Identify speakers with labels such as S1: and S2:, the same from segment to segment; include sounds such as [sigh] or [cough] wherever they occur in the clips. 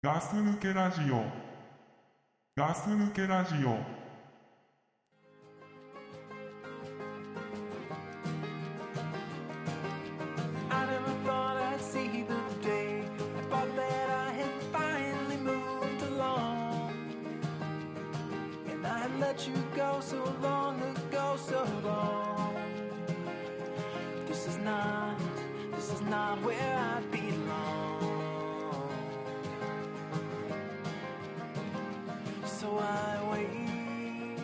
S1: ガス抜けラジオガス抜けラジオ
S2: I never thought I'd see the day. I thought that I had finally moved along. And I had let you go so long ago, so long. This is not, this is not where I belong. So I wait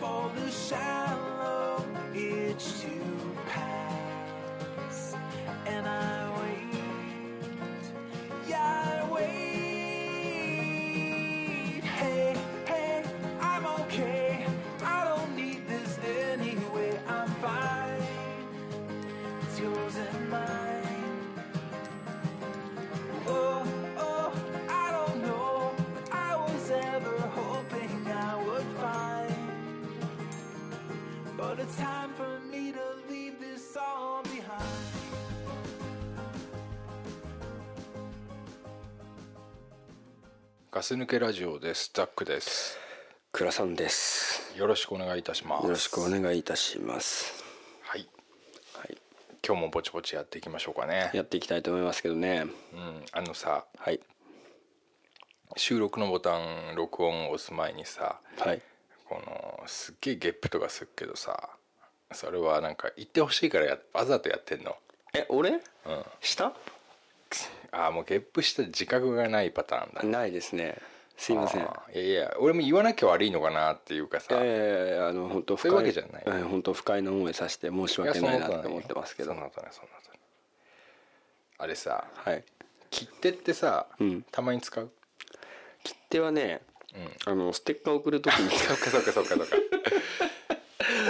S2: for the shallow itch to pass and I wait. Yeah, I wait. Hey, hey, I'm okay. I don't need this anyway. I'm fine. It's yours and mine. Oh, oh, I don't know. what I was ever hoping I would find. But it's time for me to leave this all behind.
S3: ガス抜けラジオです。ザックです。
S4: 倉さんです
S3: よろしくお願いいたします。
S4: よろしくお願いいたします
S3: はい。
S4: はい
S3: 今日もぼちぼちやっていきましょうかね。
S4: やっていきたいと思いますけどね
S3: うん、あのさ、
S4: はい
S3: 収録のボタン、録音を押す前にさ、
S4: はい
S3: このすっげえゲップとかするけどさ、それはなんか言ってほしいからやわざとやってんの。
S4: え俺
S3: うん。
S4: した
S3: ああもうゲップした自覚がないパターンだ。
S4: ないですねすいません
S3: あーいやいや、俺も言わなきゃ悪いのかなっていうかさ、
S4: ええあの本当
S3: そういうわけじゃない
S4: え本当不快な思いさせて申し
S3: いや
S4: 訳
S3: そん
S4: な
S3: ないこ
S4: な
S3: とない
S4: って思ってますけ
S3: そ
S4: ど
S3: んなことないそんなことない。あれさ、
S4: はい
S3: 切手ってさ、
S4: うん
S3: たまに使う。
S4: 切手はね
S3: うん。
S4: あのステッカー送るときに
S3: そっかそっかそっかそっか [laughs]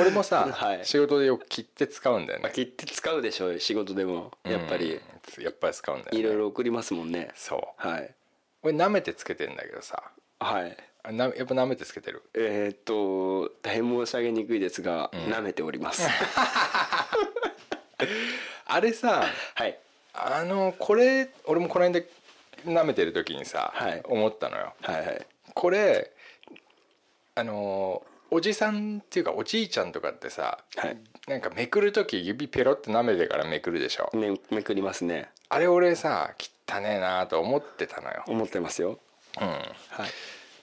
S3: 俺もさ、
S4: はい
S3: 仕事でよく切って使うんだよね
S4: 切手使うでしょ仕事でもやっぱり
S3: うんやっぱり使うんだよ、ね、
S4: いろいろ送りますもんね
S3: そう
S4: はい
S3: 俺舐めてつけてんだけどさ
S4: はい
S3: あなやっぱ舐めてつけてる
S4: えーっと大変申し上げにくいですが舐めております
S3: [laughs] あれ
S4: [laughs]
S3: さ
S4: はい
S3: あのこれ俺もこの辺で舐めてる時にさ、
S4: はい
S3: 思ったのよ
S4: はいはい
S3: これあのおじさんっていうかおじいちゃんとかってさ
S4: はい
S3: なんかめくる時指ペロって舐めてからめくるでしょ
S4: めめくりますね
S3: あれ俺さ汚ねえなと思ってたのよ、
S4: 思ってますよ
S3: うん、
S4: は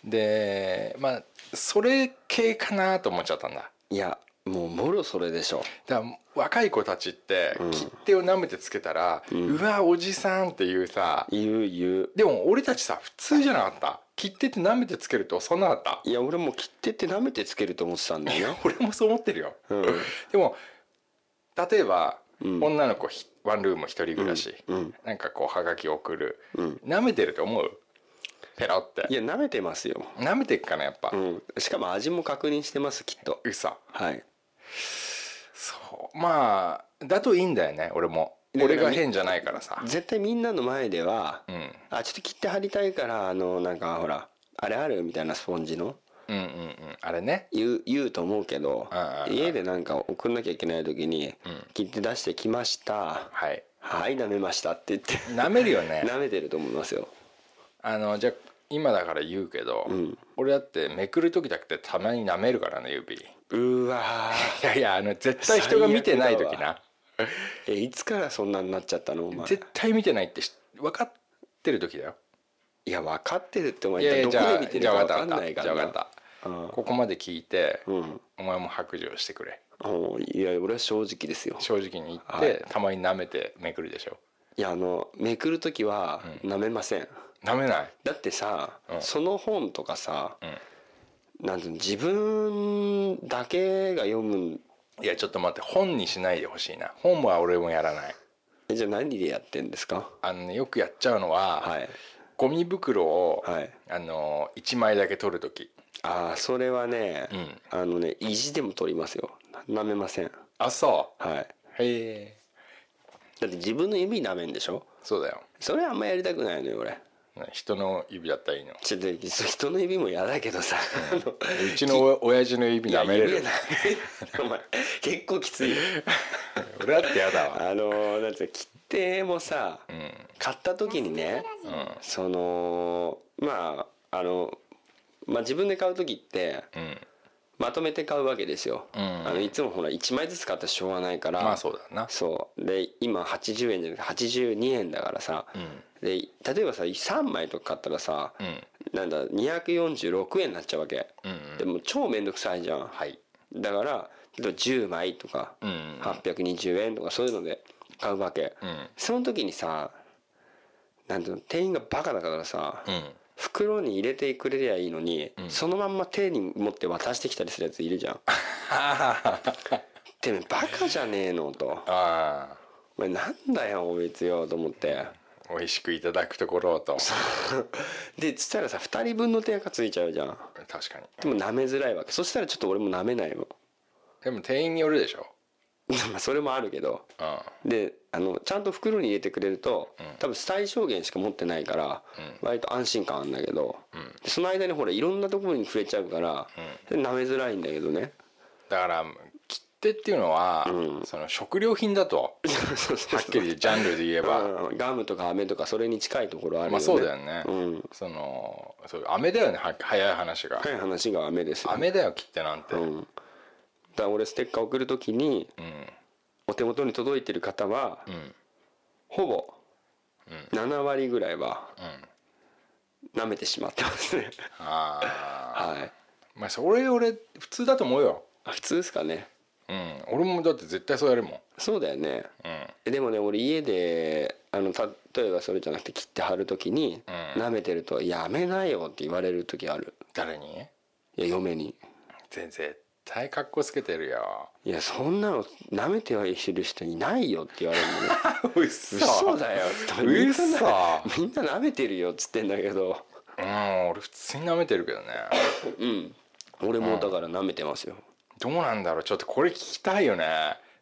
S3: でまあそれ系かなと思っちゃったんだ
S4: いいやもうもろそれでしょ
S3: だから若い子たちって
S4: うん
S3: 切手を舐めてつけたら、うわおじさんっていうさ
S4: 言う言う
S3: でも俺たちさ普通じゃなかった切手って舐めてつけるとそんなかった
S4: いや俺も切手って舐めてつけると思ってたんだ [laughs] よ
S3: 俺もそう思ってるよ
S4: なうん
S3: でも例えば、
S4: うん
S3: 女の子ひワンルーム一人暮らし、
S4: うん
S3: なんかこうはがき送る
S4: うん
S3: 舐めてると思うペロって
S4: いや舐めてますよ
S3: 舐めてっかなやっぱ、
S4: うんしかも味も確認してますきっと
S3: 嘘
S4: はい
S3: そうまあだといいんだよね俺も
S4: だから
S3: 俺が変じゃないからさ
S4: 絶対みんなの前では
S3: うん
S4: あちょっと切手貼りたいからあのなんかほらあれあるみたいなスポンジの
S3: うんうんうんあれね
S4: 言う言うと思うけど
S3: ああ
S4: 家でなんか送んなきゃいけない時に
S3: うん
S4: 切手出してきました
S3: はい
S4: はい舐めましたって言って
S3: 舐めるよ
S4: [laughs]
S3: ね
S4: 舐めてると思いますよ
S3: あのじゃあ今だから言うけど、
S4: うん
S3: 俺だってめくる時だってたまに舐めるからね指いう
S4: わ
S3: やいやあの絶対人が見てない時
S4: 最悪だ
S3: な
S4: ー [laughs] えいつからそんなになっちゃったのお前
S3: 絶対見てないってし分かってる時だよ
S4: いや分かってるってお
S3: い
S4: 前
S3: やいや
S4: ど
S3: じゃ
S4: こ
S3: あ
S4: で見て
S3: じ
S4: る
S3: ゃ
S4: か
S3: あ分か
S4: 分か
S3: っ
S4: ん
S3: た
S4: ない
S3: じゃ
S4: か
S3: あ
S4: ら
S3: 分かったここまで聞いて、
S4: うん
S3: お前も白状してくれ
S4: うんいや俺は正直ですよ
S3: 正直に言って、
S4: はい
S3: たまに舐めてめくるでしょ
S4: いやあのめくる時は舐めません、
S3: 舐めない
S4: だってさ、
S3: うん
S4: その本とかさ、
S3: うん
S4: なんていうの自分だけが読むん
S3: いやちょっと待って本にしないでほしいな本は俺もやらない
S4: えじゃあ何でやってんですか
S3: あのねよくやっちゃうのは、
S4: はい
S3: ゴミ袋を、
S4: はい
S3: あの1枚だけ取る時
S4: ああそれはね、
S3: うん
S4: あのね意地でも取りますよ舐めません
S3: あそ
S4: はい。
S3: うへえ
S4: だって自分の指舐めんでしょ
S3: そうだよ
S4: それはあんまやりたくないのよ俺。
S3: 人の指だったらいいの
S4: ちょっと人の指も嫌だけどさ。あの
S3: うちのお親父の指舐めれ
S4: いや
S3: る
S4: 指は舐めお前結構きついよ。
S3: 俺だってやだわ
S4: あのだって切手もさ
S3: うん
S4: 買った時にね
S3: うん
S4: そのまああの、まあ、自分で買う時って
S3: うん
S4: まとめて買うわけですよ、
S3: うん
S4: あのいつもほら1枚ずつ買ったらしょうがないから、
S3: まあそうだな
S4: そうで今80円じゃなくて82円だからさ、
S3: うん
S4: で例えばさ3枚とか買ったらさ、
S3: うん
S4: なんだ246円になっちゃうわけ、
S3: うん
S4: でも超めんどくさいじゃん、
S3: はい
S4: だから例えば10枚とか
S3: うんうん
S4: 820円とかそういうので買うわけ、
S3: うん
S4: その時にさなんていうの店員がバカだからさ、
S3: うん
S4: 袋に入れてくれりゃいいのに、
S3: ん
S4: そのまんま手に持って渡してきたりするやつい
S3: [laughs]
S4: るじゃんてめえバカじゃねえのと
S3: ああ
S4: お前なんだよおいつよと思って
S3: 美味しくいただくところをと
S4: [laughs] でそしたらさ2人分の手がついちゃうじゃん
S3: 確かに
S4: でも舐めづらいわけそしたらちょっと俺も舐めないもん
S3: でも店員によるでしょ
S4: [laughs] まあそれもあるけど
S3: うん
S4: であのちゃんと袋に入れてくれると、多分最小限しか持ってないから、割と安心感あるんだけど、でその間にほらいろんなところに触れちゃうから、で舐めづらいんだけどね
S3: だから切手っていうのは、その食料品だと
S4: そうそ
S3: [laughs]
S4: う
S3: はっきりジャンルで言えば、
S4: うんガムとか飴とかそれに近いところあるよね、
S3: まあそうだよね、
S4: うん
S3: そのそう飴だよねは早い話が、
S4: 深い話が飴ですよ、
S3: 飴だよ切手なんて、
S4: うん、だから俺ステッカー送る時に、お手元に届いてる方は、
S3: ん
S4: ほぼ7割ぐらいは、舐めてしまってますね
S3: あ
S4: はい
S3: ーまあそれ俺普通だと思うよ
S4: あ普通ですかね
S3: うん俺もだって絶対そうやるもん
S4: そうだよね
S3: うん
S4: えでもね俺家であの例えばそれじゃなくて切って貼る時に、
S3: うん
S4: 舐めてると「やめなよ」って言われる時ある
S3: 誰に
S4: いや嫁に
S3: ぜ絶対格好つけてるよ
S4: 「いやそんなの舐めてはいる人いないよ」って言われるのね
S3: うっそ
S4: [laughs] 嘘だよ
S3: うっそ
S4: みんな舐めてるよっつってんだけど
S3: うん俺普通に舐めてるけどね
S4: 俺もだから舐めてますよ、
S3: どうなんだろうちょっとこれ聞きたいよね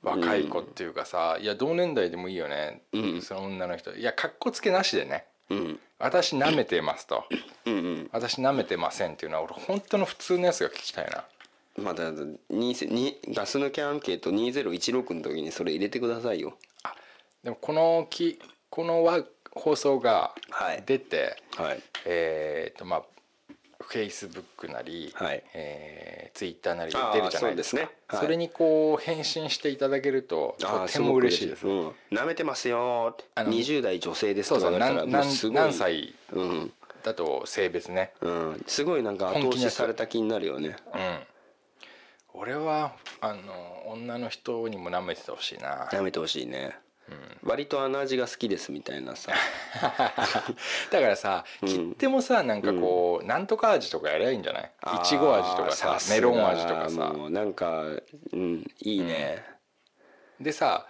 S3: 若い子っていうかさ、いや同年代でもいいよね、その女の人いや格好つけなしでね
S4: うん、
S3: 私舐めてますと
S4: うんうん
S3: 私舐めてませんっていうのは俺本当の普通のやつが聞きたいな
S4: まだ20にガス抜けアンケート2016の時にそれ入れてくださいよ
S3: でもこのきこのわ放送が
S4: はい
S3: 出て、
S4: はい
S3: えーっとまあフェイスブックなり、
S4: はい
S3: えツイッター Twitter なりで出るじゃないですか
S4: あーそうですねはい
S3: それにこう返信していただけるとと
S4: あ
S3: ても嬉しいです
S4: ごくうん、舐めてますよー
S3: あの
S4: 20代女性です
S3: そう
S4: と
S3: そ
S4: か
S3: う
S4: だったら
S3: 何
S4: もうす
S3: 何
S4: ごい
S3: 何歳
S4: うん、
S3: だと性別ね
S4: うん、すごいなんか
S3: 本
S4: 後
S3: 気
S4: 押
S3: のや
S4: し
S3: つ
S4: された気になるよね
S3: うん俺はあの女の人にも舐めててほしいな
S4: 舐めてほしいね、割とあの味が好きですみたいなさ
S3: [laughs] だからさ切ってもさなんかこう、なんとか味とかやりゃいいんじゃない [laughs] いちご味とかさ
S4: あーす
S3: メ
S4: が
S3: ロン味とかさ
S4: もうなんかうんいいね、
S3: でさ、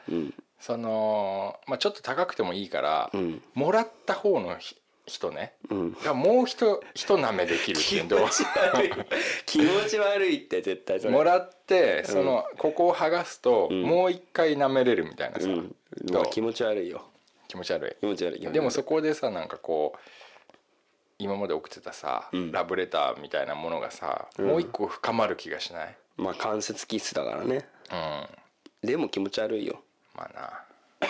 S3: その、まあ、ちょっと高くてもいいから、もらった方のひ人ね、がもうひとひと舐めできる
S4: [laughs]
S3: っていうの
S4: 悪い気持ち悪いって絶対それ
S3: もらってその、ここを剥がすと、もう一回舐めれるみたいなさ、
S4: うんう
S3: どう
S4: わ気持ち悪いよ
S3: 気持ち悪い
S4: 気持ち悪い気持ち悪い
S3: でもそこでさなんかこう今まで送ってたさ、ラブレターみたいなものがさ、もう一個深まる気がしない
S4: まあ関節キスだからね
S3: うん
S4: でも気持ち悪いよ
S3: まあな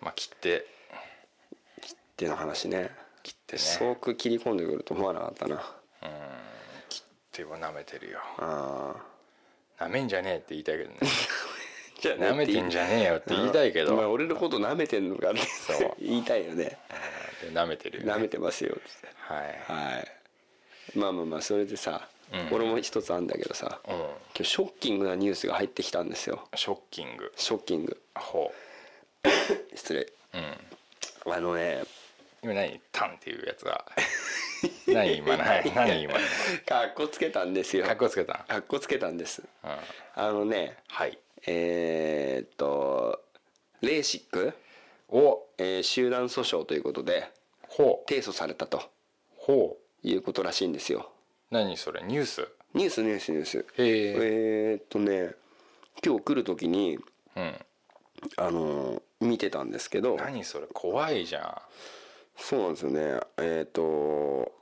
S3: まあ切って
S4: っていうの話ね
S3: 切ってね
S4: そうく切り込んでくると思わなかったな
S3: 切っても舐めてるよ
S4: あ
S3: 舐めんじゃねえって言いたいけ [laughs] どね
S4: じゃ
S3: 舐めてんじゃねえよって言いたいけど、
S4: お前俺のこと舐めてんのかって [laughs]
S3: う
S4: 言いたいよね
S3: 舐めてるよ、ね、
S4: 舐めてますよ
S3: はい
S4: はいまあまあまあそれでさ、俺も一つあんだけどさ、
S3: うん
S4: 今日ショッキングなニュースが入ってきたんですよ
S3: ショッキング
S4: ショッキング
S3: ほ
S4: 失礼
S3: ううん
S4: あのね
S3: 今何タンっていうやつ [laughs] が何今何何今
S4: かっこつけたんですよ
S3: かっこつけた
S4: かっこつけたんです
S3: うん
S4: あのね
S3: はい
S4: えーっとレーシック、
S3: お
S4: えー集団訴訟ということで
S3: ほう
S4: 提訴されたと
S3: ほう
S4: いうことらしいんですよ
S3: 何それニュース
S4: ニュースニュースニュース
S3: へえ
S4: えーっとね今日来る時に
S3: うん
S4: あのー見てたんですけど
S3: 何それ怖いじゃん
S4: そうなんですよねえーっと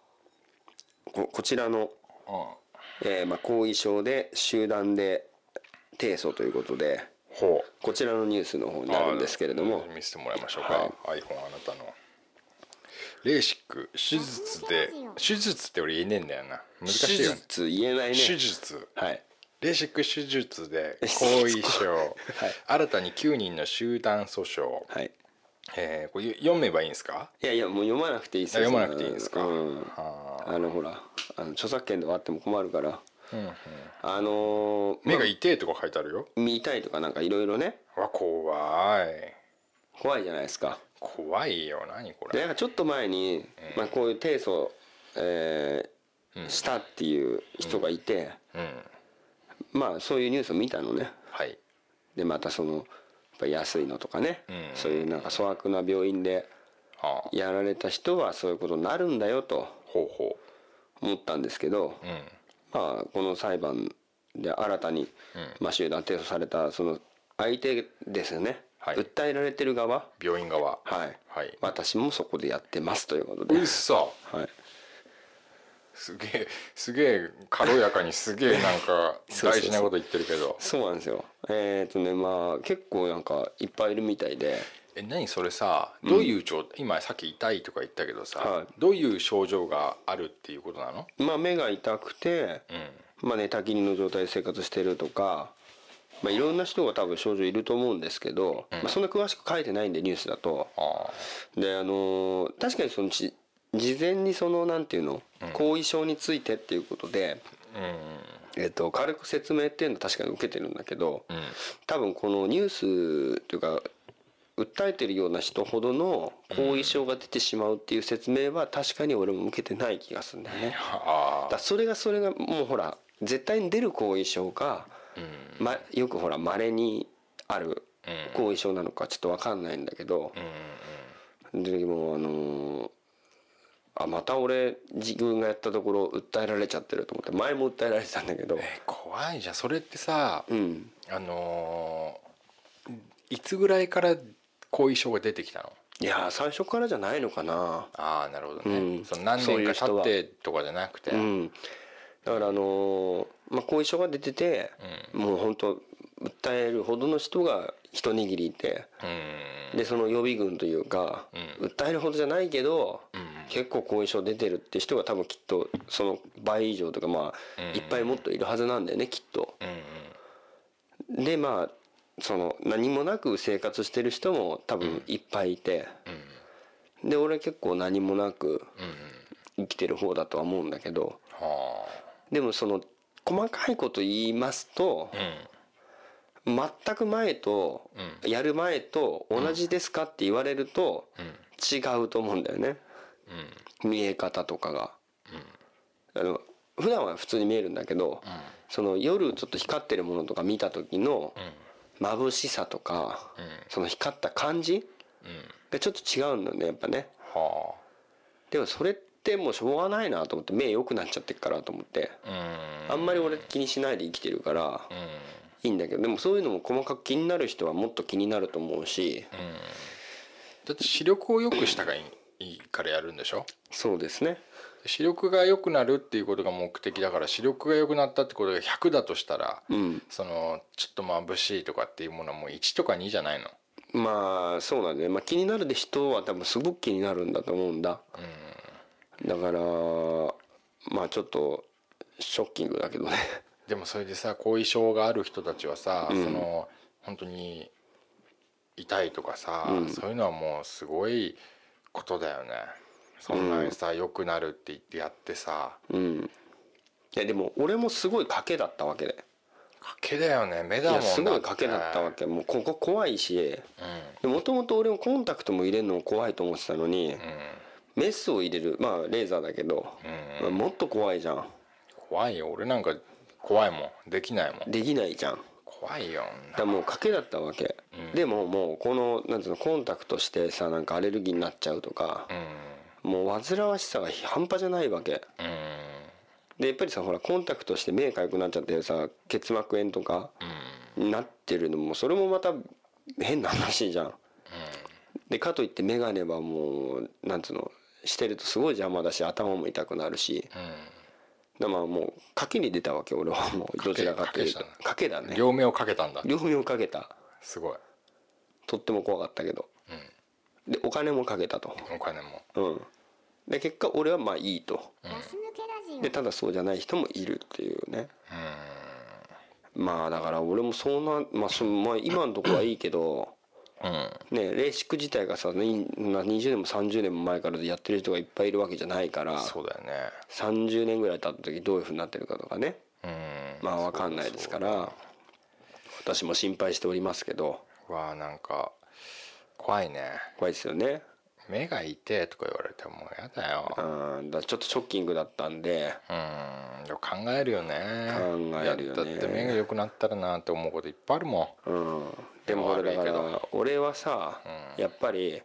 S4: ここちらの、
S3: う
S4: えーまあ、後遺症で集団で提訴ということで
S3: ほ
S4: こちらのニュースの方
S3: う
S4: になるんですけれども
S3: あー見せてもらいましょうか、iPhone あなたのレーシック手術で手術って俺言えねえんだよな難
S4: 手
S3: しいよね
S4: 術言えない
S3: 手
S4: ね
S3: 術
S4: はい
S3: レーシック手術で後遺
S4: [laughs]
S3: 症、新たに9人の集団訴訟、
S4: はい
S3: えーこれ読めばいいんですか
S4: いやいやもう読まなくていいですよ
S3: あ読まなくていいんですか
S4: うんあのほらあの著作権とかあっても困るからあのー
S3: 目が痛いとか書いてあるよ、
S4: 見たいとかなんかいろいろね
S3: わ怖い
S4: 怖いじゃないですか
S3: 怖いよ何こ
S4: で
S3: れ
S4: なんかちょっと前に、まあ、こういう提訴、えーしたっていう人がいて、
S3: うん
S4: まあそういうニュースを見たのね
S3: はい
S4: でまたそのやっぱ安いのとかね、
S3: うん
S4: そういうなんか粗悪な病院で
S3: ああ
S4: やられた人はそういうことになるんだよと
S3: ほうほ
S4: 思ったんですけど、
S3: ううん
S4: まあこの裁判で新たに、まあ、集団提訴されたその相手ですよね、
S3: はい
S4: 訴えられてる側
S3: 病院側
S4: はい、
S3: はい
S4: 私もそこでやってますということで、
S3: うっそ
S4: はい、
S3: すげえすげえ軽やかにすげえなんか
S4: [laughs] そうそうそう
S3: 大事なこと言ってるけど
S4: そうなんですよえっ、とねまあ結構なんかいっぱいいるみたいで
S3: え何それさどういう症、今さっき痛いとか言ったけどさ、
S4: はい
S3: どういう症状があるっていうことなの
S4: まあ目が痛くて、まあ寝たきりの状態で生活してるとか、まあ、いろんな人が多分症状いると思うんですけど、まあ、そんな詳しく書いてないんでニュースだと。
S3: あ
S4: であのー確かにそのじ事前にそのなんていうの後遺症についてっていうことで、
S3: あうん
S4: えっと軽く説明っていうのは確かに受けてるんだけど、
S3: うん
S4: 多分このニュースというか訴えてるような人ほどの後遺症が出てしまうっていう説明は確かに俺も受けてない気がするんだよね。
S3: あ
S4: だからそれがそれがもうほら絶対に出る後遺症が、ま、よくほら稀にある後遺症なのかちょっと分かんないんだけど、でもうあのーあまた俺自分がやったところ訴えられちゃってると思って前も訴えられてたんだけど、
S3: え怖いじゃんそれってさ、
S4: うん、
S3: あのーいつぐらいから後遺症が出てきたの
S4: いやー最初からじゃないのかな。
S3: ああなるほどね、
S4: うん
S3: その何
S4: そう
S3: 年
S4: いう
S3: か
S4: 人
S3: 経
S4: は
S3: ってとかじゃなくて
S4: うん、だからあのーまあ、後遺症が出てて、もう本当訴えるほどの人が一握りいて、
S3: うん
S4: でその予備軍というか、訴えるほどじゃないけど、結構後遺症出てるって人が多分きっとその倍以上とかまあ、いっぱいもっといるはずなんだよねきっと。
S3: うん
S4: でまあその何もなく生活してる人も多分いっぱいいて、で俺結構何もなく生きてる方だとは思うんだけど
S3: は
S4: でもその細かいこと言いますと、
S3: あ
S4: 全く前と、やる前と同じですかって言われると、違うと思うんだよね、見え方とかが、あの普段は普通に見えるんだけど、その夜ちょっと光ってるものとか見た時の眩しさとか、その光った感じがちょっと違うんだよねやっぱね
S3: は
S4: でもそれってもうしょうがないなと思って目良くなっちゃってっからと思って、
S3: あうん
S4: あんまり俺気にしないで生きてるから、
S3: うん
S4: いいんだけどでもそういうのも細かく気になる人はもっと気になると思うし、
S3: だって視力を良くしたがいいいいからやるんでしょ
S4: そうですね
S3: 視力が良くなるっていうことが目的だから視力が良くなったってことが100だとしたら、
S4: うん
S3: そのちょっと眩しいとかっていうものはもう1とか2じゃないの
S4: まあそうなんだね、まあ、気になるで人は多分すごく気になるんだと思うんだ、だからまあちょっとショッキングだけどね [laughs]
S3: でもそれでさ後遺症がある人たちはさ、その本当に痛いとかさ、そういうのはもうすごいことだよねそんなにさ、良くなるって言ってやってさ
S4: うんいやでも俺もすごい賭けだったわけで
S3: 賭けだよね目
S4: い
S3: だもんだっ
S4: や
S3: て
S4: すごい賭けだったわけもうここ怖いしもともと俺もコンタクトも入れるのも怖いと思ってたのに、メスを入れるまあレーザーだけど、まあもっと怖いじゃん
S3: 怖いよ俺なんか怖いもんできないもん
S4: できないじゃん
S3: 怖いよ
S4: だからもう賭けだったわけ、でももうこのなんつうのコンタクトしてさなんかアレルギーになっちゃうとか、もう煩わしさが半端じゃないわけ
S3: うんうん
S4: でやっぱりさほらコンタクトして目かゆくなっちゃってさ結膜炎とかなってるのもそれもまた変な話じゃん、でかといって眼鏡はもうなんつうのしてるとすごい邪魔だし頭も痛くなるし、だからまあもう賭けに出たわけ俺はもうどちらかというと
S3: 賭けした
S4: 賭けだね
S3: 両目をかけたんだ
S4: 両目をかけた
S3: すごい
S4: とっても怖かったけど、でお金もかけたと、
S3: お金も
S4: うん、で結果俺はまあいいと
S5: ガス抜けラジ
S4: でただそうじゃない人もいるっていうねまあだから俺もそんな、まあ、そまあ今のとこはいいけど
S3: うん
S4: ねレーシック自体がさにな20年も30年も前からやってる人がいっぱいいるわけじゃないから
S3: そうだよね
S4: 30年ぐらい経った時どういうふうになってるかとかね
S3: うん
S4: まあわかんないですから私も心配しておりますけど
S3: わあなんか怖いね
S4: 怖いですよね
S3: 目が痛えとか言われてもやだよ
S4: うんだからちょっとショッキングだったんで
S3: うんでも考えるよね
S4: 考えるよ
S3: い
S4: ね
S3: やだって目が良くなったらなって思うこといっぱいあるも
S4: うんでも
S3: 悪
S4: 俺
S3: い
S4: だか
S3: けど
S4: ら俺はさやっぱり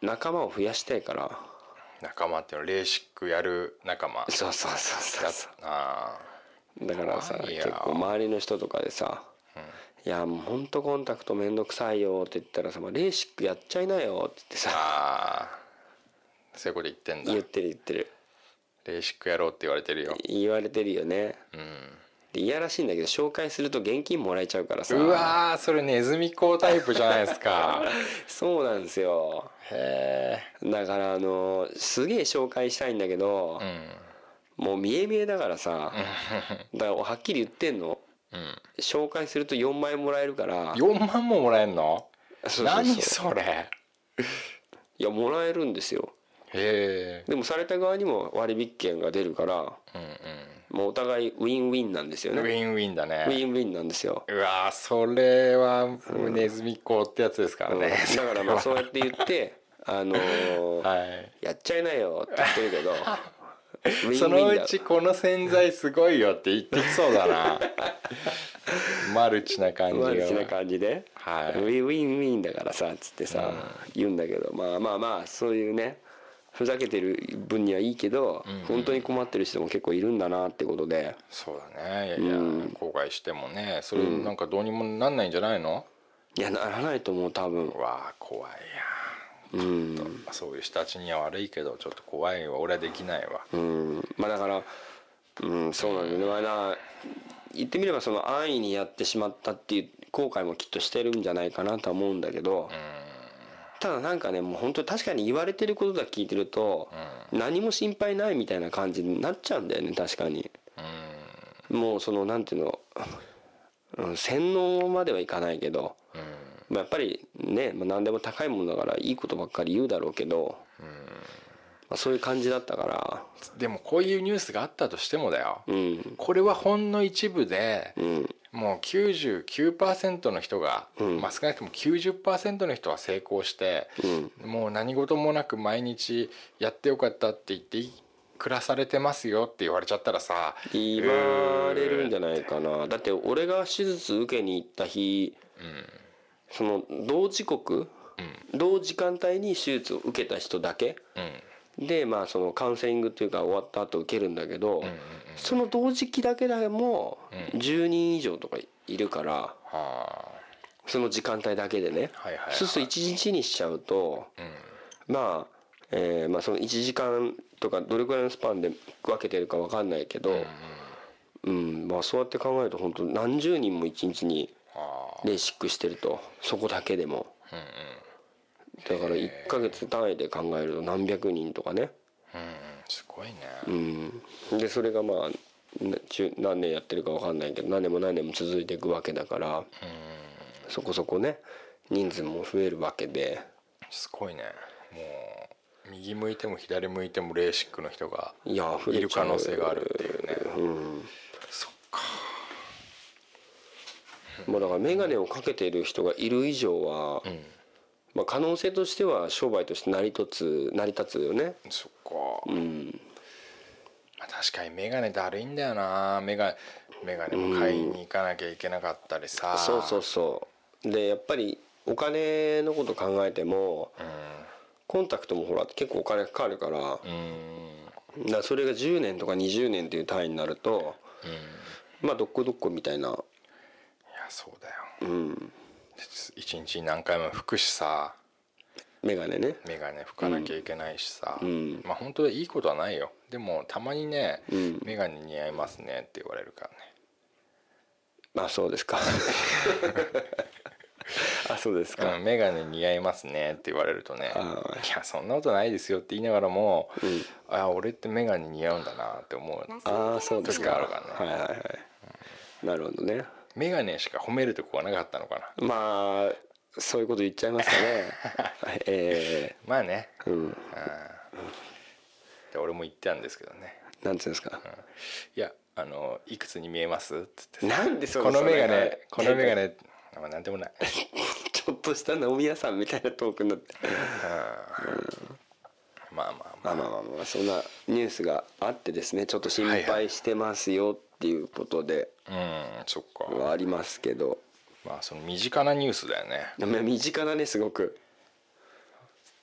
S4: 仲間を増やしたいから
S3: ん仲間っていうのレーシックやる仲間
S4: そうそうそうそう
S3: や
S4: そ
S3: あ
S4: うだからさ
S3: 怖いよ
S4: 結構周りの人とかでさ「いやもうほんとコンタクトめんどくさいよ」って言ったらさ「まあレーシックやっちゃいなよ」って言って
S3: ー
S4: さ
S3: あーそういうこと言ってんだ
S4: 言ってる言ってる
S3: レーシックやろうって言われてるよ
S4: 言われてるよね
S3: うん
S4: でいやらしいんだけど紹介すると現金もらえちゃうからさ
S3: うわーそれネズミ講タイプじゃないです
S4: [laughs]
S3: か
S4: そうなんですよ
S3: へ
S4: だからあのすげえ紹介したいんだけど、
S3: え
S4: もう見え見えだからさだからはっきり言ってんの
S3: うんうん
S4: 紹介すると4万円もらえるから
S3: 4万ももらえんの
S4: そうそうそう
S3: 何それへ
S4: いやもらえるんですよ
S3: え
S4: でもされた側にも割引券が出るから、
S3: うん
S4: もうお互いウィンウィンなんですよ
S3: うんウ
S4: ね
S3: ィンウィンだ
S4: ウィ
S3: ね
S4: ンウィンなんですよ、
S3: うわーそれはネズミ講ってやつですから
S4: うん
S3: ね
S4: だからまあそうやって言ってあのー
S3: [laughs] はい
S4: やっちゃいなよって言ってるけ
S3: [laughs]
S4: どウィンウィンだ
S3: そのうちこの洗剤すごいよって言ってきそうだな
S4: [laughs]
S3: マルチな感じが
S4: マルチな感じで、
S3: はい
S4: ウィンウィンウィンだからさっつってさ、言うんだけどまあまあまあそういうねふざけてる分にはいいけど、本当に困ってる人も結構いるんだなってことで
S3: そうだねいやいや後悔してもねそれなんかどうにもなんないんじゃないの、
S4: いやならないと思う多分
S3: うわあ怖い
S4: うん、
S3: やそういう人たちには悪いけどちょっと怖いわ俺はできないわ
S4: うん、まあだからうんそうなんだよねまあな言ってみればその安易にやってしまったっていう後悔もきっとしてるんじゃないかなとは思うんだけど、ただなんかねもう本当に確かに言われてることだけ聞いてると、何も心配ないみたいな感じになっちゃうんだよね確かに、もうそのなんていうの、うん、洗脳まではいかないけど、まあやっぱりね、まあ、何でも高いものだからいいことばっかり言うだろうけど、まあ、そういう感じだったから
S3: でもこういうニュースがあったとしてもだよ、
S4: うん
S3: これはほんの一部で
S4: うん
S3: もう99%の人が、
S4: うん
S3: まあ、少なくとも90%の人は成功して、
S4: うん
S3: もう何事もなく毎日やってよかったって言って暮らされてますよって言われちゃったらさ
S4: 言われるんじゃないかなだって俺が手術受けに行った日、その同時刻、同時間帯に手術を受けた人だけ
S3: うん
S4: でまあそのカウンセリングというか終わった後受けるんだけど、その同時期だけでも10人以上とかいるから、
S3: は
S4: その時間帯だけでね、
S3: はいはいはい
S4: そうすると1日にしちゃうと、まあ、えーまあその1時間とかどれくらいのスパンで分けてるか分かんないけど、うんまあ、そうやって考えると本当何十人も1日に
S3: あはあ
S4: レーシックしてるとそこだけでも、だから1ヶ月単位で考えると何百人とかね、
S3: うんすごいね、
S4: うん、でそれがまあな中何年やってるか分かんないけど何年も何年も続いていくわけだから、そこそこね人数も増えるわけで
S3: すごいねもう右向いても左向いてもレーシックの人が
S4: いや増えちゃう
S3: いる可能性があるっていうね
S4: うん
S3: そっか
S4: もうだから眼鏡をかけている人がいる以上は、
S3: うん
S4: まあ、可能性としては商売として成り立つ成り立つよね
S3: そっかまあ、確かに眼鏡だるいんだよな眼鏡眼鏡も買いに行かなきゃいけなかったりさ、
S4: そうそうそうでやっぱりお金のこと考えても、コンタクトもほら結構お金かかるか
S3: う
S4: ら、
S3: ん
S4: だからそれが10年とか20年っていう単位になると、まあどっこどっこみたいない
S3: やそうだよ、一日に何回も拭くしさ
S4: 眼鏡ね
S3: 眼鏡拭かなきゃいけないしさ、
S4: ん
S3: まあ本当はいいことはないよでもたまにね
S4: ん
S3: 「眼鏡似合います [laughs] ね」って言われるからね
S4: まあそうですかあそうです
S3: う
S4: か、
S3: ん、メガネ似合いますねって言われるとね「
S4: あ
S3: いやそんなことないですよ」って言いながらも「
S4: うん
S3: あ俺ってメガネ似合うんだな」って思う
S4: ああそうです
S3: 時が
S4: か
S3: あるから
S4: はい
S3: ね
S4: はいはい、なるほどね
S3: メガネしか褒めるとこはなかったのかな
S4: まあそういうこと言っちゃいますか
S3: [laughs]
S4: ねえ
S3: まあね
S4: えうん
S3: で俺も言ったんですけどね
S4: なんていうんです
S3: 「
S4: か、
S3: いやあのいくつに見えます?」っつって
S4: なんでそ
S3: このメガネこのメガ
S4: ネ
S3: ネまあなんでもない
S4: ちょっとした飲み屋さんみたいなトークになって
S3: まあまあま
S4: ま
S3: あ
S4: あまあまあまあそんなニュースがあってですねちょっと心配してますよっていうことで
S3: うんそっか
S4: はありますけど、
S3: まあその身近なニュースだよね
S4: まあ身近だねすごく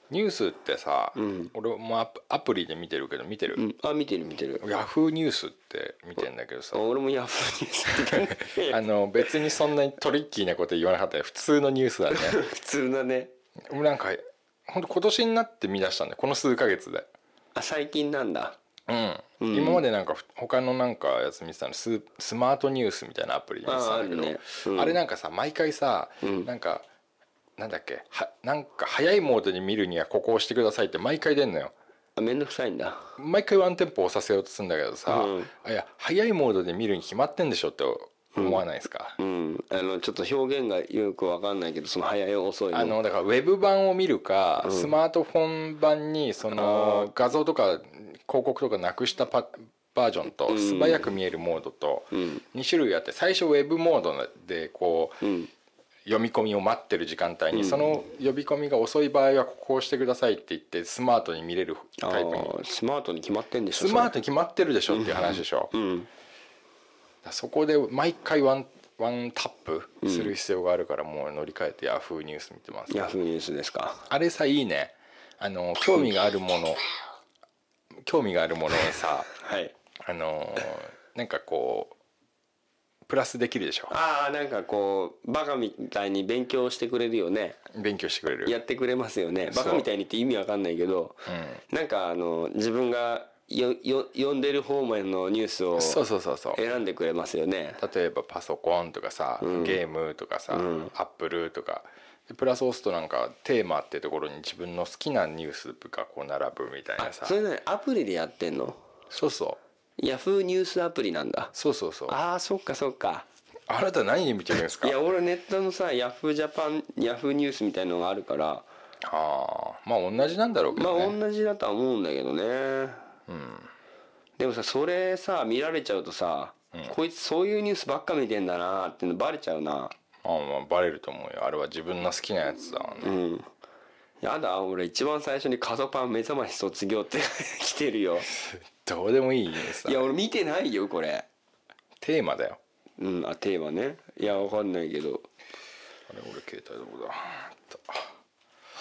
S3: ニュースってさ、
S4: うん
S3: 俺もアプアプリで見てるけど見て
S4: う
S3: る、
S4: んあ見てる見てる
S3: ヤフーニュースって見てんだけどさ
S4: あ俺もヤフーニュース見て
S3: [laughs]
S4: る
S3: あの別にそんなにトリッキーなこと言わなかったよ普通のニュースだね
S4: 普通だね
S3: 俺なんかほんと今年になって見出したんだよこの数ヶ月で
S4: あ最近なんだ
S3: うん、
S4: うん
S3: 今までなんかふ他のなんかやつ見てたのススマートニュースみたいなアプリで見てたんだけど
S4: あ
S3: あ,、
S4: あるねうん
S3: れなんかさ毎回さ、
S4: うん
S3: なんかなんだっけはなんか早いモードに見るにはここを押してくださいって毎回出んのよ
S4: あめんどくさいんだ
S3: 毎回ワンテンポ押させようとするんだけどさ、
S4: うん
S3: あいや早いモードで見るに決まってんでしょって思わないですか、
S4: うんあのちょっと表現がよくわかんないけどその早い遅い
S3: あのだからウェブ版を見るか、
S4: ん
S3: スマートフォン版にその画像とか広告とかなくしたパバージョンと
S4: ん
S3: 素早く見えるモードと
S4: うん
S3: 2種類あって最初ウェブモードでこう
S4: うん
S3: 読み込みを待ってる時間帯にその呼び込みが遅い場合はここを押してくださいって言ってスマートに見れる
S4: あ
S3: タイプに
S4: ースマートに決まってんでしょ
S3: スマート
S4: ト
S3: に決まってるでしょっていう話でしょ
S4: うん
S3: だからそこで毎回ワンワンタップする必要があるからもう乗り換えてヤフーニュース見てます
S4: ヤフーニュースですか
S3: あれさいいねあの興味があるもの興味があるものをさ
S4: はい
S3: あのなんかこうプラスできるでしょ
S4: ああなんかこうバカみたいに勉強してくれるよね
S3: 勉強してくれる
S4: やってくれますよね
S3: そう
S4: バカみたいにって意味わかんないけど、なんかあの自分がよよ読んでる方面のニュースを
S3: そうそうそうそう
S4: 選んでくれますよね
S3: 例えばパソコンとかさ、ゲームとかさ、アップルとかでプラス押すとなんかテーマってところに自分の好きなニュースがこう並ぶみたいなさ
S4: それねアプリでやってんの
S3: そうそう
S4: ヤフーニュースアプリなんだ
S3: そうそうそうあ
S4: ああそっかそっか
S3: なた何で見てるんです
S4: い
S3: か
S4: や俺ネットのさヤフージャパンヤフーニュースみたいのがあるから
S3: ああまあ同じなんだろうけ
S4: まあ
S3: どね、
S4: 同じだとは思うんだけどねでもさそれさ見られちゃうとさ、こいつそういうニュースばっか見てんだなっていうのバレちゃうな
S3: まあ、まあバレると思うよあれは自分の好きなやつだもんね、
S4: うんやだ俺一番最初に「カドパン目覚まし卒業」って [laughs] 来てるよ
S3: どうでもいいニュースだ
S4: いや俺見てないよこれ
S3: テーマだよ
S4: うんあテーマねいやわかんないけど
S3: あれ俺携帯どこだあった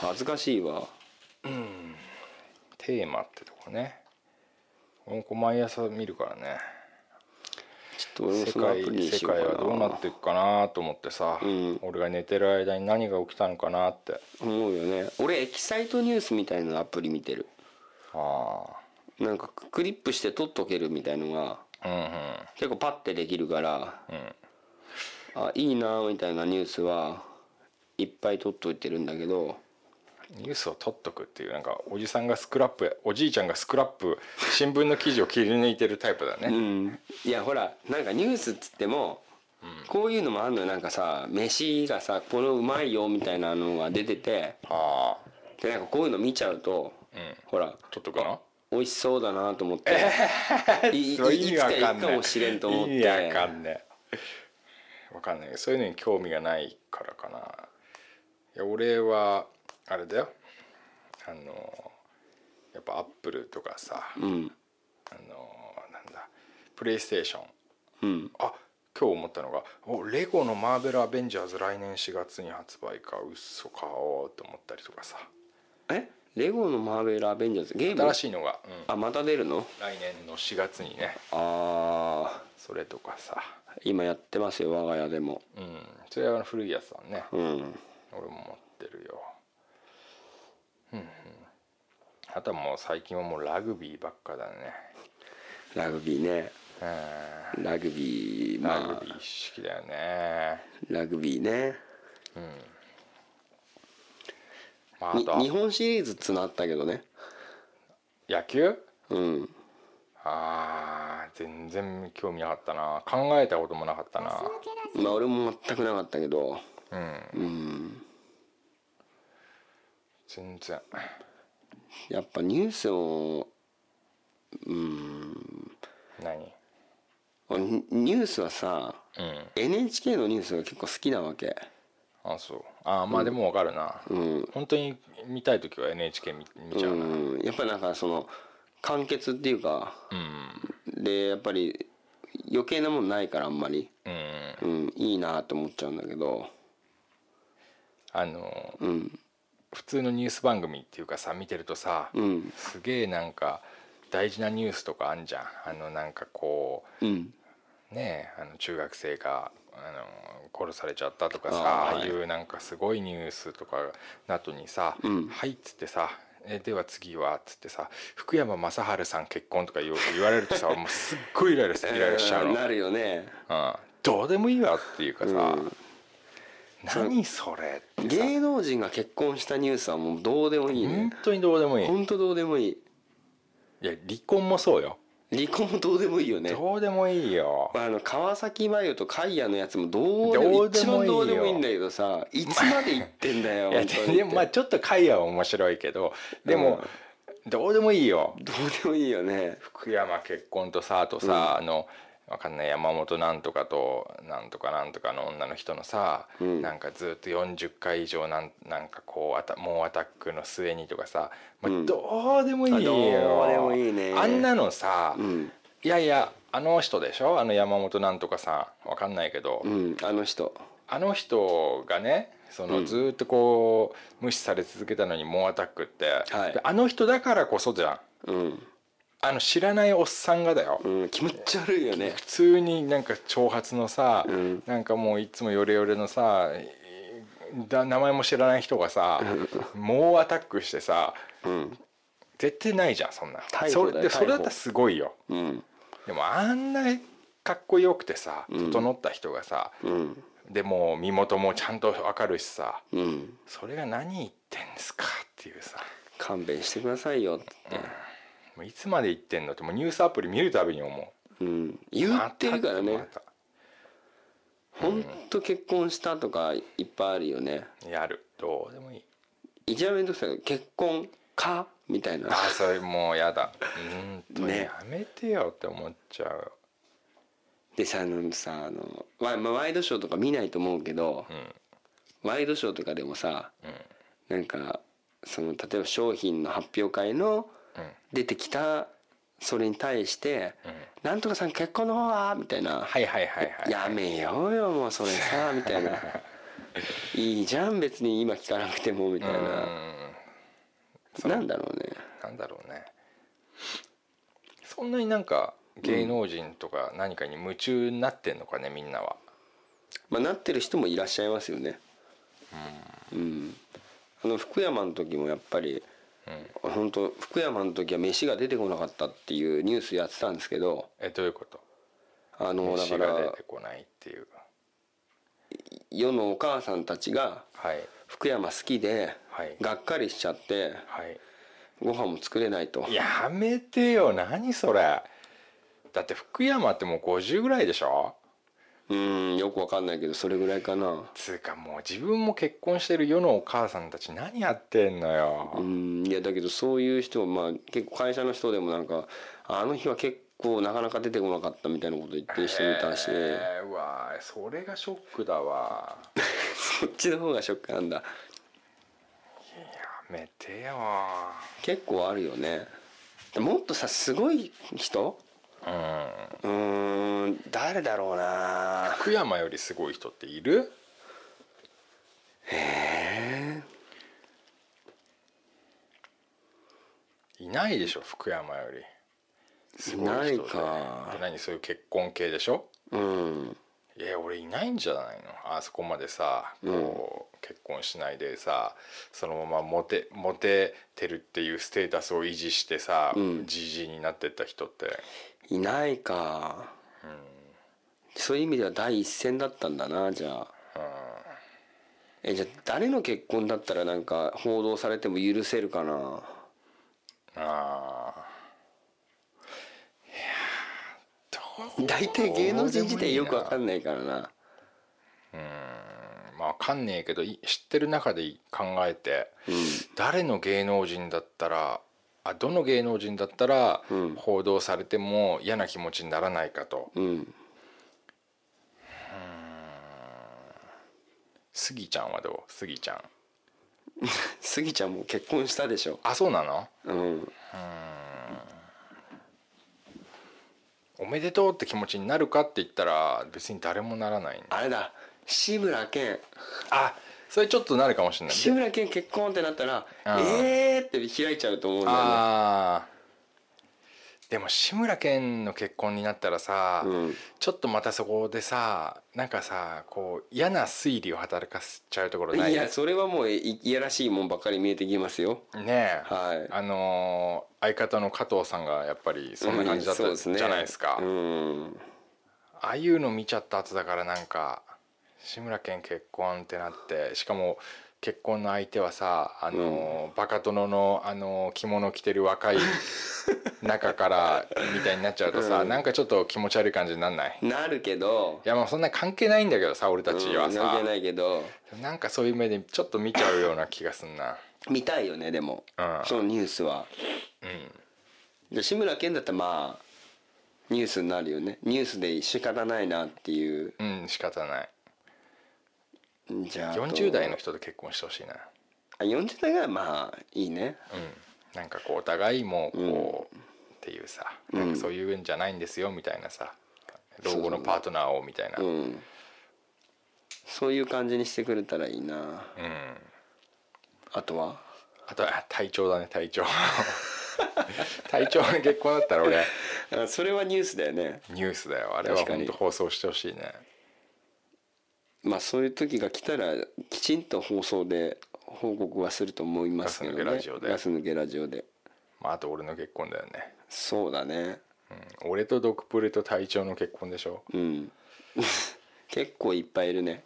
S4: 恥ずかしいわ
S3: テーマってとこね俺もこう毎朝見るからね
S4: ちょっと俺も
S3: 世
S4: そのアプ
S3: 界
S4: リにし
S3: 世
S4: よう
S3: 界
S4: かな
S3: はどうなっていくかなと思ってさ、
S4: ん
S3: 俺が寝てる間に何が起きたのかなって
S4: 思うよね俺エキサイトニュースみたいなアプリ見てる
S3: あ
S4: なんかクリップして撮っとけるみたいのが
S3: あうんうん
S4: 結構パッてできるから、あいいなみたいなニュースはいっぱい撮っといてるんだけど
S3: ニュースを取っとくっていうなんかおじさんがスクラップおじいちゃんがスクラップ新聞の記事を切り抜いてるタイプだね
S4: うんいやほらなんかニュースっつっても、こういうのもあんのよなんかさ飯がさこのうまいよみたいなのが出てて
S3: ああ
S4: でなんかこういうの見ちゃうと、ほら
S3: 取っとくかな
S4: 美味しそうだなと思って、
S3: [laughs]
S4: いいい
S3: そう
S4: いつか行くかもしれんと思っ
S3: 意
S4: て
S3: 味わかんねえわかんないそういうのに興味がないからかないや俺はあれだよあのやっぱアップルとかさあの
S4: うん
S3: なんだプレイステーション
S4: うん
S3: あ今日思ったのが「おレゴのマーベル・アベンジャーズ来年4月に発売かうっそ買おう」と思ったりとかさ
S4: えレゴのマーベルアベンジャーズゲーム
S3: 新しいのが、うん、
S4: あまた出るの
S3: 来年の4月にね
S4: ああ
S3: それとかさ
S4: 今やってますよ我が家でも
S3: うんそれは古いやつだね
S4: うん
S3: 俺も持ってるようんうんあとはもう最近はもうラグビーばっかだね
S4: ラグビーね
S3: うん
S4: ラグビーま
S3: ラ
S4: あ
S3: グビー一式だよね
S4: ラグビーね
S3: まああ
S4: に
S3: とは
S4: 日本シリーズっつうのあったけどね
S3: 野球
S4: うん
S3: あー全然興味なかったな考えたこともなかったな
S4: まあ俺も全くなかったけど
S3: うん
S4: うん
S3: 全然
S4: やっぱニュースをうん
S3: 何
S4: 俺ニニュースはさ
S3: うん
S4: NHK のニュースが結構好きなわけ
S3: あそうあーまあでもわかるな、
S4: うん
S3: 本当に見たい時は NHK 見見ちゃうなうん、
S4: うんやっぱりなんかその完結っていうかでやっぱり余計なもんないからあんまり、
S3: うん、
S4: うん、いいなと思っちゃうんだけど
S3: あの
S4: うん
S3: 普通のニュース番組っていうかさ見てるとさ、
S4: うん
S3: すげえなんか大事なニュースとかあんじゃんあのなんかこ
S4: うん
S3: うねえあの中学生があの殺されちゃったとかさ
S4: あ
S3: あ
S4: ー
S3: あいうなんかすごいニュースとかなどにさ「
S4: うん
S3: はい」っつってさえでは次はっつってさ福山雅治さん結婚とか言う言われると
S4: [laughs]
S3: さもうすっごいイライラしイライラしちゃうの、
S4: なるよね
S3: うん、どうでもいいわっていうかさ、
S4: うん
S3: 何それってさ
S4: 芸能人が結婚したニュースはもうどうでもいいね
S3: 本当にどうでもいい
S4: 本当どうでもいい
S3: いや離婚もそうよ
S4: 離婚もどうでもいいよね
S3: どうでもいいよ
S4: あの川崎麻世とカイヤのやつもどうで
S3: ど
S4: も
S3: うでもいいよ
S4: 一番どうでもいいんだけどさいつまで言ってんだよ
S3: いや
S4: 本当に
S3: でもまあちょっと会話は面白いけどでも、どうでもいいよ
S4: どうでもいいよね
S3: 福山結婚とさあとさ、あのわかんない山本なんとかとなんとかなんとかの女の人のさ、
S4: うん
S3: なんかずっと40回以上なんなんかこうあた猛アタックの末にとかさ、まあ
S4: うん
S3: どうでもいいよ
S4: あどうでもいいね
S3: あんなのさ、
S4: うん
S3: いやいやあの人でしょあの山本なんとかさんわかんないけど、
S4: うんあの人
S3: あの人がねその、
S4: うん
S3: ずーっとこう無視され続けたのに猛アタックって、
S4: はい
S3: であの人だからこそじゃん
S4: うん、
S3: あの知らないおっさんがだよ、
S4: うん、気持ち悪いよね
S3: 普通になんか長髪のさ、
S4: うん
S3: なんかもういつもヨレヨレのさだ名前も知らない人がさ猛アタックしてさ
S4: うん
S3: 絶対ないじゃんそんな
S4: 逮
S3: そ
S4: 捕だよ
S3: れで
S4: 逮捕
S3: それだったらすごいよ
S4: うん
S3: でもあんなかっこよくてさ
S4: ん
S3: 整った人がさ、
S4: うん
S3: でもう身元もちゃんと明るいしさ
S4: うん
S3: それが何言ってんですかっていうさ
S4: 勘弁してくださいよって、
S3: もういつまで言ってんのってもうニュースアプリ見るたびに思う
S4: うん、言ってるからね
S3: また
S4: ほんと結婚したとかいっぱいあるよね
S3: やるどうでもいい
S4: 一番めんどくさいの結婚かみたいな
S3: あーそれもうやだ本当に
S4: ね
S3: やめてよって思っちゃう
S4: でさあのさあのワ,、まあ、ワイドショーとか見ないと思うけど、ワイドショーとかでもさ、なんかその例えば商品の発表会の出てきたそれに対して「なんとかさん結婚の方は?」みたいな「
S3: はいはいはいはい
S4: やめようよもうそれ [laughs] さ」みたいな「いいじゃん別に今聞かなくても」みたいな、なんだろうね
S3: なんだろうねそんなになんか芸能人とか何かに夢中になってんのかねみんなは
S4: まあ、なってる人もいらっしゃいますよね。うん、あの福山の時もやっぱり、本当福山の時は飯が出てこなかったっていうニュースやってたんですけど
S3: えどういうこと
S4: あのだか
S3: 飯が出
S4: ら
S3: てこないっていう
S4: 世のお母さんたちが
S3: はい
S4: 福山好きで、
S3: はい
S4: がっかりしちゃって
S3: はい
S4: ご飯も作れないと
S3: やめてよ何それだって福山ってもう50ぐらいでしょ
S4: うんよくわかんないけどそれぐらいかな
S3: つうかもう自分も結婚してる世のお母さんたち何やってんの
S4: う
S3: よ、
S4: んいやだけどそういう人まあ結構会社の人でもなんかあの日は結構なかなか出てこなかったみたいなこと言ってる人もいたし、
S3: えーうわーそれがショックだわ
S4: そっちの方がショックなんだ
S3: やめてよ
S4: 結構あるよねもっとさすごい人
S3: うん
S4: うーん誰だろうな
S3: 福山よりすごい人っている
S4: え
S3: いないでしょ福山よりすご
S4: ない
S3: 人で
S4: か
S3: で何そういう結婚系でしょ
S4: ーうん
S3: いや俺いないんじゃないのあそこまでさこう、結婚しないでさそのままモテモテてるっていうステータスを維持してさ
S4: うん
S3: じじいになってった人って
S4: いないか、そういう意味では第一線だったんだなじゃあ、えじゃあ誰の結婚だったらなんか報道されても許せるかな
S3: ああいやーどう
S4: 大体芸能人自体よくわか
S3: どうん
S4: ないからな
S3: でもいいなまあわかんねえけどい知ってる中で考えて、誰の芸能人だったらあどの芸能人だったら
S4: うん
S3: 報道されても嫌な気持ちにならないかと
S4: うん
S3: スギちゃんはどうスギちゃん
S4: スギちゃんも結婚したでしょ
S3: あそうなの
S4: うん
S3: おめでとうって気持ちになるかって言ったら別に誰もならないね
S4: あれだ志村けん
S3: あそれちょっとなるかもしれない
S4: 志村けん結婚ってなったら
S3: あー
S4: えーって開いちゃうと思うんだよね
S3: あーでも志村けんの結婚になったらさ、
S4: うん
S3: ちょっとまたそこでさなんかさこう嫌な推理を働かせちゃうところないい
S4: や
S3: ね
S4: それはもういいやらしいもんばっかり見えてきますよ
S3: え、
S4: はい
S3: あのー相方の加藤さんがやっぱりそんな感じだった
S4: うんそう
S3: じゃないですか、
S4: うん
S3: ああいうの見ちゃった後だからなんか志村けん結婚ってなってしかも結婚の相手はさあの、バカ殿のあの着物着てる若
S4: [laughs]
S3: い中からみたいになっちゃうとさ、なんかちょっと気持ち悪い感じになんない
S4: なるけど
S3: いやまあそんな関係ないんだけどさ俺たちは
S4: うん関
S3: さ
S4: 係、ないけど
S3: なんかそういう目でちょっと見ちゃうような気がすんな
S4: 見たいよねでも、
S3: うん
S4: そのニュースはうん志村けんだったらまあニュースになるよねニュースで仕方ないなっていう
S3: うん仕方ない
S4: じゃああと
S3: 40代の人と結婚してほしいな
S4: あ40代がまあいいね
S3: うんなんかこうお互いもうこう、っていうさなんかそういうんじゃないんですよみたいなさ老後のパートナーをみたいな、
S4: うんそういう感じにしてくれたらいいなうんあとは
S3: あとは体調だね体調 [laughs] 体調の結婚だったら俺
S4: あそれはニュースだよね
S3: ニュースだよあれは
S4: 確かに
S3: 本当放送してほしいね
S4: まあそういう時が来たらきちんと放送で報告はすると思いますけどね
S3: ガス抜けラジオで
S4: ガス抜けラジオで
S3: まああと俺の結婚だよね、
S4: そうだね
S3: うん、俺とドクプレと体調の結婚でしょ
S4: うん結構いっぱいいるね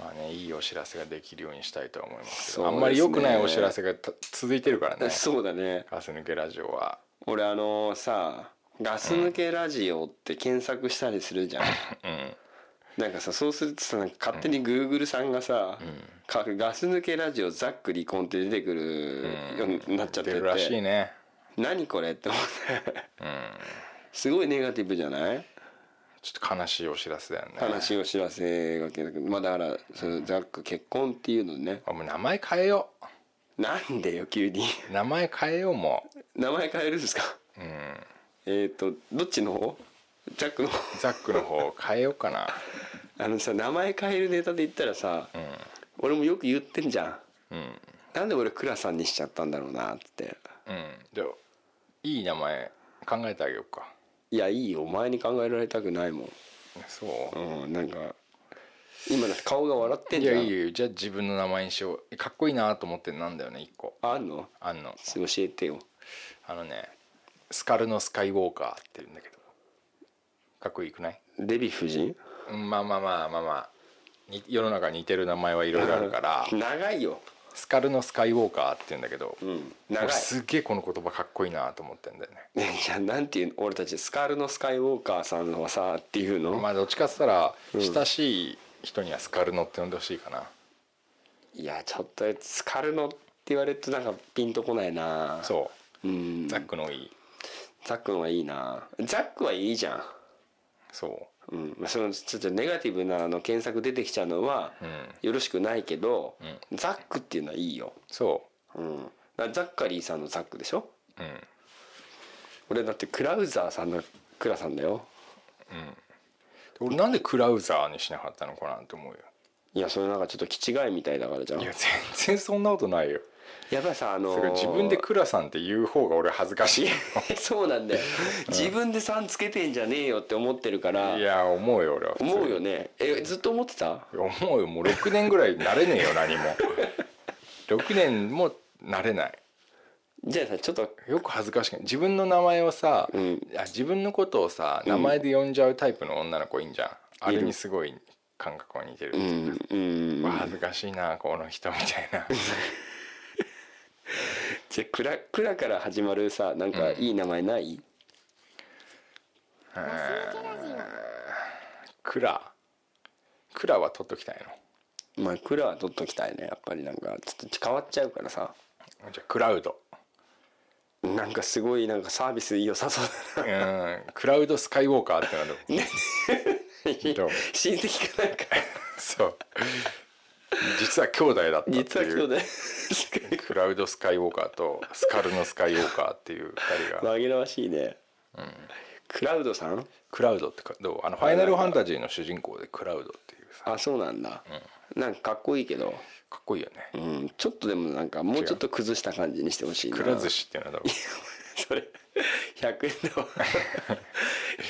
S3: まあねいいお知らせができるようにしたいとは思いますけど
S4: そうですね
S3: あんまり良くないお知らせがた続いてるからね
S4: [laughs] そうだね
S3: ガス抜けラジオは
S4: 俺あのさガス抜けラジオって検索したりするじゃん、なんかさそうするとさなんか勝手にグーグルさんがさ、かガス抜けラジオザック離婚って出てくるようになっちゃって
S3: 出
S4: て、
S3: るらしいね
S4: 何これって思って、すごいネガティブじゃない
S3: ちょっと悲しいお知らせだよね
S4: 話を知らせがけなくまあだからそのザック結婚っていうのね
S3: あもう名前変えよ
S4: なんでよ急に [laughs]
S3: う名前変えようも
S4: 名前変えるんですか
S3: う、うん、
S4: えっ、とどっちの方ザックの方
S3: ザックの方変えようかな
S4: あのさ名前変えるネタで言ったらさ、俺もよく言ってんじゃん、
S3: ん
S4: なんで俺クラさんにしちゃったんだろうなって
S3: うんじゃあいい名前考えてあげようか
S4: いやいいよお前に考えられたくないも
S3: そう、
S4: ん、うん、なんか今だって顔が笑ってん
S3: い
S4: じゃ
S3: や
S4: ん
S3: いいよじゃあ自分の名前にしようかっこいいなと思ってんのなんだよね一個
S4: あんの
S3: あんの
S4: 教えてよ
S3: あのねスカルのスカイウォーカーって言うんだけどかっこいいくない
S4: デヴィ夫人
S3: うんまあまあまあまあまあに世の中似てる名前はいろいろあるから
S4: 長いよ、
S3: スカルのスカイウォーカーって言うんだけど、
S4: うん、長い
S3: 俺すっげえこの言葉かっこいいなと思ってんだよね
S4: ねじゃあなん [laughs] ていうの俺たちスカルのスカイウォーカーさんはさっていうの、
S3: まあどっちかっつったら親しい人にはスカルノって呼んでほしいかな、
S4: いやちょっとスカルのって言われるとなんかピンとこないな
S3: そう
S4: うん
S3: うザックのいい
S4: ザックンはいいなザックはいいじゃ
S3: そう、
S4: ん、うんまあ、そのちょっとネガティブなあの検索出てきちゃうのは
S3: うん、
S4: よろしくないけど、
S3: う
S4: ザックっていうのはいいよ、
S3: そ
S4: うん、だからザッカリーさんのザックでしょ
S3: う、うん、
S4: 俺だってクラウザーさんのクラさんだよ
S3: 俺なんでクラウザーにしなかったのかなって思うよ
S4: いやそれなんかちょっと気違いみたいだからじゃん
S3: いや
S4: や
S3: 全然そんなことないよ
S4: っぱりさあの
S3: それ
S4: ー
S3: 自分でクラさんって言う方が俺恥ずかしい
S4: [laughs] そうなんだよ自分で「さん」つけてんじゃねえよって思ってるか
S3: [laughs]
S4: ら
S3: いや思うよ俺は普通に
S4: 思うよねえずっと思ってた
S3: いや思うよもう6年ぐらい慣れねえよ何も6年も慣れない
S4: じゃあさちょっと
S3: よく恥ずかしくない自分の名前をさ、
S4: うん
S3: あ自分のことをさ名前で呼んじゃうタイプの女の子いいんじゃん、あれにすごい感覚は似てるっ
S4: う
S3: ていうか
S4: んうん
S3: わあ恥ずかしいなこの人みたいな [laughs]
S4: じゃあクラクラから始まるさなんかいい名前ない、
S3: クラクラは取っときたい
S4: まあクラは取っときたいねやっぱりなんかちょっと変わっちゃうからさ
S3: のじゃあクラウド
S4: なんかすごいなんかサービス良さそう
S3: うんクラウドスカイウォーカーってなるど
S4: [laughs] だ
S3: う
S4: な親戚かな
S3: [laughs]
S4: んか
S3: そう実は兄弟だったっていう
S4: 実は兄弟
S3: クラウドスカイウォーカーとスカルのスカイウォーカーっていう2人が
S4: 紛らわしいね、クラウドさん
S3: クラウドってかどうあのファイナルファンタジーの主人公でクラウドっていうさ
S4: あそうなんだ、なんかかっこいいけど、
S3: かっこいいよ
S4: う
S3: ね
S4: ん、ちょっとでもなんかもうちょっと崩した感じにしてほしいな
S3: くら寿司っていうのは多分
S4: [laughs] それ100円だわ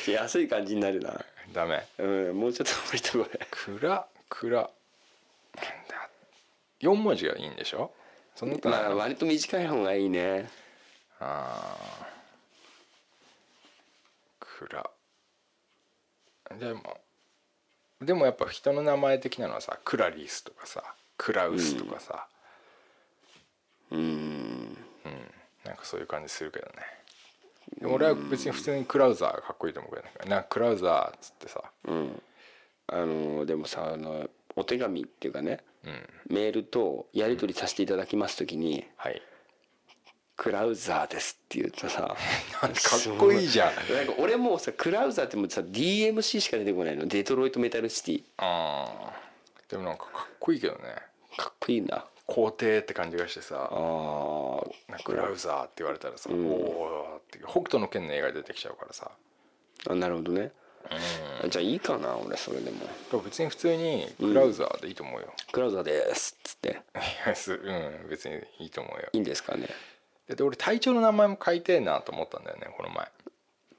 S4: 安い感じになるな、
S3: [laughs] ダメ
S4: うん、もうちょっと降りてこ
S3: く
S4: れ
S3: らくらなんだ4文字がいいんでしょそんなことない
S4: まあ割と短い方がいいね
S3: あーくらでもでもやっぱ人の名前的なのはさクラリスとかさクラウスとかさ、
S4: うん
S3: なんかそういう感じするけどねでも俺は別に普通にクラウザーがかっこいいと思うけどねなんかクラウザーっつってさ
S4: うんあのでもさあのお手紙っていうかね、メールとやり取りさせていただきますときに
S3: はい
S4: 「クラウザーです」って言うとさ
S3: なん [laughs] かかっこいいじゃん
S4: すごい [laughs] なんか俺もうさクラウザーってもうさ DMC しか出てこないのデトロイトメタルシティ
S3: あーでもなんかかっこいいけどね
S4: かっこいいんだ
S3: 皇帝って感じがして
S4: あ
S3: さ
S4: ー
S3: なんかクラウザーって言われたらさ、おおって北斗の拳の映画出てきちゃうからさ
S4: あなるほどね、あじゃあいいかな俺それでも
S3: でも別に普通にクラウザーでいいと思うよ、 [laughs]
S4: 「クラウザーです」っつって
S3: いやすうん別にいいと思うよ
S4: いいんです
S3: [laughs]
S4: かね
S3: だって俺隊長の名前も書いてえなと思ったんだよねこの前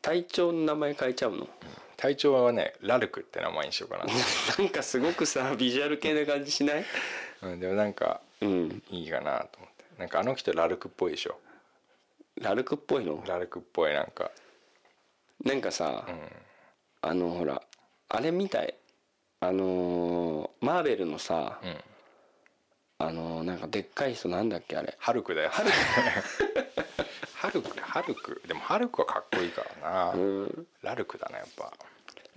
S4: 隊長の名前変えちゃうの
S3: 隊長はねラルクって名前にしようかなって
S4: [laughs] なんかすごくさビジュアル系な感じしない
S3: うん、でもなんか
S4: うん
S3: いいかなと思ってなんかあの人ラルクっぽいでしょ
S4: ラルクっぽいの
S3: ラルクっぽいなんか
S4: なんかさ、あのほらあれみたいあのーマーベルのさ、
S3: ん
S4: あのーなんかでっかい人なんだっけあれ
S3: ハルクだよハルク [laughs] ハルクハルクでもハルクはかっこいいからな、ラルクだねやっぱ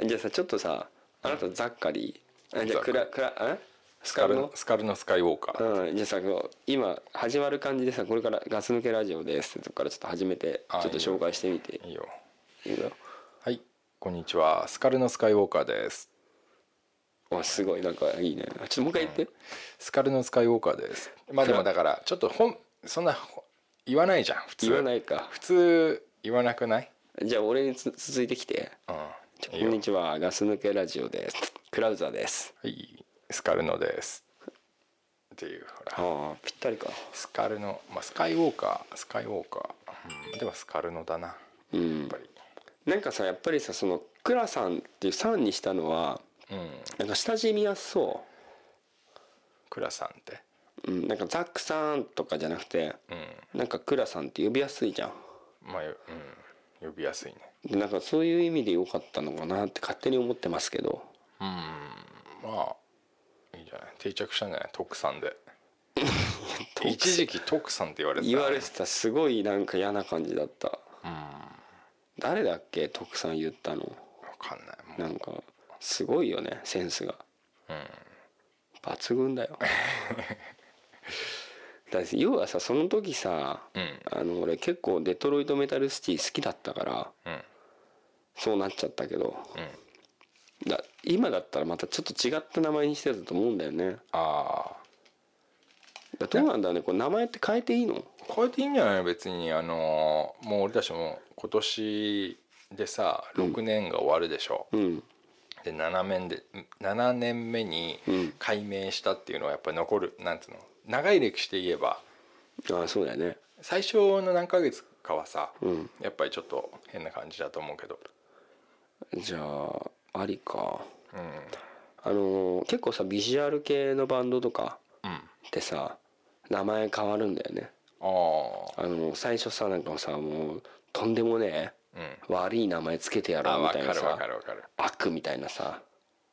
S4: じゃあさちょっとさあなたザッカリーあじゃ
S3: ザッ
S4: あ
S3: カ
S4: ク
S3: リ
S4: ラクラあス
S3: ス
S4: カ
S3: カ
S4: ル
S3: ル
S4: の
S3: のスカルのスカイウォーカー、
S4: うん、じゃあさこう今始まる感じでさこれから「ガス抜けラジオです」ってとこからちょっと始めてちょ
S3: あ
S4: っと紹介してみて
S3: いいよ
S4: いいよ
S3: はいこんにちはスカルのスカイウォーカーです
S4: おすごいなんかいいねちょっともう一回言って、
S3: スカルのスカイウォーカーですまあでもだからちょっと本そんなほ言わないじゃん普通
S4: 言わないか
S3: 普通言わなくない
S4: じゃあ俺につ続いてきて
S3: うん
S4: 「こ
S3: いいよ
S4: んにちはガス抜けラジオです」「クラウザーです
S3: はいスカルノですっていうほ」ら
S4: ああぴったりか
S3: スカルノ、まあ、スカイウォーカースカイウォーカー、うん、でもスカルノだな、やっぱり
S4: なんかさやっぱりさその「クラさん」っていう「さん」にしたのは
S3: うん
S4: なんか親しみやすそ
S3: クラさんって
S4: う、うん、なんかザックさんとかじゃなくて
S3: う
S4: なんか「クラさん」って呼びやすいじゃん
S3: んまあようん呼びやすいね
S4: でなんかそういう意味で良かったのかなって勝手に思ってますけど
S3: うんまあいいんじゃない定着したんじゃない徳さん
S4: [laughs]
S3: で一時期徳さんって言われてた
S4: 言われてたすごいなんか嫌な感じだった誰だっけ徳さん言ったの
S3: わかんないもう
S4: なんかすごいよねセンスが抜群だよだって要はさその時さ、あの俺結構デトロイト・メタル・シティ好きだったから、
S3: ん
S4: そうなっちゃったけど、だ今だったらまたちょっと違った名前にしてたと思うんだよね
S3: あ
S4: だどうなんだろうねこれ名前って変えていいの
S3: あ変えていいんじゃない別にあのーもう俺たちも今年でさ6年が終わるでしょ、
S4: うん
S3: で7年で7年目に
S4: ん
S3: 改名したっていうのはやっぱり残るなんつうの長い歴史で言えば
S4: ああそうだよね
S3: 最初の何ヶ月かはさ、
S4: ん
S3: やっぱりちょっと変な感じだと思うけど
S4: じゃあありかあのー結構さビジュアル系のバンドとか
S3: うん
S4: ってさ名前変わるんだよね
S3: あ
S4: あの最初さなんかさもうとんでもねえ
S3: あうん
S4: 悪い名前つけてや
S3: あ
S4: ろうみ
S3: わ
S4: た
S3: か
S4: いな
S3: るわ
S4: さ
S3: かるわかる
S4: 悪みたいなさ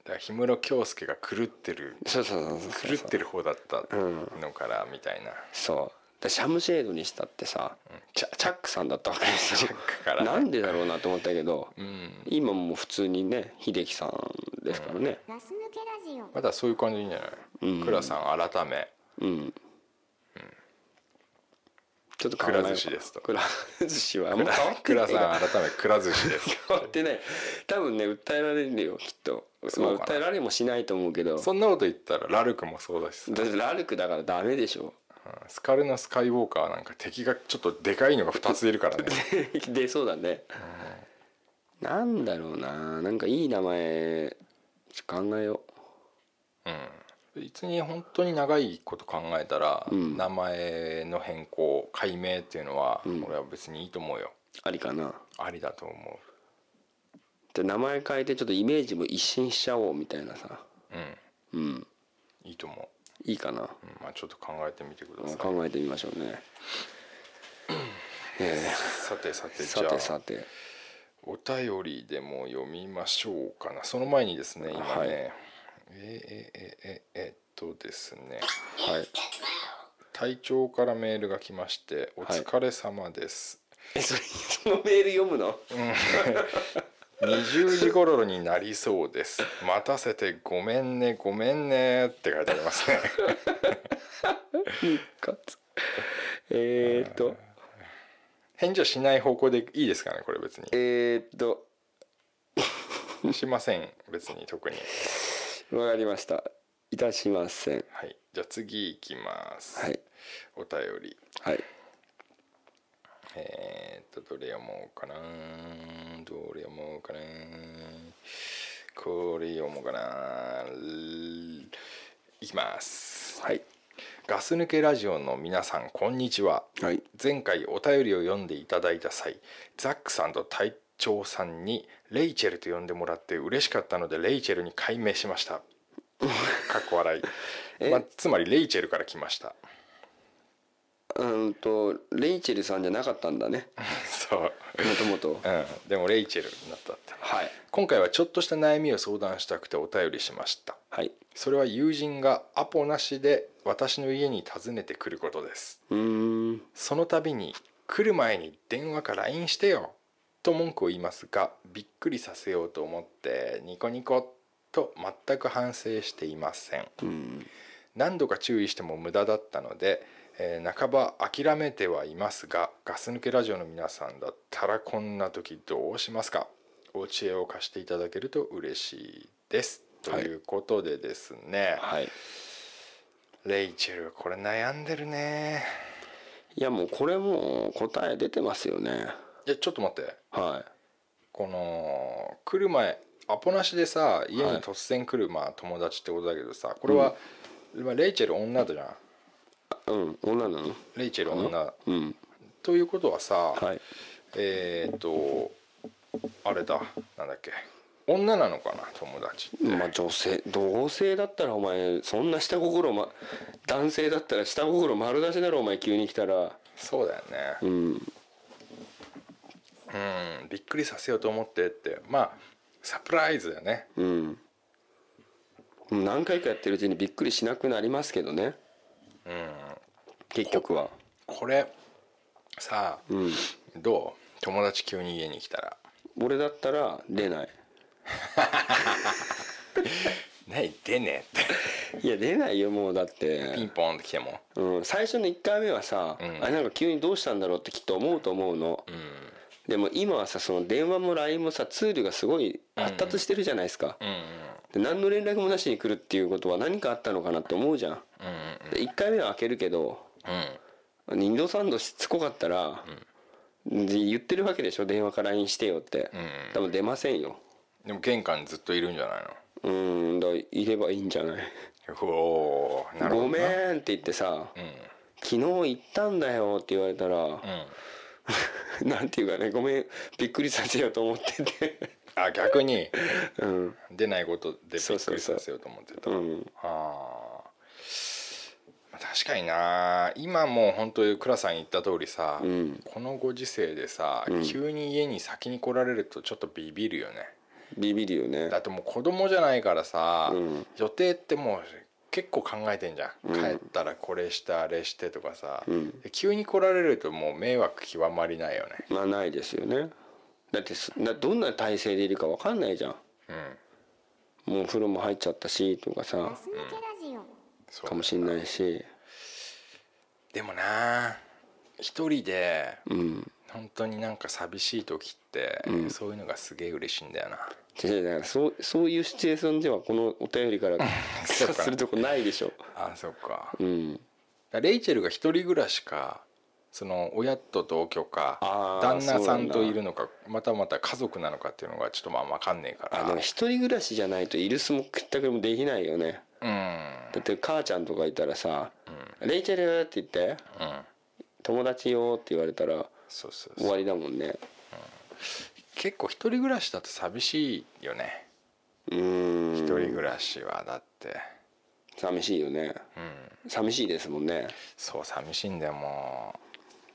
S3: だから氷室京介が狂ってる
S4: そうそうそうそう
S3: 狂ってる方だった
S4: うん
S3: のからみたいな、
S4: そうだシャムシェードにしたってさ、チャチャックさんだったわけですよ
S3: チャックからね
S4: なんでだろうなと思ったけど、
S3: うん、
S4: 今もう普通にね秀樹さんですからね
S5: ガス抜けラジオ
S3: まだそういう感じでいいんじゃない、
S4: うん
S3: 倉さん改め
S4: うん、ちょっと変わらな
S3: くら
S4: い
S3: 寿司ですと
S4: くら寿司はあんま変わってな
S3: 倉
S4: い
S3: さん改めくら寿司です
S4: [laughs] 変わってない多分ね訴えられるよきっと、ま
S3: そう
S4: あ、
S3: かな
S4: 訴えられもしないと思うけど
S3: そんなこと言ったらラルクもそうだしさ、
S4: だってラルクだからダメでしょ [laughs]
S3: うんスカルのスカイウォーカーなんか敵がちょっとでかいのが2ついるからね
S4: 出そうだね、なんだろうななんかいい名前ちょっと考えよ
S3: 別に本当に長いこと考えたら、
S4: うん
S3: 名前の変更解明っていうのは、
S4: うん
S3: 俺は別にいいと思うよ
S4: うありかな
S3: ありだと思
S4: で名前変えてちょっとイメージも一新しちゃおうみたいなさ
S3: ううん
S4: うん
S3: いいと思
S4: いいかな
S3: う、うんまあ、ちょっと考えてみてください
S4: 考えてみましょう [laughs] ねえ
S3: さてさ
S4: え
S3: て
S4: さ
S3: じゃ
S4: て
S3: あ
S4: さて
S3: お便りでも読みましょうかなその前にですね今ね、
S4: はい
S3: ええええええっとですね
S4: はい
S3: 隊長からメールが来まして「お疲れ様です」
S4: えそれそのメール読むの
S3: 20時頃になりそうです待たせてごめんねごめんね」って書いてありますね
S4: かつえー、っと
S3: 返事はしない方向でいいですかねこれ別に
S4: えー、っと
S3: しません別に特に
S4: わかりましたいたしません
S3: はいじゃあ次いきます、
S4: はい
S3: お便り
S4: はい
S3: えー、っとどれ読もうかなどれ読もうかなこれ読もうかないきます
S4: はい
S3: ガス抜けラジオの皆さんこんにちは
S4: はい
S3: 前回お便りを読んでいただいた際ザックさんと隊長さんにレイチェルと呼んでもらって嬉しかったのでレイチェルに改名しましたかっこ
S4: [laughs]
S3: 笑い、まあ、つまりレイチェルから来ました
S4: うーんとレイチェルさんじゃなかったんだね
S3: そう、
S4: もともと
S3: うん、でもレイチェルになったって
S4: はい
S3: 今回はちょっとした悩みを相談したくてお便りしました
S4: はい
S3: それは友人がアポなしで私の家に訪ねてくることです
S4: うーん
S3: その度に来る前に電話か LINE してよと文句を言いますがびっくりさせようと思ってニコニコと全く反省していません
S4: うん
S3: 何度か注意しても無駄だったので、えー半ば諦めてはいますがガス抜けラジオの皆さんだったらこんな時どうしますかお知恵を貸していただけると嬉しいですと
S4: はい
S3: いうことでですね、
S4: はい
S3: レイチェルこれ悩んでるね
S4: いやもうこれもう答え出てますよね
S3: いやちょっと待って
S4: は
S3: この来る前アポなしでさ家に
S4: はい
S3: 突然来る、まあ、友達ってことだけどさこれは、まあレイチェル女だじゃん
S4: いうん女なの
S3: レイチェル女
S4: うん
S3: ということはさ、
S4: はい
S3: えー、っとあれだなんだっけ女なのかな友達って
S4: まあ女性同性だったらお前そんな下心ま男性だったら下心丸出しだろお前急に来たら
S3: そうだよ
S4: う
S3: ね
S4: ん
S3: うんびっくりさせようと思ってってまあサプライズだよね
S4: うんもう何回かやってるうちにびっくりしなくなりますけどね結局は
S3: これさあ、
S4: うん
S3: どう友達急に家に来たら
S4: 俺だったら出ない
S3: 「何出ねえ」って
S4: いや出ないよもうだっ
S3: ピン
S4: て、
S3: ポンって来ても
S4: うん、最初の1回目はさ、
S3: うん
S4: あれなんか急にどうしたんだろうってきっと思うと思うの、
S3: うん
S4: でも今はさその電話も LINE もさツールがすごい発達してるじゃないですか、
S3: うんうん
S4: で何の連絡もなしに来るっていうことは何かあったのかなって思うじゃん
S3: うん
S4: で1回目は開けるけど
S3: うんうん
S4: 2度3度しつこかったら、で言ってるわけでしょ電話から LINE してよって、
S3: うん
S4: 多分出ませんよ
S3: でも玄関にずっといるんじゃないの
S4: うんだからいればいいんじゃない
S3: おーなるほどな
S4: ごめんって言ってさ、
S3: うん
S4: 昨日行ったんだよって言われたら、
S3: う
S4: [laughs]
S3: ん
S4: なんていうかねごめんびっくりさせようと思ってて
S3: あ逆に
S4: うん
S3: 出ないことでびっ
S4: そう
S3: く
S4: そう
S3: り
S4: そう
S3: させようと思ってた
S4: うん
S3: あーまあ確かにな今もう本当に倉さん言った通りさ、
S4: うん
S3: このご時世でさ、急に家に先に来られるとちょっとビビるよね
S4: ビビるよね
S3: だってもう子供じゃないからさ、
S4: うん
S3: 予定ってもう結構考えてんじゃん、帰ったらこれしてあれしてとかさ、
S4: ん
S3: で急に来られるともう迷惑極まりないよね
S4: まあないですよねだってすだどんな体勢でいるか分かんないじゃん
S3: うん
S4: もう風呂も入っちゃったしとかさ
S5: ガス抜けラジオ
S3: そう
S4: かもしんないし
S3: でもな一人で
S4: うん
S3: 本当になんか寂しい時って、そういうのがすげえ嬉しいんだよな
S4: でだからそうそういうシチュエーションではこのお
S3: [laughs]
S4: 便りから
S3: そうか
S4: するとこないでしょ
S3: あそっか
S4: うん
S3: レイチェルが一人暮らしかその親と同居か
S4: あー
S3: 旦那さ
S4: そうんだ
S3: といるのかまたまた家族なのかっていうのがちょっとまあ分かんねえか
S4: あでも
S3: ら
S4: 一人暮らしじゃないとイルスも結託もできないよね
S3: うん
S4: だって母ちゃんとかいたらさ「レイチェル」って言って
S3: うん
S4: 「友達よ」って言われたら
S3: そうそう
S4: 終
S3: そう
S4: わりだもんね
S3: 結構一人暮らしだと寂しいよね
S4: うーん
S3: 一人暮らしはだって
S4: 寂しいよね
S3: うん
S4: 寂しいですもんね
S3: そう寂しいんだよも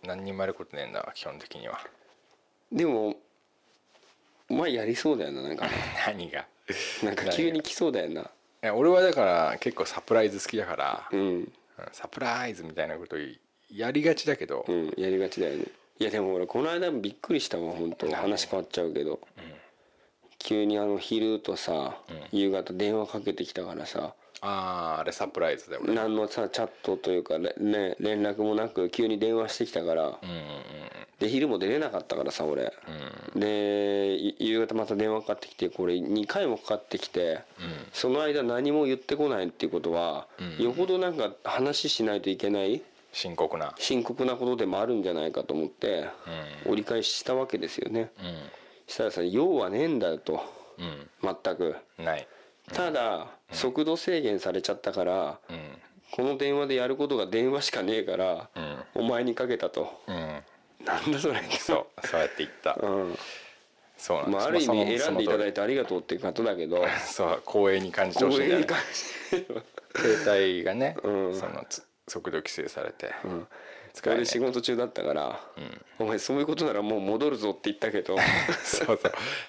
S3: う何にもやることねえんだわ基本的には [laughs]
S4: でもお前やりそうだよななんか
S3: 何が
S4: [laughs] なんか急に来そうだよない
S3: や俺はだから結構サプライズ好きだから、
S4: うん
S3: うんサプライズみたいなことやりがちだけど、
S4: うんやりがちだよねいやでも俺この間もびっくりしたわ本当
S3: 何
S4: 話変わっちゃうけど、急にあの昼とさ、夕方電話かけてきたからさ
S3: あああれサプライズだよ俺
S4: 何のさチャットというかれね連絡もなく急に電話してきたから、
S3: うんうんうん
S4: で昼も出れなかったからさ俺、でい夕方また電話かかってきてこれ2回もかかってきて、その間何も言ってこないっていうことは、よほどなんか話しないといけない
S3: 深刻な
S4: 深刻なことでもあるんじゃないかと思って、折り返ししたわけですよね、したらさ「用はねえんだよ」と
S3: うん
S4: 全く
S3: ない
S4: ただ、速度制限されちゃったから、
S3: うん
S4: この電話でやることが電話しかねえから、お前にかけたと
S3: うん
S4: なんだそれ
S3: そうそうやって言った
S4: うん
S3: そうなん
S4: まあ、ある意
S3: その
S4: 味選んでいただい
S3: そ
S4: てありがとうっていうことだけど
S3: のそう光栄に感じてほ
S4: こ
S3: し
S4: う
S3: いんだ
S4: い
S3: よ
S4: う
S3: ね
S4: 感じ
S3: 携帯がね、
S4: うん
S3: そのつ速度規制されて、使えな
S4: 俺
S3: い
S4: 仕事中だったから、お前そういうことならもう戻るぞって言ったけ [laughs] ど
S3: [laughs] そうそう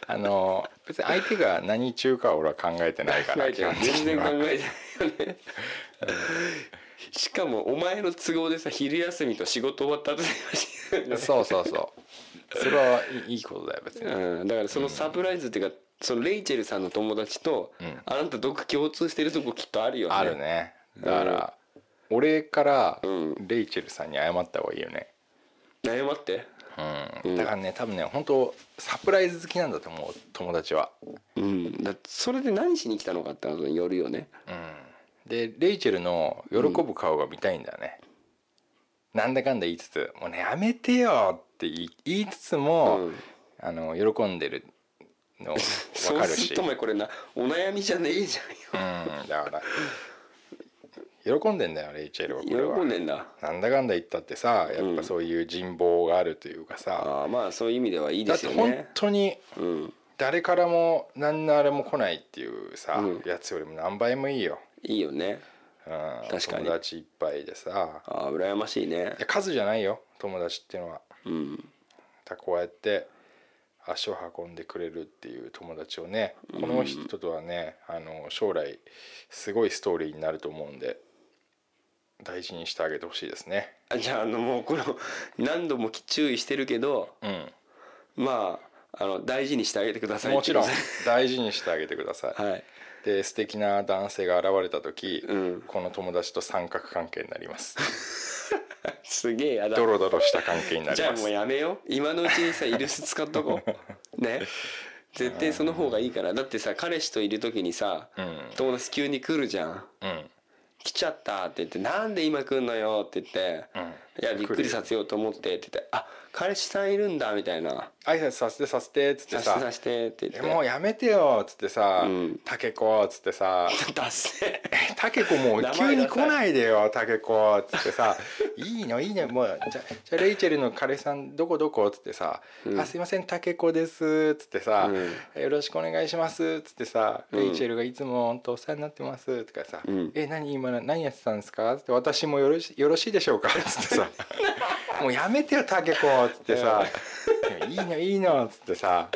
S3: あの別に相手が何中かは俺は考えてないか
S4: 考
S3: ら
S4: えてない
S3: 基本的に
S4: 全然
S3: は
S4: 考えてないよねしかもお前の都合でさ昼休みと仕事終わった後で話してるんだよね
S3: そうそうそうそれはいいいいことだよ別に
S4: うん、だからそのサプライズっていうか、そのレイチェルさんの友達と、あなた独共通してるとこきっとあるよね
S3: あるねだから、俺からレイチェルさんに謝った方がいいよね、
S4: 悩まって
S3: うんだからね多分ね本当サプライズ好きなんだと思う友達は、
S4: うんだってそれで何しに来たのかってことによるよね
S3: うん、でレイチェルの喜ぶ顔が見たいんだよね、なんだかんだ言いつつ「もうねやめてよ」って言い言いつつも、
S4: うん
S3: あの喜んでるの
S4: そ
S3: 分
S4: う
S3: かる
S4: す
S3: し
S4: るとお前これなお悩みじゃねえじ
S3: うんだから喜んでんだよレイチェルはこ
S4: ゃ
S3: れは
S4: ん喜んでんだ
S3: なんだかんだ言ったってさやっぱそういう人望があるというかさ、
S4: ああまあそういう意味ではいいで
S3: だっ
S4: す
S3: て
S4: よ
S3: 本
S4: ね
S3: 当に
S4: うん
S3: 誰からも何のあれも来ないっていうさ、
S4: うん
S3: やつよりも何倍もいいよ、
S4: いいよね
S3: うん、
S4: 確かに
S3: 友達いっぱいでさ
S4: ああ羨ましいね
S3: いや数じゃないよ友達っていうのは
S4: うん
S3: たこうやって足を運んでくれるっていう友達をねこの人とはね、あの将来すごいストーリーになると思うんで大事にしてあげてほしいですね
S4: あじゃああのもうこの何度も注意してるけど
S3: うん
S4: まああの大事にしてあげてください
S3: もちろん
S4: ってこ
S3: 大事にしてあげてください、
S4: とで [laughs] はい
S3: で素敵な男性が現れた時、
S4: うん
S3: この友達と三角関係になります
S4: すげえやだ
S3: ドロドロした関係になり
S4: じゃあ
S3: ま
S4: もう
S3: す
S4: やめよう今のうちにさイルス使っとこ
S3: [laughs]
S4: うね絶対その方がいいからだってさ彼氏といる時にさ、
S3: ん
S4: 友達急に来るじゃん
S3: うん
S4: 来ちゃったって言って「なんで今来んのよ」って言って「
S3: うん
S4: いやびっくりさせようと思って」って言って「あ彼氏さんいるんだ」みたいな
S3: 挨拶させてさせてっつっ
S4: 「
S3: て
S4: さしてさ
S3: さ
S4: して」って
S3: え
S4: 言
S3: も
S4: っ
S3: うやめてよっつってさ
S4: うん
S3: 「タケコ」っつって [laughs] さ
S4: て「出せ
S3: 「タケコもう
S4: 名前
S3: 急に
S4: 出
S3: 来
S4: さない
S3: ないでよタケコ」っつってさ [laughs] 「いいのいいのもうじゃじゃあレイチェルの彼氏さんどこどこ?」っつってさ「あすいませんタケコです」っつってさ
S4: うん
S3: 「よろしくお願いします」っつってさ「レイチェルがいつも本当お世話になってます」とかさ
S4: ん
S3: え何今な何やってたんですか?」つって「私もよろしよろしいでしょうか?」つって [laughs] さ「もうやめてよタケコ」つってさ「いやいいのいいの」つってさ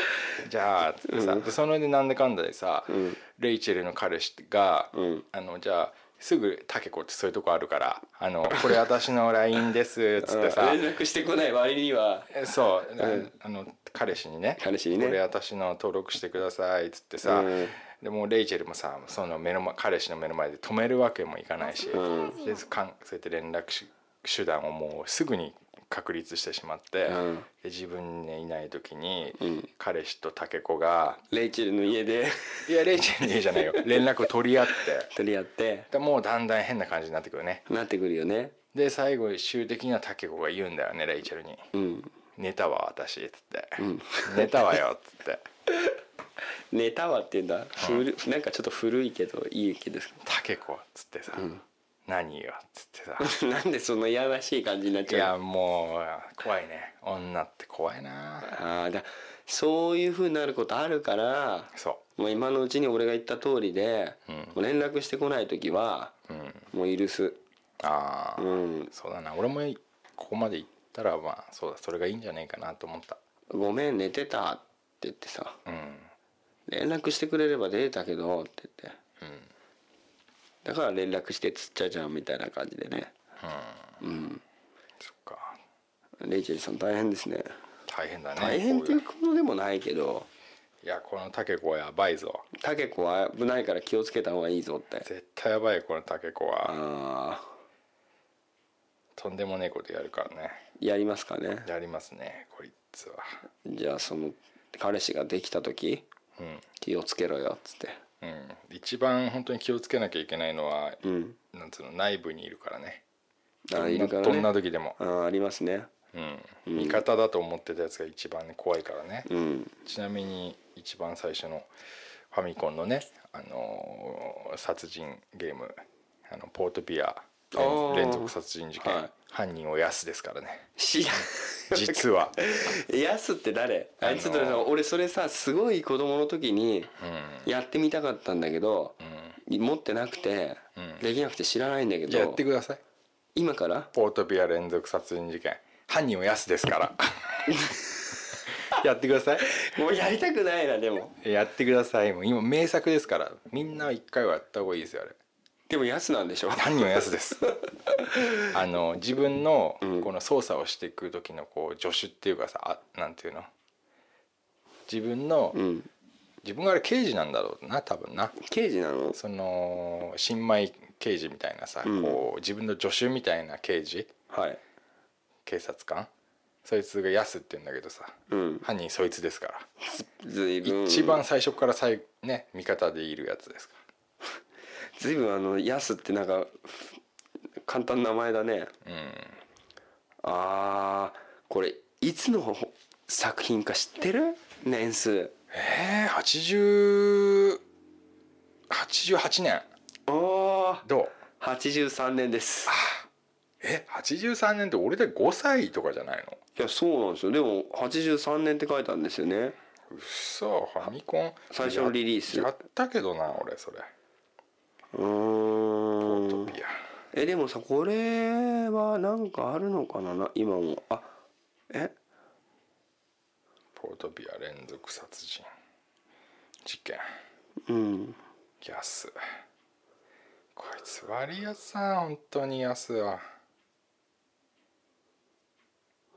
S3: じゃあ」つってさ、でその上でなんだかんだでさ、
S4: ん
S3: レイチェルの彼氏が、
S4: ん
S3: あのじゃあすぐ「タケコってそういうとこあるからあのこれ私の LINE です」つってさ
S4: 連絡してこない割には
S3: えそう、あの彼氏にね
S4: 彼氏にね
S3: これ私の登録してください」っつってさ、
S4: うん
S3: でもうレイチェルもさその目の前彼氏の目の前で止めるわけもいかないし、
S4: う
S3: でかんそうやって連絡し手段をもうすぐに確立してしまって、
S4: うん
S3: で自分にいない時に、
S4: ん
S3: 彼氏とタケコが
S4: レイチェルの家で [laughs]
S3: 「いやレイチェルの家 [laughs] じゃないよ連絡を取り合って
S4: 取り合って」
S3: でもうだんだん変な感じになってくるね
S4: なってくるよね
S3: で最後終的にはタケコが言うんだよねレイチェルに
S4: うん
S3: 「寝たわ私」っつって「寝たわよ」っつって
S4: ネタはっていうんだ古なんかちょっと古いけどいいけど
S3: 「タケコ」っつってさ「何よ」っつってさ
S4: [laughs] なんでそんないやらしい感じになっ
S3: い
S4: ちゃ
S3: や
S4: う
S3: もう怖いね女って怖いな
S4: ああだそういうふうになることあるから
S3: そ
S4: もう今のうちに俺が言った通りで、
S3: うん
S4: もう連絡してこない時は
S3: ううん
S4: もう許す
S3: ああ、
S4: うん
S3: そうだな俺もここまで行ったらまあそうだそれがいいんじゃないかなと思った
S4: 「ごめん寝てた」って言ってさ
S3: うん
S4: 「連絡してくれれば出れたけど」って言って
S3: うんうん
S4: だから連絡してつっちゃうじゃんみたいな感じでねうん
S3: そっか
S4: レイチェルさん大変ですね
S3: 大変だね
S4: 大変っていう
S3: こ
S4: ほどでもないけど
S3: ういういやこのタケコはやばいぞ
S4: タケコは危ないから気をつけた方がいいぞって
S3: 絶対やばいこのタケコは
S4: ああ
S3: とんでもねえことやるからね
S4: やりますかね
S3: やりますねこいつは
S4: じゃあその彼氏ができた時
S3: うん
S4: 気をつけろよっつって
S3: うん一番本当に気をつけなきゃいけないのは、
S4: うん
S3: なんつうの内部にいるからね
S4: ああいるから
S3: どんな
S4: ね
S3: 時でも
S4: ああありますね
S3: うん、味方だと思ってたやつが一番ね怖いからね、
S4: うん
S3: ちなみに一番最初のファミコンのね、あのー殺人ゲームあのポートピア
S4: ー
S3: 連続殺人事件、
S4: はい
S3: 犯人をヤスですからね
S4: 知らん
S3: 実 [laughs] は
S4: [laughs] ヤスって誰あいつ
S3: あ
S4: と
S3: の
S4: 俺それさすごい子供の時にやってみたかったんだけど、持ってなくて、
S3: ん
S4: できなくて知らないんだけど
S3: やってください
S4: 今から
S3: ポートピア連続殺人事件犯人をヤスですから [laughs] やってください
S4: もうやりたくないなでも
S3: やってくださいもう今名作ですからみんな一回はやった方がいいですよあれ
S4: でもヤスなんでしょ
S3: 犯人はやつ
S4: [laughs]
S3: ですあの自分のこの操作をしていく時のこう助手っていうかさあなんていうの自分の、
S4: うん
S3: 自分があれ刑事なんだろうな多分な
S4: 刑事なの
S3: その新米刑事みたいなさ、
S4: うん
S3: こう自分の助手みたいな刑事
S4: はい
S3: 警察官そいつがヤスって言うんだけどさ、
S4: うん
S3: 犯人そいつですから、
S4: ずいぶん
S3: 一番最初から最後ね味方でいるやつですか
S4: ずいぶんあのヤスってなんか簡単な名前だね
S3: らうん
S4: あーこれいつの作品か知ってる年数
S3: えー、80 88年
S4: おお
S3: どう
S4: 83年です
S3: え83年って俺で5歳とかじゃないの
S4: いやそうなんですよでも83年って書いたんですよね
S3: うっそファミコン
S4: 最初のリリース
S3: ややったけどな俺それ
S4: うーん
S3: いや
S4: えでもさこれはなんかあるのかなな今もあえ
S3: ポートピア連続殺人事件
S4: うん
S3: ヤスこいつ悪いやつさ本当にヤスは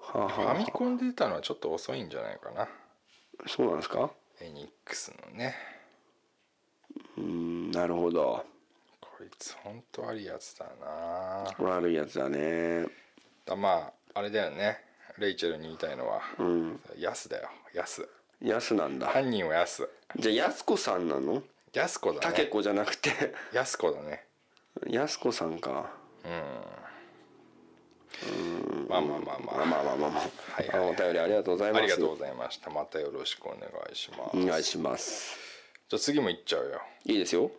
S4: はあ、
S3: ファミ
S4: は
S3: コンで出たのはちょっと遅いんじゃないかな
S4: あ、そうなんですか
S3: エニックスのね
S4: うーんなるほど
S3: こいつ本当悪いやつだな
S4: 悪いやつだね
S3: だまああれだよねレイチェルに言いたいのは、
S4: うん
S3: ヤスだよヤス
S4: ヤスなんだ
S3: 犯人はヤス
S4: じゃあヤスコさんなの
S3: ヤスコだ
S4: タケ
S3: ね
S4: コじゃなくて [laughs]
S3: ヤスコだね
S4: ヤスコさんか
S3: まあまあまあまあ
S4: まあまあまあまあまあ、
S3: はいはい
S4: お便りありがとうございます
S3: ありがとうございましたまたよろしくお願いします、
S4: お
S3: じゃ
S4: 願いします
S3: あ次もいっちゃうよ
S4: いいですよ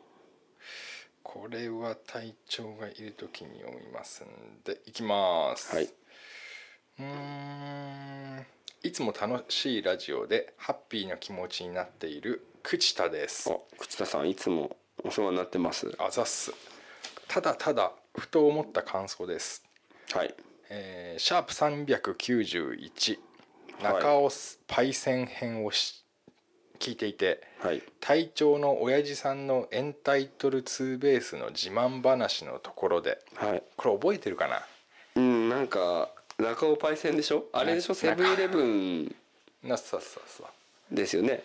S3: これは体調がいる時に読みますんでいきます、
S4: はいう
S3: ーんいつも楽しいラジオでハッピーな気持ちになっている口田です
S4: あ口田さんいつもお世話になってます
S3: あざっすただただふと思った感想です
S4: はい
S3: えーシャープ391
S4: はい
S3: 中尾パイセン編をし聞いていて
S4: はい
S3: 隊長の親父さんのエンタイトルツーベースの自慢話のところで
S4: はい
S3: これ覚えてるかな
S4: うんなんか中尾パイセンでしょあれでしょ
S3: な
S4: セブンイレブン
S3: なそうそうそう
S4: ですよね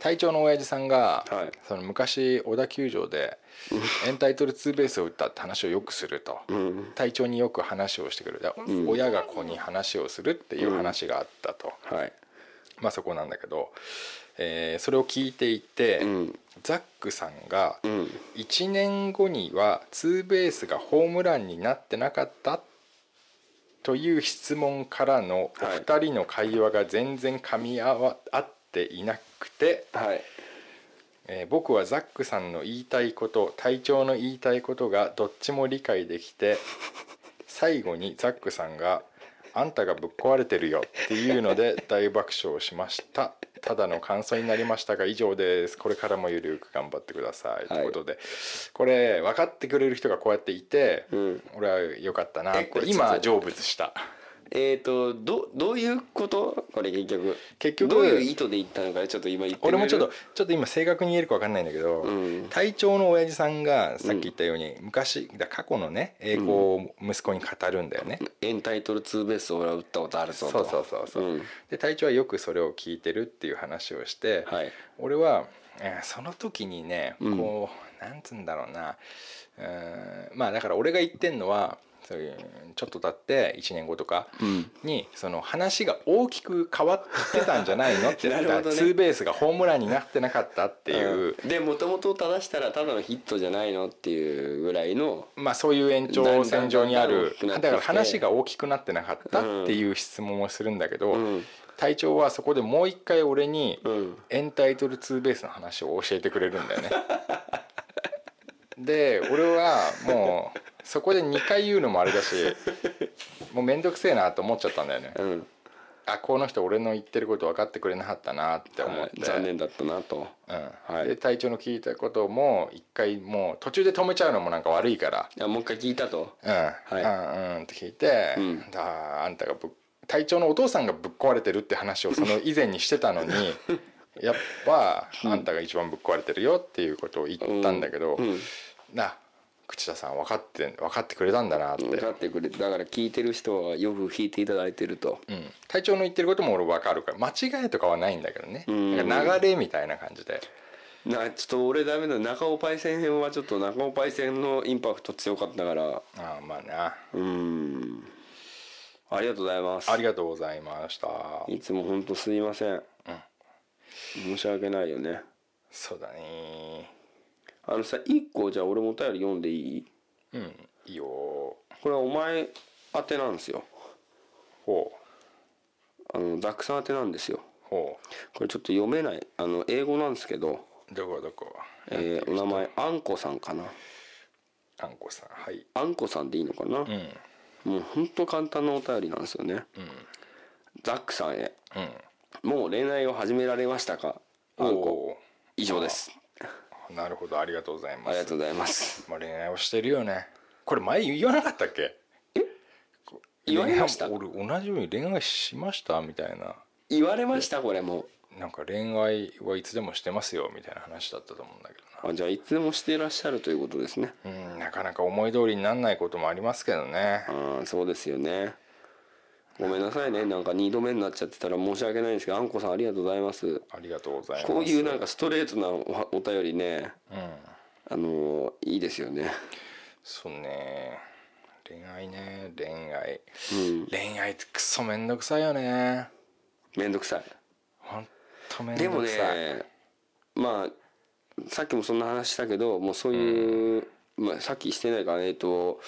S3: 隊長の親父さんが、
S4: はい
S3: その昔小田球場でエンタイトルツーベースを打ったって話をよくすると、隊長によく話をしてくるで親が子に話をするっていう話があったと、
S4: はい
S3: まあそこなんだけど、えーそれを聞いていて、
S4: うん
S3: ザックさんが
S4: うん
S3: 1年後にはツーベースがホームランになってなかったという質問からのお
S4: はい
S3: 二人の会話が全然噛み合わ合っていなくて、
S4: はい
S3: えー僕はザックさんの言いたいこと隊長の言いたいことがどっちも理解でき
S4: [laughs]
S3: て最後にザックさんが「あんたがぶっ壊れてるよ」っていうので大爆笑しましたただの感想になりましたが以上ですこれからもゆるく頑張ってください、ということでこれ分かってくれる人がこうやっていて、
S4: ん
S3: 俺は良かったな
S4: え
S3: これ
S4: ちょっと
S3: 今成仏した
S4: えっ、とどどういうことこれ結局
S3: 結局
S4: どういう意図で言ったのかちょっと今言ってくれ
S3: 俺
S4: る
S3: もちょっとちょっと今正確に言えるか分かんないんだけど、
S4: うん
S3: 隊長の親父さんがさっき言ったように、昔だ過去のね栄光を息子に語るんだよね、
S4: エンタイトルツーベースを俺は打ったことあるぞ
S3: そう
S4: と
S3: そうそうそう、
S4: うん
S3: で隊長はよくそれを聞いてるっていう話をして、
S4: はい
S3: 俺は、えーその時にね
S4: うん
S3: こう、なんつうんだろうなうーんまあだから俺が言ってんのはそういうちょっと経って1年後とかにその話が大きく変わってたんじゃないのって
S4: [laughs] なるほどね
S3: だからツーベースがホームランになってなかったっていう、
S4: うんでもともと正したらただのヒットじゃないのっていうぐらいの
S3: まあ、そういう延長線上にある
S4: だんだんだん
S3: だか
S4: だん大きくなってきて
S3: ら話が大きくなってなかったっていう質問をするんだけど、
S4: うん
S3: 隊長はそこでもう一回俺に
S4: うん
S3: エンタイトルツーベースの話を教えてくれるん
S4: [laughs]
S3: だよね。で俺はもうそこで2回言うのもあれだしもう面倒くせえなと思っちゃったんだよね
S4: う。ん
S3: あこの人俺の言ってること分かってくれなかったなって思っ
S4: は
S3: て、
S4: い残念だったなと
S3: うん
S4: はい
S3: で隊長の聞いたことも一回もう途中で止めちゃうのもなんか悪いから。
S4: あもう一回聞いたと
S3: うん、
S4: い
S3: うんうんって聞いて、
S4: うん
S3: だあんたがぶっ隊長のお父さんがぶっ壊れてるって話をその以前にして
S4: [laughs]
S3: たのにやっぱあんたが一番ぶっ壊れてるよっていうことを言ったんだけど、
S4: うん
S3: な口田さん分かって分かってくれたんだなって、
S4: 分かってくれだから聞いてる人はよく聞いていただいてると
S3: うん、隊長の言ってることも俺分かるから間違いとかはないんだけどね、
S4: ん
S3: なんか流れみたいな感じで
S4: なちょっと俺ダメだ中尾パイセン編はちょっと中尾パイセンのインパクト強かったから
S3: ああまあな
S4: うんありがとうございます
S3: ありがとうございました
S4: いつも本当すいません、申し訳ないよね
S3: そうだね
S4: あのさ一個じゃあ俺もお便り読んでいい
S3: うんいいよ
S4: これはお前宛てなんですよ
S3: ほ
S4: あのザックさん宛てなんですよ
S3: うほ
S4: これちょっと読めないあの英語なんですけど、
S3: うどこどこ
S4: えーお名前あんこさんかな
S3: あんこさんはい
S4: あんこさんでいいのかな、
S3: うん
S4: もうほんと簡単なお便りなんですよね、ザックさんへ
S3: うん
S4: もう恋愛を始められましたかあんこ
S3: お
S4: 以上です
S3: ーなるほどありがとうござい
S4: あ
S3: ま
S4: り
S3: す
S4: がとうございます
S3: まあ、恋愛をしてるよねこれ前言わなかったっけ
S4: 言われました
S3: 恋愛俺同じように恋愛しましたみたいな
S4: 言われましたこれも
S3: なんか恋愛はいつでもしてますよみたいな話だったと思うんだけ
S4: あじゃあいつでもしていらっしゃるということですね
S3: どなうんなかなか思い通りになんないこともありますけどね
S4: ああそうですよねごめんなさいねなんか2度目になっちゃってたら申し訳ないんですけどあんこさんありがとうございます
S3: ありがとうございます
S4: こういうなんかストレートなおお便りね
S3: うん
S4: あのーいいですよね
S3: そうね恋愛ね恋愛
S4: うん
S3: 恋愛ってクソめんどくさいよね
S4: めんどくさ
S3: ほんとめ
S4: い
S3: ん
S4: で
S3: ど
S4: も
S3: くさい
S4: ねまあさっきもそんな話したけどもうそういう、まあ、さっきしてないからえっと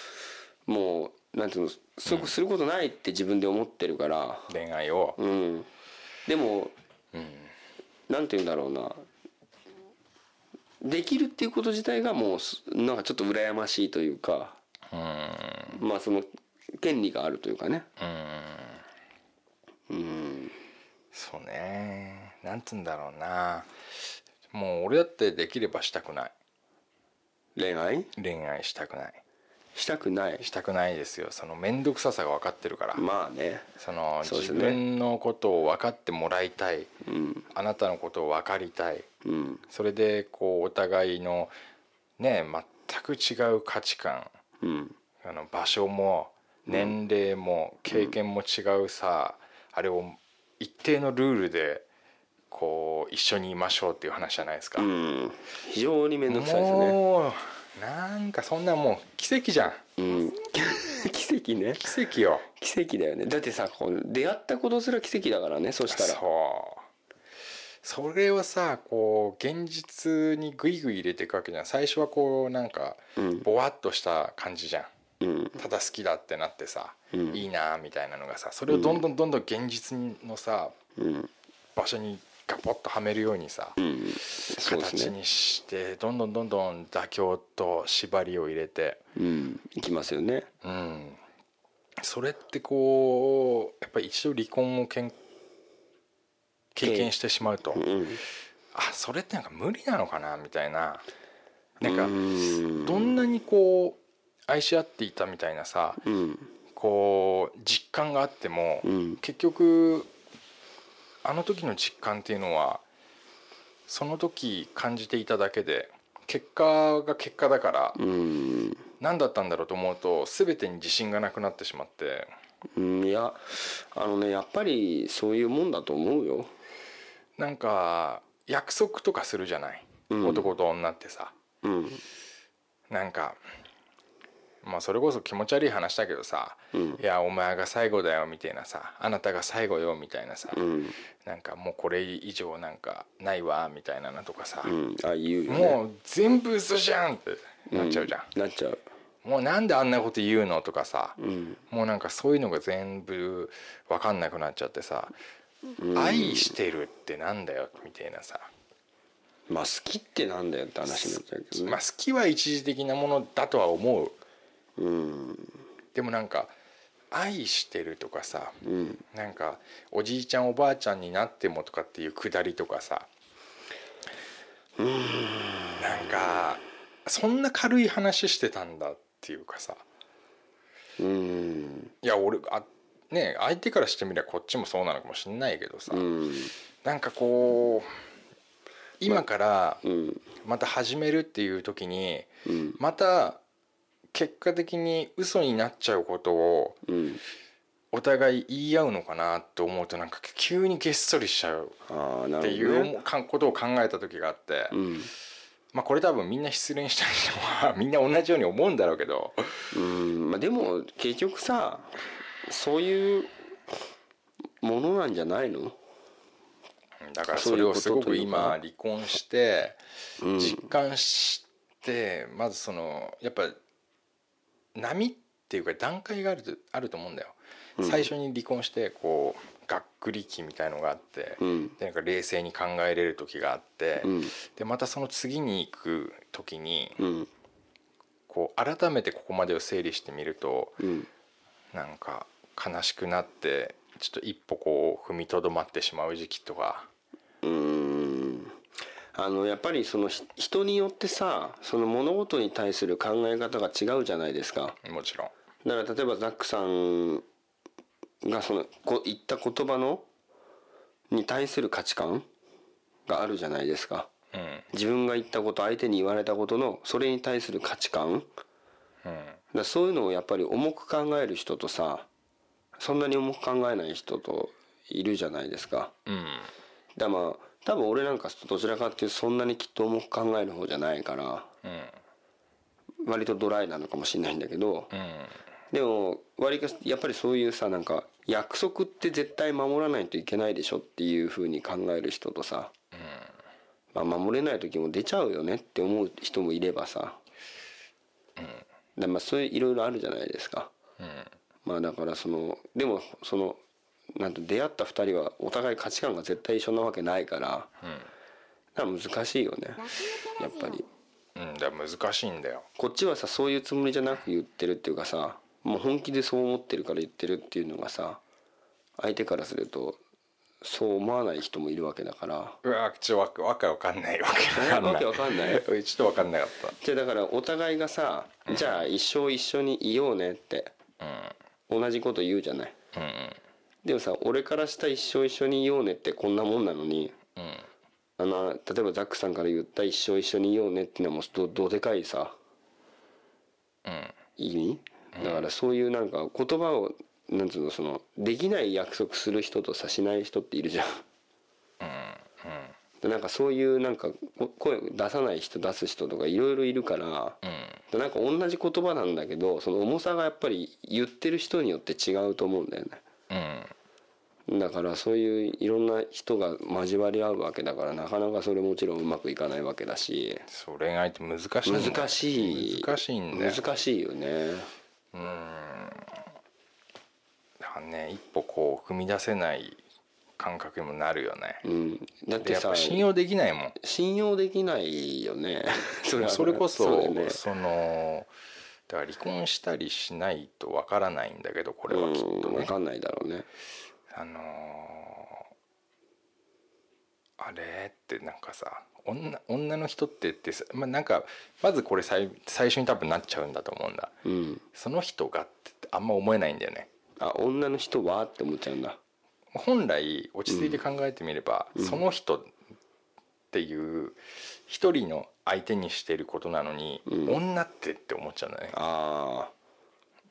S4: もうなんていうのそすることないって自分で思ってるから
S3: 恋愛を
S4: うんでもなんて言うんだろうなできるっていうこと自体がもうすなんかちょっと羨ましいというか
S3: うん
S4: まあその権利があるというかね
S3: そうねなんつうんだろうなもう俺だってできればしたくない
S4: 恋愛
S3: 恋愛したくない
S4: したくない
S3: したくないですよその面倒くささが分かってるから、
S4: まあね
S3: その
S4: そうです
S3: 自
S4: ね
S3: 分のことを分かってもらいたい
S4: うん
S3: あなたのことを分かりたい
S4: うん
S3: それでこうお互いのね全く違う価値観
S4: うん
S3: あの場所も年齢も経験も違うさ、あれを一定のルールでこう一緒にいましょうっていう話じゃないですか、
S4: うん非常に面倒くさいですね
S3: もうなんかそんなもう奇跡じゃん
S4: うん [laughs] 奇跡ね
S3: 奇跡よ
S4: 奇跡だよねだってさこう出会ったことすら奇跡だからねそしたら
S3: そうそれをさこう現実にグイグイ入れていくわけじゃん最初はこうなんか
S4: うん
S3: ぼわっとした感じじゃん
S4: うん
S3: ただ好きだってなってさ、
S4: うん
S3: いいなみたいなのがさそれをどんどんどんどん現実のさ
S4: うん
S3: 場所にガポッとはめるようにさ、
S4: うんそうです
S3: 形
S4: ね
S3: にしてどんどんどんどん妥協と縛りを入れて、
S4: うんいきますよね
S3: うん、それってこうやっぱり一度離婚をけん経験してしまうと、
S4: うん
S3: あそれってなんか無理なのかなみたいななんか
S4: うん
S3: どんなにこう愛し合っていたみたいなさ
S4: うん
S3: こう実感があっても、
S4: うん
S3: 結局あの時の実感っていうのはその時感じていただけで結果が結果だから
S4: うん
S3: 何だったんだろうと思うと全てに自信がなくなってしまって
S4: うんいやあのねやっぱりそういうもんだと思うよ
S3: なんか約束とかするじゃない、
S4: うん
S3: 男と女ってさ
S4: うん
S3: なんかまあそれこそ気持ち悪い話だけどさ「
S4: うん
S3: いやお前が最後だよ」みたいなさ「あなたが最後よ」みたいなさ、
S4: うん
S3: なんかもうこれ以上なんかないわみたいなのとかさ、
S4: うんああ言うよね
S3: もう全部嘘じゃんってなっちゃうじゃん、
S4: なっちゃう
S3: もうなんであんなこと言うのとかさ、
S4: うん
S3: もうなんかそういうのが全部分かんなくなっちゃってさ「愛してるってなんだよ」みたいなさ、
S4: まあ好きってなんだよって話になっちゃうけどね
S3: まあ、好きは一時的なものだとは思う
S4: うん
S3: でもなんか「愛してる」とかさ
S4: うん
S3: なんかおじいちゃんおばあちゃんになってもとかっていうくだりとかさなんかそんな軽い話してたんだっていうかさ
S4: うん
S3: いや俺あね相手からしてみりゃこっちもそうなのかもしんないけどさ、
S4: うん
S3: なんかこう今から
S4: うん
S3: また始めるっていう時に
S4: うん
S3: また結果的に嘘になっちゃうことを
S4: うん
S3: お互い言い合うのかなと思うとなんか急にげっそりしちゃう
S4: ああな
S3: ってい
S4: るほどね
S3: うかんことを考えた時があって、
S4: うん
S3: まあこれ多分みんな失恋した人はみんな同じように思うんだろうけど
S4: うんまあでも結局さそういうものなんじゃないの
S3: だから
S4: そう
S3: そ
S4: い
S3: れ
S4: う
S3: を
S4: こと
S3: すご
S4: と
S3: く
S4: いうか
S3: 今離婚して
S4: うん
S3: 実感してまずそのやっぱ波っていうか段階があるとあると思うんだよ。最初に離婚してこうがっくり期みたいのがあって
S4: うん
S3: でなんか冷静に考えれる時があって
S4: うん
S3: でまたその次に行く時に
S4: うん
S3: こう改めてここまでを整理してみると
S4: うん
S3: なんか悲しくなってちょっと一歩こう踏みとどまってしまう時期とか
S4: うんあのやっぱりそのひ人によってさその物事に対する考え方が違うじゃないですか
S3: もちろん
S4: だから例えばザックさんがそのこう言った言葉のに対する価値観があるじゃないですか
S3: うん
S4: 自分が言ったこと相手に言われたことのそれに対する価値観だか
S3: うん
S4: らそういうのをやっぱり重く考える人とさそんなに重く考えない人といるじゃないですか
S3: うん
S4: だからまあ多分俺なんかどちらかっていうとそんなにきっと重く考える方じゃないから
S3: うん
S4: 割とドライなのかもしれないんだけど
S3: うん
S4: でも割かしやっぱりそういうさなんか約束って絶対守らないといけないでしょっていうふうに考える人とさ、まあ、守れない時も出ちゃうよねって思う人もいればさ、だまあそういういろいろあるじゃないですか、まあだからそのでもそのなんと出会った2人はお互い価値観が絶対一緒なわけないから,、だから難しいよねやっぱり。
S3: うんだから難しいんだよ
S4: こっちはさそういうつもりじゃなく言ってるっていうかさもう本気でそう思ってるから言ってるっていうのがさ相手からするとそう思わない人もいるわけだから
S3: うわちょわけわけわかんないわけわかん
S4: わ
S3: な
S4: け
S3: い
S4: わかんない
S3: うんちょっとわかんなかっ
S4: じゃあだからお互いがさじゃあ一生一緒にいようねって
S3: た
S4: 同じこと言うじゃない
S3: うん
S4: でもさ俺からした一生一緒にいようねってこんなもんなのに
S3: うんうん
S4: あの例えばザックさんから言った一生一緒にいようねっていうのはもうどどでかいさ
S3: うん
S4: 意味だからそういうなんか言葉をなんつうのそのできない約束する人とさしない人っているじゃん。でなんかそういうなんかこ声出さない人出す人とかいろいろいるから
S3: うん
S4: でなんか同じ言葉なんだけどその重さがやっぱり言ってる人によって違うと思うんだよね。
S3: うん
S4: だからそういういろんな人が交わり合うわけだからなかなかそれもちろんうまくいかないわけだし
S3: そう恋愛って難しいんだよ
S4: 難しい
S3: 難しいんだよ
S4: 難しいよね
S3: だからね一歩こう踏み出せない感覚にもなるよね
S4: うんだ
S3: で
S4: って
S3: やっ
S4: さ
S3: ぱ信用できないもん
S4: 信用できないよ
S3: [laughs]
S4: ねそは
S3: それこそ
S4: うだ
S3: そ,、
S4: よね
S3: のだから離婚したりしないとわからないんだけどこれはきっと
S4: うん、分
S3: ね、
S4: かんないだろうね
S3: あのーあれってなんかさ女女の人ってってさ、まあ、なんかまずこれ最最初に多分なっちゃうんだと思うんだ
S4: うん
S3: その人がってあんま思えないんだよね
S4: あ女の人はって思っちゃうんだ
S3: 本来落ち着いて考えてみれば、その人っていう一人の相手にしてることなのに、女ってって思っちゃうんだね
S4: ああ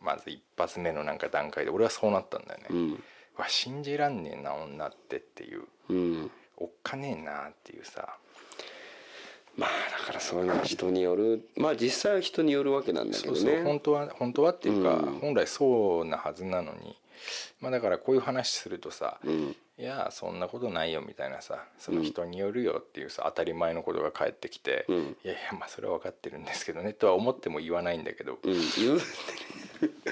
S3: まず一発目のなんか段階で俺はそうなったんだよね、
S4: うん
S3: わ信じらんねえな女ってっていう
S4: うん
S3: おっかねえなっていうさ
S4: まあだからそういうのは人によるまあ実際は人によるわけなんだけ
S3: そ
S4: ど
S3: う
S4: ね
S3: そう本当は本当はっていうか、
S4: うん
S3: 本来そうなはずなのにまあだからこういう話するとさ、
S4: うん
S3: いやそんなことないよみたいなさその人によるよっていうさ当たり前のことが返ってきて、
S4: うん
S3: いやいやまあそれは分かってるんですけどねとは思っても言わないんだけど、
S4: うん言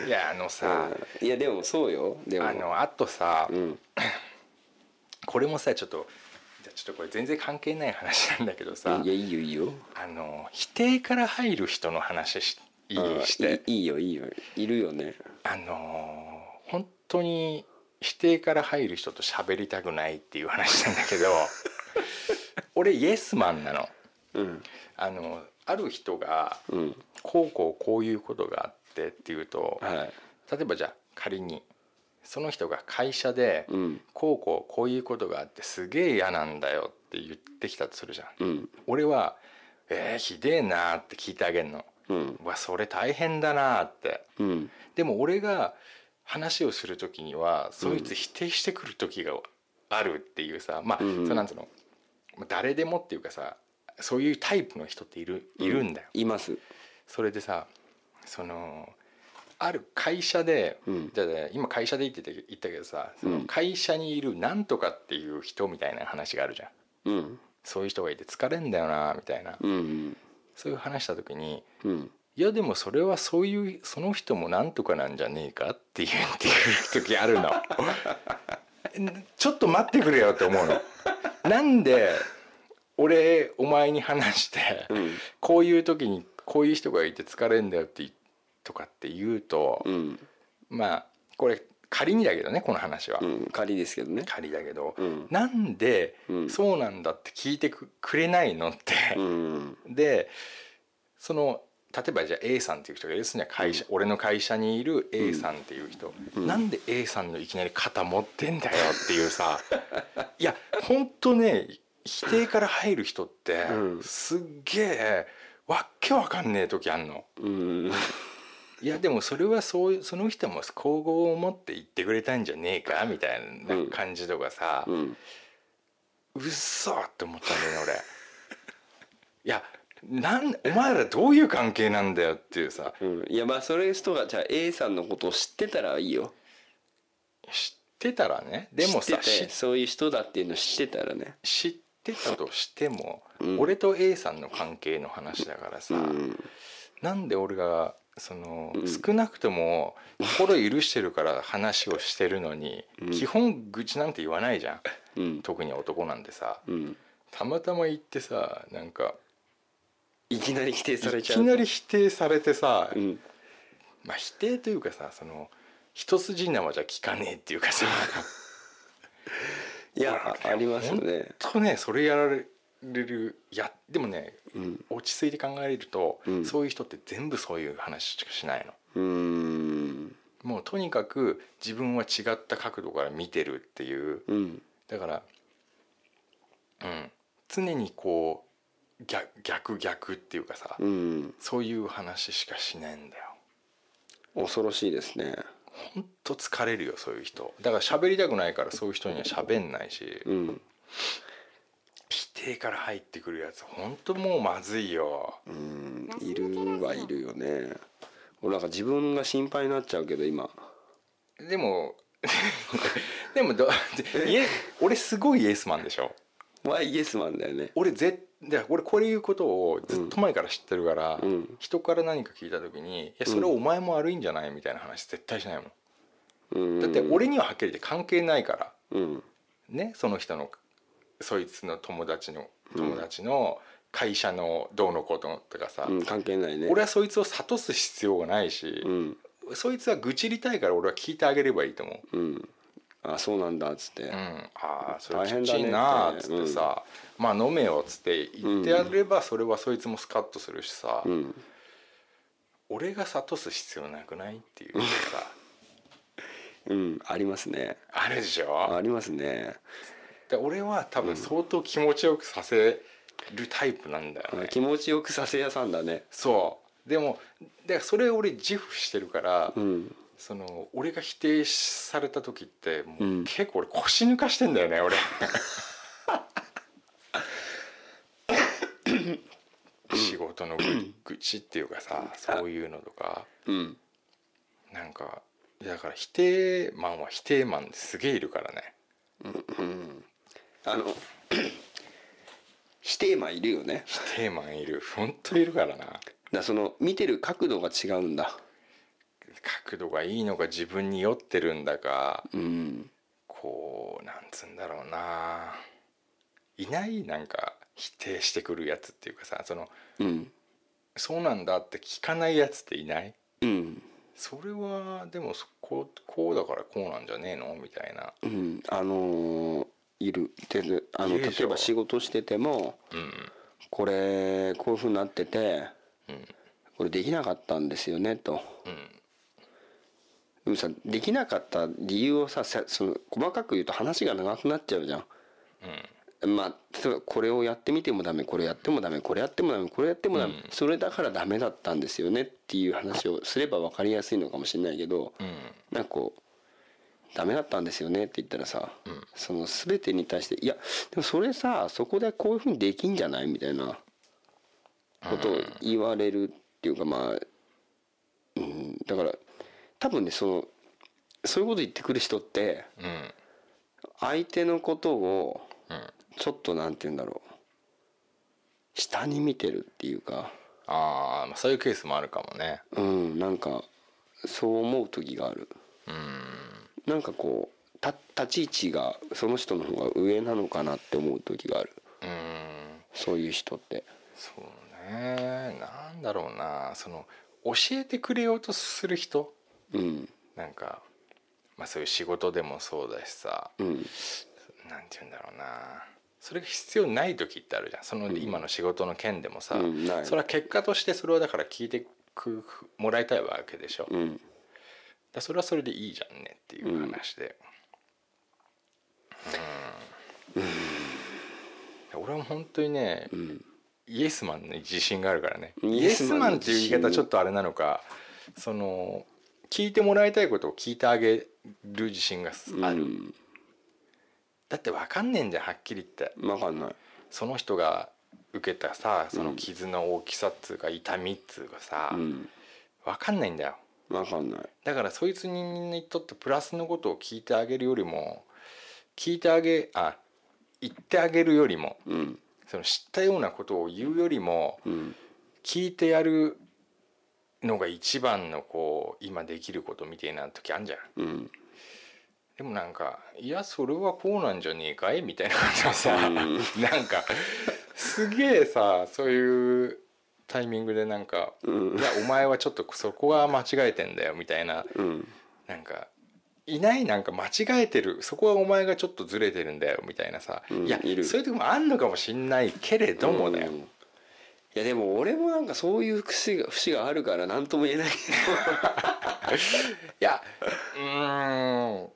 S4: う
S3: いやあのさ、
S4: いやでもそうよでも
S3: あのあとさ、
S4: うん
S3: これもさちょっとじゃあちょっとこれ全然関係ない話なんだけどさ
S4: いやいいよいいよ
S3: あの否定から入る人の話しいい
S4: うん
S3: して
S4: いいいよいいよいるよね
S3: あのー本当に否定から入る人と喋りたくないっていう話なんだけど俺イエスマンなの。
S4: うん
S3: あのある人が
S4: うん
S3: こうこうこういうことがあってっていうと
S4: はい
S3: 例えばじゃあ仮にその人が会社で
S4: うん
S3: こうこうこういうことがあってすげえ嫌なんだよって言ってきたとするじゃん。
S4: うん
S3: 俺は「えー、ひでえな」って聞いてあげんの。
S4: うん
S3: うわそれ大変だなって
S4: うん
S3: でも俺が話をする時にはそいつ否定してくる時があるっていうさ、まあ、
S4: うん
S3: そうなんつうのまあ誰でもっていうかさそういうタイプの人っているいるんだよ。
S4: います
S3: それでさそのある会社で、
S4: うん
S3: じゃあ今会社で言ってて言ったけどさその
S4: うん
S3: 会社にいるなんとかっていう人みたいな話があるじゃん
S4: うん
S3: そういう人がいて疲れんだよなみたいな、
S4: うん
S3: そういう話した時に
S4: うん
S3: いやでもそれはそういうその人もなんとかなんじゃねえかっていうっていう時あるのんちょっと待ってくれよって思うのなんで俺お前に話して、
S4: うん
S3: こういう時にこういう人がいて疲れんだよっていとかって言うと、
S4: うん
S3: まあこれ仮にだけどねこの話は、
S4: うん仮ですけどね
S3: 仮だけど、
S4: うん
S3: なんで、
S4: うん
S3: そうなんだって聞いてくくれないのって、
S4: うん
S3: でその例えばじゃあ A さんっていう人がいるすには会社、俺の会社にいる A さんっていう人、なんで A さんのいきなり肩持ってんだよっていうさ [laughs] いや本当ね否定から入る人って、
S4: うん
S3: すっげえわっけわかんねえ時あんの。
S4: うん
S3: いやでもそれはそういうその人も交互を持って言ってくれたんじゃねえかみたいな感じとかさ、
S4: うん
S3: うっそーって思ったんだよね俺 [laughs] いやなんお前らどういう関係なんだよっていうさ
S4: うんいやまあそれ人がじゃあ A さんのことを知ってたらいいよ
S3: 知ってたらねでも
S4: 知
S3: さ
S4: って
S3: し
S4: てそういう人だっていうの知ってたらね
S3: 知ってたとしても、
S4: うん
S3: 俺と A さんの関係の話だからさ、
S4: うん
S3: なんで俺がその、
S4: うん
S3: 少なくとも心許してるから話をしてるのに、
S4: うん
S3: 基本愚痴なんて言わないじゃん
S4: うん
S3: 特に男なんてさ
S4: うん
S3: たまたま言ってさなんか
S4: いきなり否定さ
S3: い
S4: れち
S3: き
S4: ゃう
S3: なり否定されてさ、
S4: うん
S3: まあ、否定という
S4: [laughs]
S3: かさその一筋縄じゃ効かねえっていうかさ
S4: いやあありますよね
S3: とねそれやられるやでもね
S4: うん
S3: 落ち着いて考えると、
S4: うん
S3: そういう人って全部そういう話しかしないの。
S4: うーん
S3: もうとにかく自分は違った角度から見てるっていう
S4: うん
S3: だから、うん、常にこう逆逆逆っていうかさ、
S4: うん
S3: そういう話しかしないんだよ。
S4: 恐ろしいですね
S3: ほんと疲れるよそういう人だから喋りたくないからそういう人には喋んないし、
S4: うん
S3: 否定から入ってくるやつほんともうまずいよ
S4: うんいるはいるよね俺なんか自分が心配になっちゃうけど今
S3: でも [laughs] でもどイエ俺すごいイエスマンでしょ
S4: はイエスマンだよね
S3: 俺ぜで俺これいうことをずっと前から知ってるから、
S4: うん
S3: 人から何か聞いた時に「いやそれお前も悪いんじゃない?」みたいな話絶対しないもん、
S4: うん
S3: だって俺にははっきり言って関係ないから
S4: うん
S3: ねその人のそいつの友達の友達の会社のどうのこうのとかさ、
S4: うん関係ないね
S3: 俺はそいつを諭す必要がないし
S4: う、ん
S3: そいつは愚痴りたいから俺は聞いてあげればいいと思う。
S4: うんあそうなんだっつって
S3: うん、ああそれ
S4: 大
S3: きっ
S4: 変
S3: ち
S4: だね
S3: いなあっつってさ、まあ飲めよっつって言ってやればそれはそいつもスカッとするしさ、
S4: うん
S3: 俺が諭す必要なくないっていうさ
S4: うんありますね
S3: あるでし
S4: あ
S3: ょ
S4: りますね
S3: で俺は多分相当気持ちよくさせるタイプなんだよね、
S4: 気持ちよくさせ屋さんだね
S3: そうでもだからそれを俺自負してるから、
S4: うん
S3: その俺が否定された時っても
S4: う
S3: うん結構俺腰抜かしてんだよね [laughs] 俺仕事の愚愚痴っていうかさそういうのとか
S4: うん
S3: なんかだから否定マンは否定マンですげえいるからね
S4: あの [clears throat] 否定マンいるよね
S3: 否定マンいる本当いるからな
S4: だその見てる角度が違うんだ
S3: 角度がいいのか自分に酔ってるんだか
S4: うん
S3: こうなんつうんだろうないないなんか否定してくるやつっていうかさその
S4: うん
S3: そうなんだって聞かないやつっていない
S4: うん
S3: それはでもそこうこうだからこうなんじゃねえのみたいな
S4: うんあのーいるでであの
S3: いる
S4: 例
S3: でしょ
S4: えば仕事してても
S3: うん
S4: これこういうふうになってて
S3: うん
S4: これできなかったんですよねと
S3: うん
S4: でもさできなかった理由をささその細かく言うと話が長くなっちゃうじゃん
S3: うん
S4: まあ、例えばこれをやってみてもダメこれやってもダメこれやってもダメこれやってもダメ、
S3: うん
S4: それだからダメだったんですよねっていう話をすれば分かりやすいのかもしれないけど
S3: うん
S4: なんかこうダメだったんですよねって言ったらさ、
S3: ん
S4: その全てに対していやでもそれさそこでこういうふうにできんじゃないみたいなことを言われるっていうかまあ、うん、だから多分ねそのそういうこと言ってくる人って
S3: うん
S4: 相手のことを
S3: うん
S4: ちょっとなんて言うんだろう下に見てるっていうか
S3: あーまあそういうケースもあるかもね
S4: うんなんかそう思う時がある
S3: うん
S4: なんかこうた立ち位置がその人の方が上なのかなって思う時がある
S3: うん
S4: そういう人って
S3: そうねなんだろうなその教えてくれようとする人
S4: うん
S3: なんかまあそういう仕事でもそうだしさ
S4: うん
S3: なんて言うんだろうなそれが必要ない時ってあるじゃんその今の仕事の件でもさ、
S4: うんない
S3: それは結果としてそれはだから聞いてくもらいたいわけでしょ、だか
S4: うん
S3: らそれはそれでいいじゃんねっていう話で、うん俺は本当にね、
S4: ん
S3: イエスマンに自信があるからね
S4: イ
S3: イ
S4: エ
S3: エ
S4: ス
S3: ス
S4: マ
S3: マ
S4: ンの
S3: ンっていう言い方ちょっとあれなのかその聞いてもらいたいことを聞いてあげる自信がある、
S4: うん
S3: だって分かんねえんじゃんはっきり言って
S4: わかんない
S3: その人が受けたさその傷の大きさっつうか痛みっつうかさ、
S4: うん
S3: 分かんないんだよ
S4: わかんない
S3: だからそいつにとってプラスのことを聞いてあげるよりも聞いてあげあ言ってあげるよりも
S4: うん
S3: その知ったようなことを言うよりも
S4: うん
S3: 聞いてやるのが一番のこう今できることみたいな時あんじゃん
S4: うん
S3: でもなんか「いやそれはこうなんじゃねえかい?」みたいな感じのさ、なんかすげえさそういうタイミングでなんか「いやお前はちょっとそこは間違えてんだよ」みたいな
S4: うん
S3: なんかいないなんか間違えてるそこはお前がちょっとずれてるんだよみたいなさ、
S4: うん
S3: いや
S4: いる
S3: そういう時もあんのかもしんないけれどもだよ、
S4: うんいやでも俺もなんかそういう節が節があるから何とも言えない
S3: いやうーんい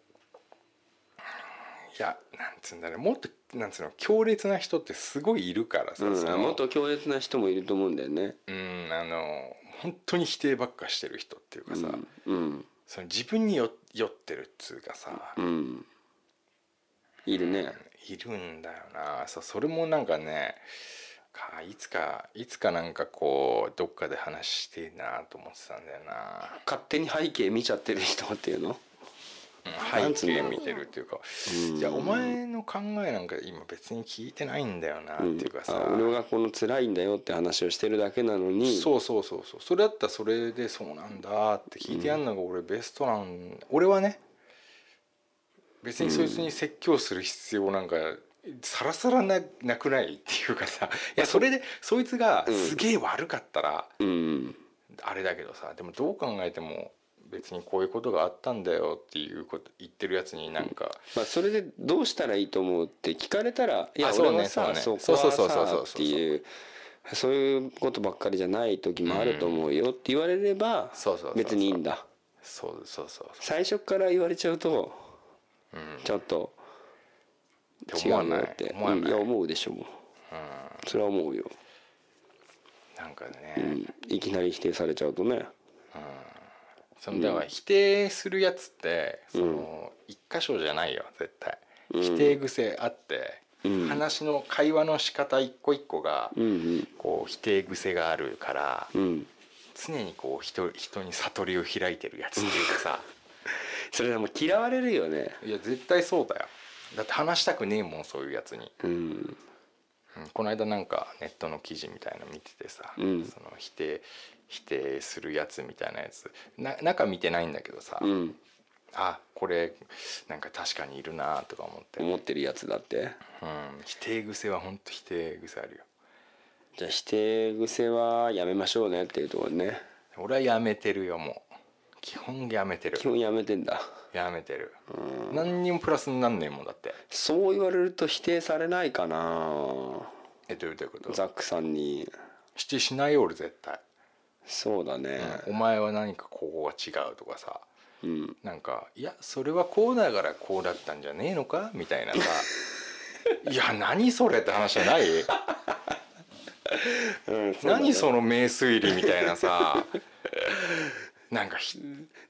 S3: やなんつうんだろうもっとなんつうの強烈な人ってすごいいるからさ、
S4: うん
S3: [laughs] その
S4: もっと強烈な人もいると思うんだよね
S3: うんあの本当に否定ばっかしてる人っていうかさ、
S4: うん
S3: その自分によ酔ってるっつうかさ、
S4: うんいるね
S3: いるんだよなそうそれもなんかねかいつかいつかなんかこうどっかで話してえなと思ってたんだよな
S4: 勝手に背景見ちゃってる人っていうの
S3: うん背景見てるっていうか
S4: うん
S3: いやお前の考えなんか今別に聞いてないんだよなっていうかさ、
S4: あ俺がこの辛いんだよって話をしてるだけなのに
S3: そうそうそうそうそれだったらそれでそうなんだって聞いてやんのが俺ベストなん俺はね別にそいつに説教する必要なんかさらさらななくないっていうかさいやそれでそいつが
S4: うん
S3: すげえ悪かったら
S4: うん
S3: あれだけどさでもどう考えても別にこういうことがあったんだよっていうこと言ってるやつになんか
S4: まあ、それでどうしたらいいと思うって聞かれたら「いや
S3: あそう
S4: 俺
S3: ね
S4: はさ
S3: そ
S4: そうう
S3: ね
S4: こは
S3: そうそうそうそうそう
S4: さ」っていうそういうことばっかりじゃない時もあると思うよって言われれば
S3: そうそうそうそう
S4: 別にいいんだ
S3: そうそうそうそう
S4: 最初から言われちゃうと
S3: うん
S4: ちょっと
S3: って
S4: 違う
S3: 思わな
S4: よ
S3: い
S4: って
S3: 思わ
S4: うん
S3: ない
S4: や
S3: い、
S4: 思うでしょもうそれは思うよ、
S3: なんかね、
S4: うん、いきなり否定されちゃうとね
S3: そのだから否定するやつってその一箇所じゃないよ絶対、否定癖あって、
S4: うん
S3: 話の会話の仕方一個一個が
S4: うん
S3: こう否定癖があるから
S4: うんうん
S3: 常にこう人人に悟りを開いてるやつっていうかさ
S4: それはもう嫌われるよね
S3: いや絶対そうだよだって話したくねえもんそういうやつに、
S4: うん
S3: うんこの間なんかネットの記事みたいの見ててさ、
S4: うん
S3: その否定否定するやつみたいなやつな中見てないんだけどさ、
S4: うん
S3: あこれなんか確かにいるなとか思って、うん、
S4: 思ってるやつだって
S3: 否定癖は本当否定癖あるよ
S4: じゃあ否定癖はやめましょうねっていうところね
S3: 俺はやめてるよもう基本やめてる
S4: 基本やめてんだ
S3: やめてる何にもプラスになんねえもんだって
S4: そう言われると否定されないかな
S3: えどういうこと
S4: ザックさんに
S3: 否定しないよ俺絶対、
S4: そうだね
S3: お前は何かここが違うとかさ
S4: うん
S3: なんかいやそれはこうだからこうだったんじゃねえのかみたいなさいや何それって話じゃない何その名推理みたいなさなんかひ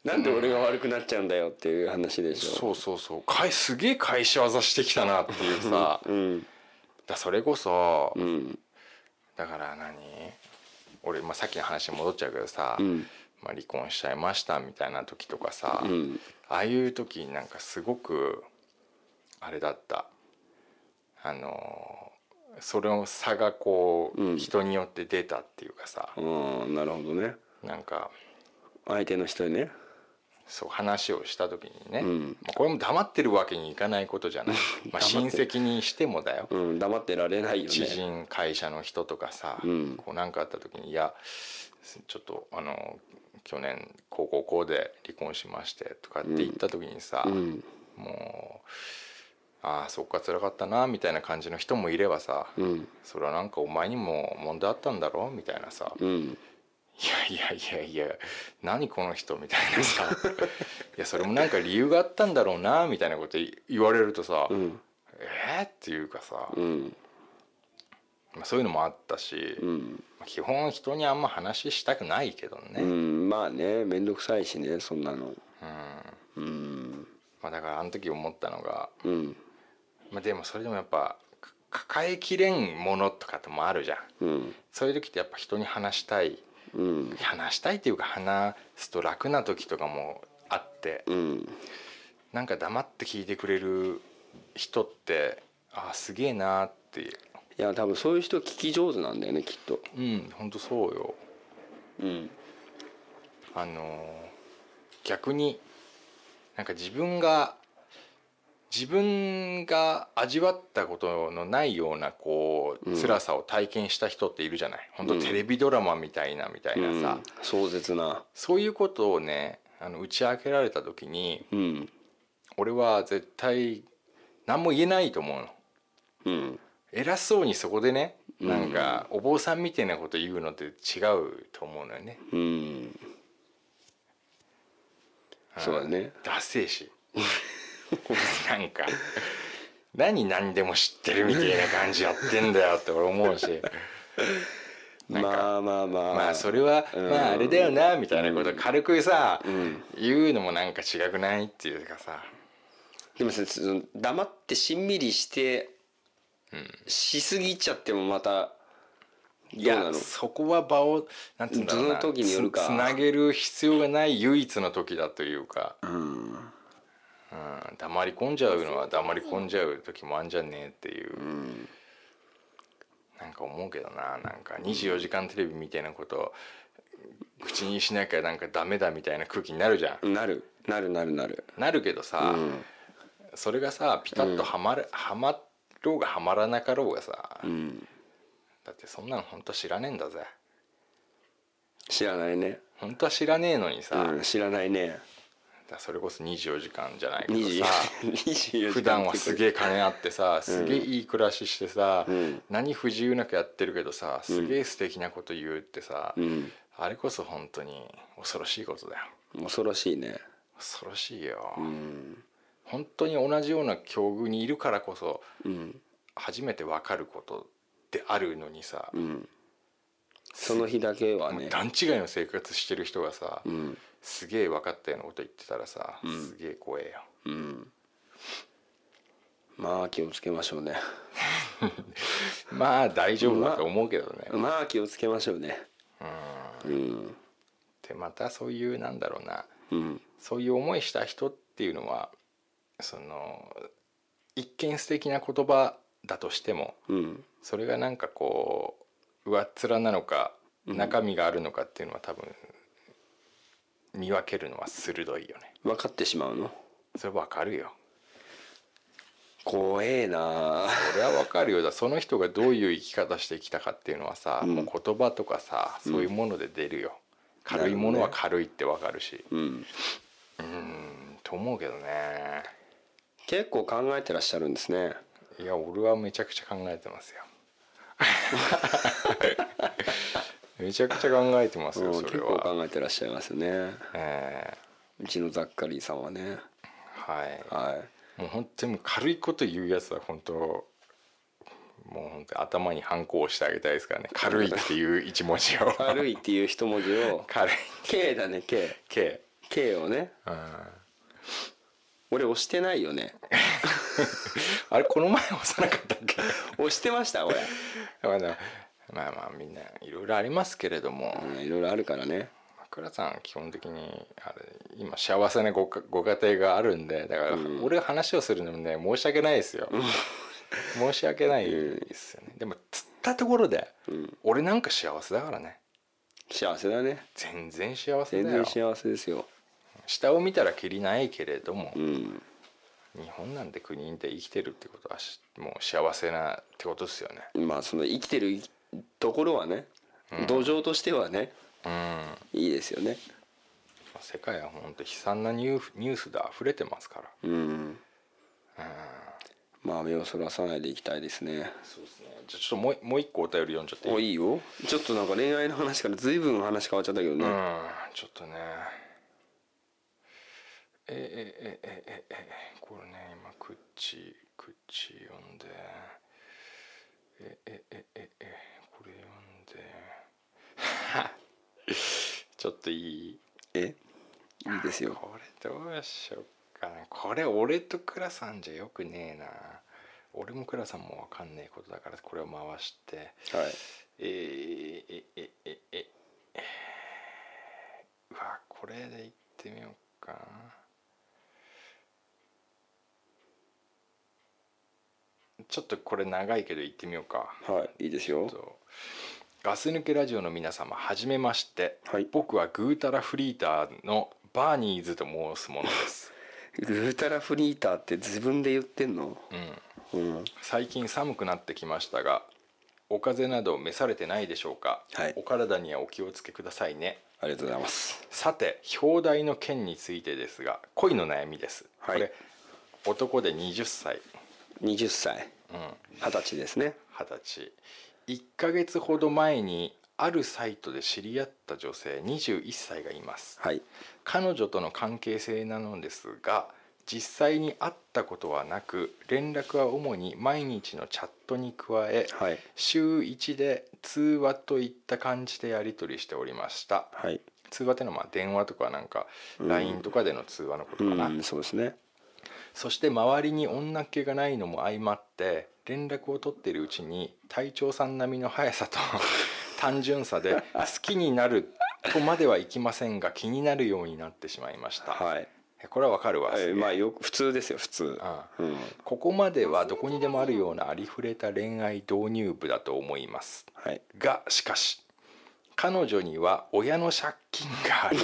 S4: なんで俺が悪くなっちゃうんだよっていう話でしょ
S3: そうそうそうかいすげえ返し技してきたなっていうさ
S4: うん
S3: だそれこそ
S4: うん
S3: だから何俺、まあ、さっきの話に戻っちゃうけどさ、
S4: うん
S3: まあ、離婚しちゃいましたみたいな時とかさ、
S4: うん
S3: ああいう時なんかすごくあれだったあのそれの差がこう、
S4: うん
S3: 人によって出たっていうかさ、
S4: うんなるほどね
S3: なんか
S4: 相手の人にね
S3: そう話をした時にね、
S4: うん
S3: まあこれも黙ってるわけにいかないことじゃない、まあ、親戚にしてもだよ、
S4: うん黙ってられないよ
S3: 知
S4: ね
S3: 人会社の人とかさ、
S4: うん
S3: こうなんかあった時に「いやちょっとあの去年高校こうで離婚しまして」とかって言った時にさ、
S4: うん
S3: もう「ああそっか辛かったな」みたいな感じの人もいればさ「
S4: うん
S3: それはなんかお前にも問題あったんだろ?」みたいなさ「
S4: うん
S3: いやいやいやいや何この人」みたいな
S4: [laughs]
S3: さ「いやそれもなんか理由があったんだろうな」みたいなこと言われるとさ「
S4: うん
S3: えっ?」っていうかさ、
S4: うん
S3: まあそういうのもあったし。
S4: うん
S3: 基本人にあんま話したくないけどね、
S4: う
S3: うん
S4: んまあね面倒くさいしねそんなのうん
S3: まあ、だからあの時思ったのが、
S4: うん
S3: まあ、でもそれでもやっぱか抱えきれんものとかってもあるじゃん
S4: うん
S3: そういう時ってやっぱ人に話したい
S4: うん
S3: 話したいっていうか話すと楽な時とかもあって
S4: うん
S3: なんか黙って聞いてくれる人ってああすげえなーっていう
S4: いや多分そういう人聞き上手なんだよねきっと
S3: うんほんとそうよ
S4: うん
S3: あのー逆になんか自分が自分が味わったことのないようなこう
S4: うん
S3: 辛さを体験した人っているじゃない、ほん、
S4: う
S3: 本
S4: ん
S3: 当テレビドラマみたいなみたいなさ、
S4: 壮絶な
S3: そういうことをねあの打ち明けられた時に
S4: うん
S3: 俺は絶対何も言えないと思うの
S4: うん
S3: 偉そうにそこでねなんかお坊さんみたいなこと言うのって違うと思うのよね
S4: うんそうだね
S3: ダセえしなんか何何でも知ってるみたいな感じやってんだよって俺思うしなんか
S4: まあま [laughs] あまあ
S3: まあそれは
S4: うん
S3: まああれだよなみたいなこと軽くさ
S4: ん
S3: 言うのもなんか違くないっていうかさ
S4: でもさその黙ってしんみりして、しすぎちゃってもまたどう
S3: い
S4: な
S3: や
S4: の
S3: そこは場をなんていうんだろうな
S4: その時によるか
S3: つつなげる必要がない唯一の時だというか、うん黙り込んじゃうのは黙り込んじゃう時もあんじゃねえっていう、なんか思うけどななんか『24時間テレビ』みたいなこと口にしなきゃなんかダメだみたいな空気になるじゃん。
S4: なるなるなるなる
S3: なるけどさ、
S4: うん
S3: それがさピタッとはまる、はまろうがはまらなかろうがさ、
S4: うん
S3: だってそんなの本当知らねえんだぜ
S4: 知らないね、
S3: 本当は知らねえのにさ、
S4: うん、知らないね
S3: だそれこそ24時間じゃないけ
S4: 20
S3: どさ
S4: 24
S3: [laughs] 普段はすげえ金あってさすげえいい暮らししてさ、
S4: ん
S3: 何不自由なくやってるけどさすげえ素敵なこと言うってさ、
S4: うん
S3: あれこそ本当に恐ろしいことだよ
S4: 恐ろしいね
S3: 恐ろしいよ、
S4: うん
S3: 本当に同じような境遇にいるからこそ
S4: うん
S3: 初めて分かることであるのにさ、
S4: うんその日だけは
S3: もう
S4: ね
S3: 段違いの生活してる人がさ、
S4: うん
S3: すげえ分かったようなこと言ってたらさ、すげえ怖えよ
S4: うんまあ気をつけましょうね
S3: まあ大丈夫だと思うけどね、
S4: まあ気をつけましょうねうん
S3: でまたそういうなんだろうな
S4: うん
S3: そういう思いした人っていうのはその一見素敵な言葉だとしても
S4: うん
S3: それがなんかこう上っ面なのか中身があるのかっていうのは多分見分けるのは鋭いよね
S4: 分かってしまうの
S3: それわかるよ
S4: 怖えなあ
S3: それはわかるよだその人がどういう生き方してきたかっていうのはさ、
S4: うん
S3: もう言葉とかさそういうもので出るよ、軽いものは軽いってわかるし
S4: うん
S3: うんと思うけどね
S4: 結構考えてらっしゃるんですね
S3: いや俺はめちゃくちゃ考えてます
S4: [laughs]
S3: よめちゃくちゃ考えてます
S4: う
S3: よ
S4: ん
S3: それ
S4: 結構
S3: は、
S4: 考えてらっしゃいますよね
S3: え
S4: うちのザッカリーさんはね
S3: ーは
S4: はい
S3: いもう本当にもう軽いこと言うやつは本当もう本当に頭に反抗してあげたいですからね軽いっていう一文字
S4: [laughs]
S3: を
S4: 軽いっていう一文字
S3: [laughs]
S4: を
S3: 軽い
S4: K だね K
S3: 系
S4: K をね
S3: うん
S4: 俺押してないよね
S3: [laughs] あれこの前押さなかったっけ
S4: [laughs] 押してました俺
S3: まあまあまあまあみんないろいろありますけれども、
S4: うんいろいろあるからね
S3: 倉さん基本的にあれ今幸せなごかご家庭があるんでだから俺が話をするのもね申し訳ないですよ申し訳ないですよねでもつったところで俺なんか幸せだからね
S4: 幸せだね
S3: 全然幸せ
S4: 全
S3: だよ
S4: 然幸せですよ
S3: 下を見たらきりないけれども
S4: うん
S3: 日本なんて国で生きてるってことはしもう幸せなってことですよね
S4: まあその生きてるところはね土壌としてはね
S3: うん
S4: いいですよね
S3: 世界は本当悲惨なニューニュースで溢れてますから
S4: うんまあ目をそらさないでいきたいですね
S3: そうですねじゃあちょっともうもう一個お便り読んじゃっていい
S4: おいいよちょっとなんか恋愛の話から随分話変わっちゃったけどね、
S3: うんちょっとねえええええええこれね今口口読んでえええええこれ読んで [laughs] ちょっといい
S4: えいいですよ
S3: これどうしよっかなこれ俺と倉さんじゃよくねえな俺も倉さんも分かんねえことだからこれを回して
S4: はい
S3: えー、えええええうわこれでいってみようかなちょっとこれ長いけどいってみようか
S4: はいいいですよ
S3: とガス抜けラジオの皆様はじめまして、
S4: はい
S3: 僕はグータラフリーターのバーニーズと申すもので
S4: [laughs]
S3: す、
S4: グータラフリーターって自分で言ってんの
S3: うん、
S4: うん
S3: 最近寒くなってきましたがお風邪など召されてないでしょうか、
S4: はい
S3: お体にはお気をつけくださいね
S4: ありがとうございます
S3: さて表題の件についてですが恋の悩みです、
S4: はい
S3: これ男で20歳
S4: 20歳
S3: うん
S4: 二十歳ですね
S3: 二十歳1ヶ月ほど前にあるサイトで知り合った女性21歳がいます
S4: はい
S3: 彼女との関係性なのですが実際に会ったことはなく連絡は主に毎日のチャットに加え
S4: はい
S3: 週1で通話といった感じでやり取りしておりました
S4: はい
S3: 通話ってのはまあ電話とかなんか
S4: うん
S3: LINE とかでの通話のことかな、
S4: うんそうですね
S3: そして周りに女っ気がないのも相まって連絡を取っているうちに隊長さん並みの速さ
S4: [laughs]
S3: と単純さで好きになるとまではいきませんが気になるようになってしまいました、
S4: はい
S3: えこれはわかるわ、
S4: え
S3: すげえ
S4: まあよく普通ですよ普通
S3: ああ
S4: うん
S3: ここまではどこにでもあるようなありふれた恋愛導入部だと思います
S4: はい
S3: がしかし彼女には親の借金があ
S4: [laughs]
S3: り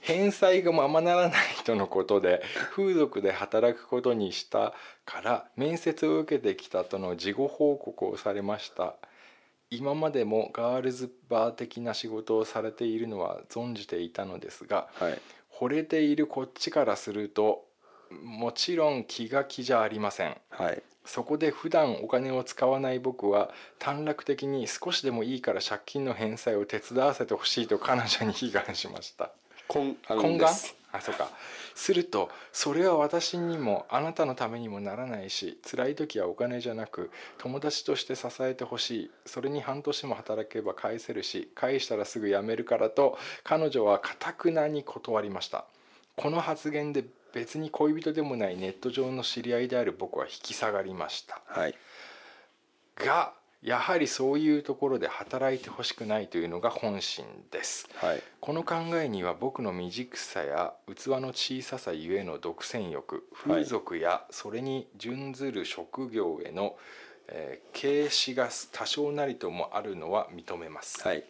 S3: 返済がままならないとのことで風俗で働くことにしたから面接を受けてきたとの事後報告をされました今までもガールズバー的な仕事をされているのは存じていたのですが
S4: はい
S3: 惚れているこっちからするともちろん気が気じゃありません
S4: はい
S3: そこで普段お金を使わない僕は短絡的に少しでもいいから借金の返済を手伝わせてほしいと彼女に悲願しました
S4: 懇
S3: 懇
S4: 懇
S3: 願
S4: です
S3: あそうかするとそれは私にもあなたのためにもならないし辛い時はお金じゃなく友達として支えてほしいそれに半年も働けば返せるし返したらすぐ辞めるからと彼女はかたくなに断りましたこの発言で別に恋人でもないネット上の知り合いである僕は引き下がりました
S4: はい
S3: がやはりそういうところで働いてほしくないというのが本心です
S4: はい
S3: この考えには僕の未熟さや器の小ささゆえの独占欲
S4: は
S3: 風
S4: い
S3: 俗やそれに準ずる職業への、えー軽視が多少なりともあるのは認めます、
S4: はい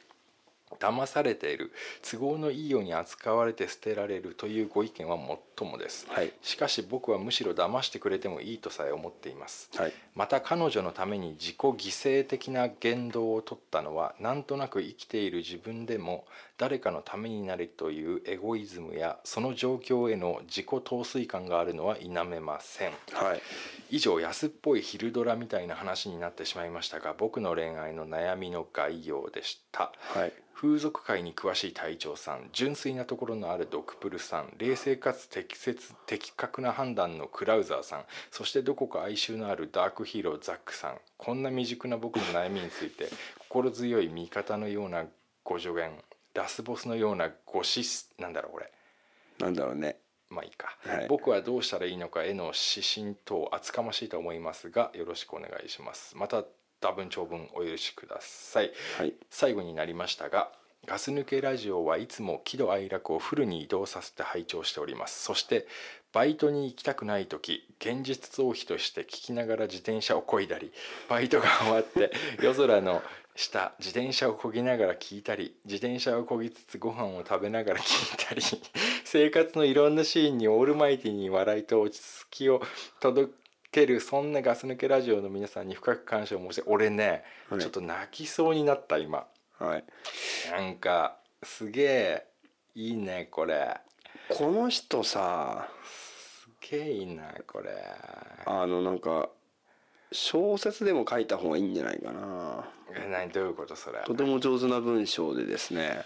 S3: 騙されている都合のいいように扱われて捨てられるというご意見はもっともです、
S4: はい
S3: しかし僕はむしろ騙してくれてもいいとさえ思っています
S4: はい
S3: また彼女のために自己犠牲的な言動をとったのはなんとなく生きている自分でも誰かのためになれというエゴイズムやその状況への自己陶酔感があるのは否めません
S4: はい
S3: 以上安っぽい昼ドラみたいな話になってしまいましたが僕の恋愛の悩みの概要でした
S4: はい
S3: 風俗界に詳しい隊長さん純粋なところのあるドクプルさん冷静かつ適切的確な判断のクラウザーさんそしてどこか哀愁のあるダークヒーローザックさんこんな未熟な僕の悩みについて心強い味方のようなご助言ラスボスのようなご指すなんだろうこれ
S4: なんだろうね
S3: まあいいか、
S4: はい
S3: 僕はどうしたらいいのかへの指針等厚かましいと思いますがよろしくお願いしますまた多分長文お許しください
S4: はい
S3: 最後になりましたがガス抜けラジオはいつも喜怒哀楽をフルに移動させて拝聴しておりますそしてバイトに行きたくない時現実逃避として聞きながら自転車をこいだりバイトが終わって夜空の下自転車をこぎながら聞いたり自転車をこぎつつご飯を食べながら聞いたり生活のいろんなシーンにオールマイティに笑いと落ち着きを届けるそんなガス抜けラジオの皆さんに深く感謝を申して俺ね、
S4: はい
S3: ちょっと泣きそうになった今
S4: はい
S3: なんかすげえいいねこれ
S4: この人さ
S3: すげえいいなこれ
S4: あのなんか小説でも書いた方がいいんじゃないかな
S3: え何どういうことそれ
S4: とても上手な文章でですね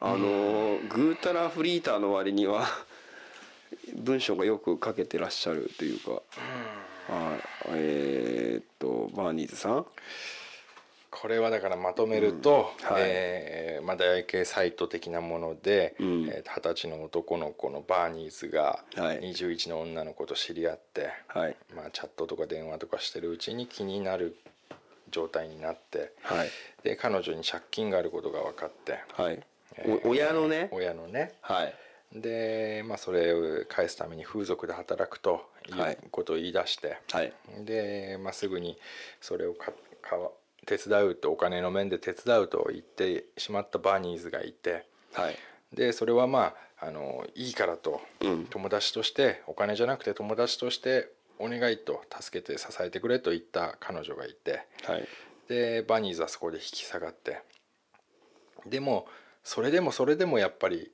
S4: あのぐうたらフリーターの割には文章がよく書けてらっしゃるというか、はいえーっとバーニーズさん
S3: これはだからまとめると、
S4: うんはい
S3: えーまあ、大学サイト的なもので
S4: うん
S3: 二十、えー20歳の男の子のバーニーズが
S4: はい
S3: 21の女の子と知り合って、
S4: はい
S3: まあ、チャットとか電話とかしてるうちに気になる状態になって
S4: はい
S3: で彼女に借金があることが分かって、
S4: はい、
S3: えー
S4: お親のね
S3: 親のね
S4: はい
S3: で、まあ、それを返すために風俗で働くとい
S4: はいう
S3: ことを言い出して、
S4: はい
S3: で、まあ、すぐにそれをかかわ手伝うとお金の面で手伝うと言ってしまったバーニーズがいて
S4: はい
S3: でそれはまああのいいからと、
S4: うん
S3: 友達としてお金じゃなくて友達としてお願いと助けて支えてくれと言った彼女がいて
S4: はい
S3: でバーニーズはそこで引き下がってでもそれでもそれでもやっぱり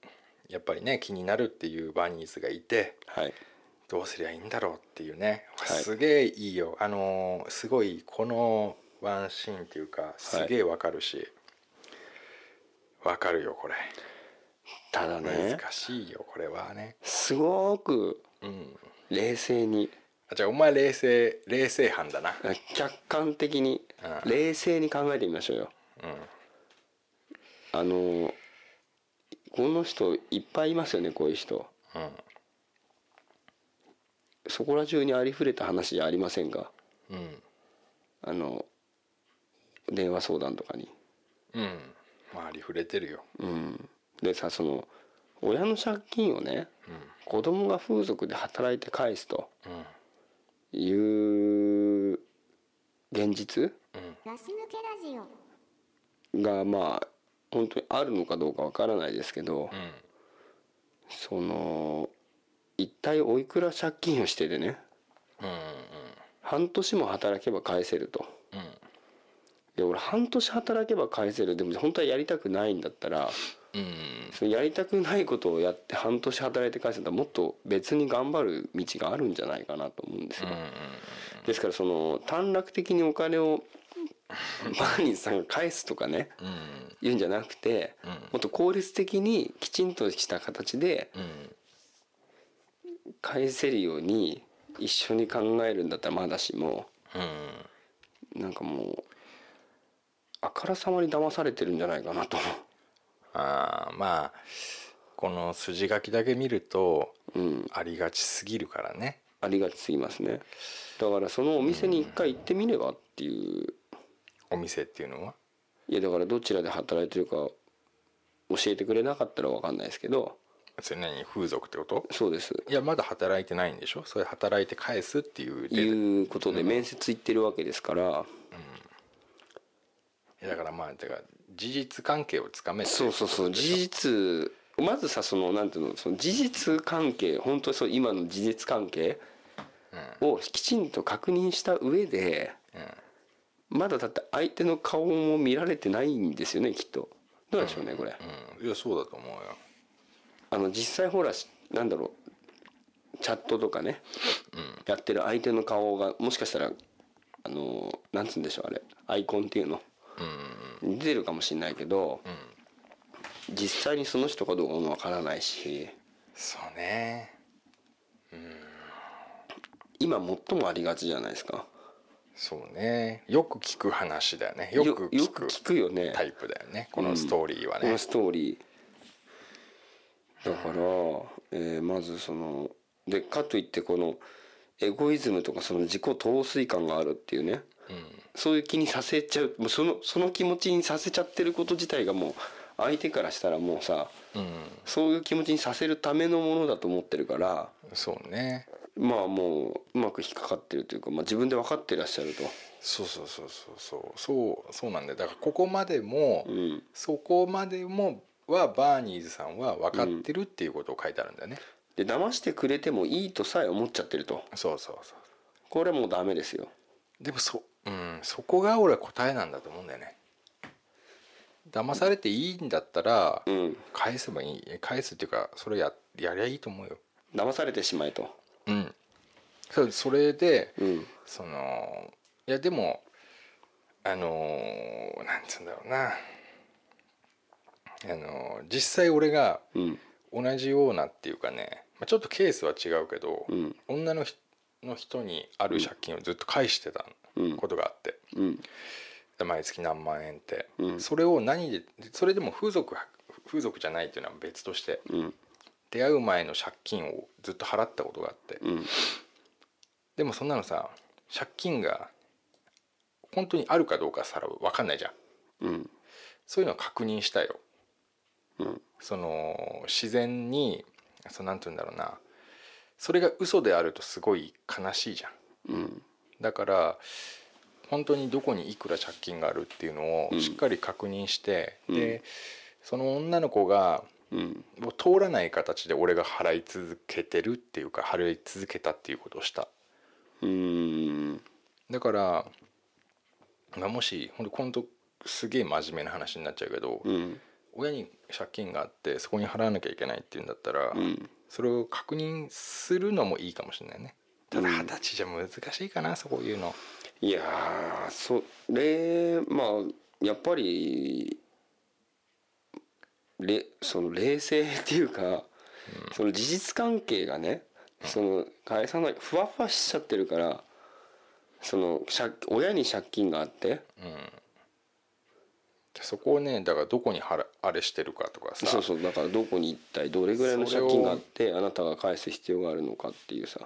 S3: やっぱりね気になるっていうバーニーズがいて
S4: はい
S3: どうすりゃいいんだろうっていうね、
S4: はい
S3: すげえいいよあのーすごいこのワンシーンっていうかすげえわかるし、わかるよこれ
S4: ただね
S3: 難しいよこれはね
S4: すごく
S3: うん
S4: 冷静に
S3: あじゃあお前冷静冷静犯だな
S4: 客観的に
S3: うん
S4: 冷静に考えてみましょうよあのこの人いっぱいいますよねこういう人
S3: うん
S4: そこら中にありふれた話じゃありませんか
S3: うん
S4: あの電話相談とかに
S3: うんうんまあありふれてるよ
S4: うんでさその親の借金をね子供が風俗で働いて返すと
S3: うんうん
S4: いう現実
S5: ガス抜けラジオ
S4: がまあ本当にあるのかどうかわからないですけど
S3: うん
S4: その一体おいくら借金をしてでね
S3: うん
S4: 半年も働けば返せると
S3: うん
S4: いや俺半年働けば返せるでも本当はやりたくないんだったら
S3: うんうん
S4: そのやりたくないことをやって半年働いて返すんだったらもっと別に頑張る道があるんじゃないかなと思うんですよ、ですからその短絡的にお金をマーニーさんが返すとかね
S3: うん
S4: 言うんじゃなくて
S3: うん
S4: もっと効率的にきちんとした形で
S3: うん
S4: 返せるように一緒に考えるんだったらまだしも
S3: うん
S4: なんかもうあからさまに騙されてるんじゃないかなと [laughs] 思
S3: あーまあこの筋書きだけ見ると
S4: う、うん、
S3: ありがちすぎるからね
S4: ありがちすぎますねだからそのお店に一回行ってみればっていう
S3: お店っていうのはい
S4: やだからどちらで働いてるか教えてくれなかったら分かんないですけど
S3: それ何風俗ってこと
S4: そうです
S3: いやまだ働いてないんでしょそれ働いて返すっていうレベル
S4: いうことで面接行ってるわけですから
S3: いやだからまあだから事実関係をつかめて
S4: そうそうそう事実まずさそのなんていうのその事実関係本当にそう今の事実関係をきちんと確認した上でまだだって相手の顔も見られてないんですよねきっとどうなんでしょうねこれ
S3: うんいやそうだと思うよ
S4: あの実際ほらしなんだろうチャットとかね、やってる相手の顔がもしかしたらあのなんつうんでしょうあれアイコンっていうの、出てるかもしれないけど、実際にその人かどうかもわからないし
S3: そうね
S4: 今最もありがちじゃないですか
S3: そうねよく聞く話だよねよく
S4: よ
S3: 聞
S4: く
S3: く
S4: 聞くよね
S3: タイプだよねこのストーリーは
S4: こ
S3: ね
S4: のストーリーだから、えーまずそのでかといってこのエゴイズムとかその自己陶酔感があるっていうね、そういう気にさせちゃうもうそのその気持ちにさせちゃってること自体がもう相手からしたらもうさ
S3: うん
S4: そういう気持ちにさせるためのものだと思ってるから
S3: そうね
S4: まあもううまく引っかかってるというか、まあ、自分で分かってらっしゃると。
S3: そうそうそうそうそうそうそうなんだよだからここまでも、
S4: うん
S3: そこまでもはバーニーズさんは分かってるっていうことを書いてあるんだよね、
S4: で騙してくれてもいいとさえ思っちゃってると
S3: そうそうそ
S4: これはもうダメですよ
S3: うでもそ,、うん、そこが俺は答えなんだと思うんだよね騙されていいんだったら
S4: うん
S3: 返せばいい返すっていうかそれややりゃいいと思うよ
S4: 騙されてしまえと
S3: うんそうそれで、
S4: うん
S3: そのいやでもあのーなんつうんだろうなあのー実際俺が
S4: うん
S3: 同じようなっていうかね、まあ、ちょっとケースは違うけど、
S4: うん
S3: 女の人の人にある借金をずっと返してた
S4: うん
S3: ことがあって、
S4: うん
S3: 毎月何万円って、
S4: うん
S3: それを何でそれでも風俗は風俗じゃないっていうのは別として
S4: うん
S3: 出会う前の借金をずっと払ったことがあって、
S4: うん
S3: でもそんなのさ借金が本当にあるかどうかさら分かんないじゃん
S4: うん
S3: そういうのは確認したよ
S4: うん
S3: その自然にそのなんて言うんだろうなそれが嘘であるとすごい悲しいじゃん
S4: うん
S3: だから本当にどこにいくら借金があるっていうの
S4: う
S3: を
S4: ん
S3: しっかり確認して、
S4: うん
S3: でその女の子が
S4: うん
S3: もう通らない形で俺が払い続けてるっていうか払い続けたっていうことをした
S4: うん
S3: だから、まあ、もしほんと今度すげえ真面目な話になっちゃうけど、
S4: うん
S3: 親に借金があってそこに払わなきゃいけないっていうんだったら、
S4: うん
S3: それを確認するのもいいかもしれないねただ
S4: うん
S3: 二十歳じゃ難しいかなそういうの
S4: いやーそれまあやっぱりれその冷静っていうか、その事実関係がねその返さないふわふわしちゃってるからその借親に借金があって
S3: そこをねだからどこにはらあれしてるかとかさ
S4: そうそうだからどこに一体どれぐらいの借金があってあなたが返す必要があるのかっていうさ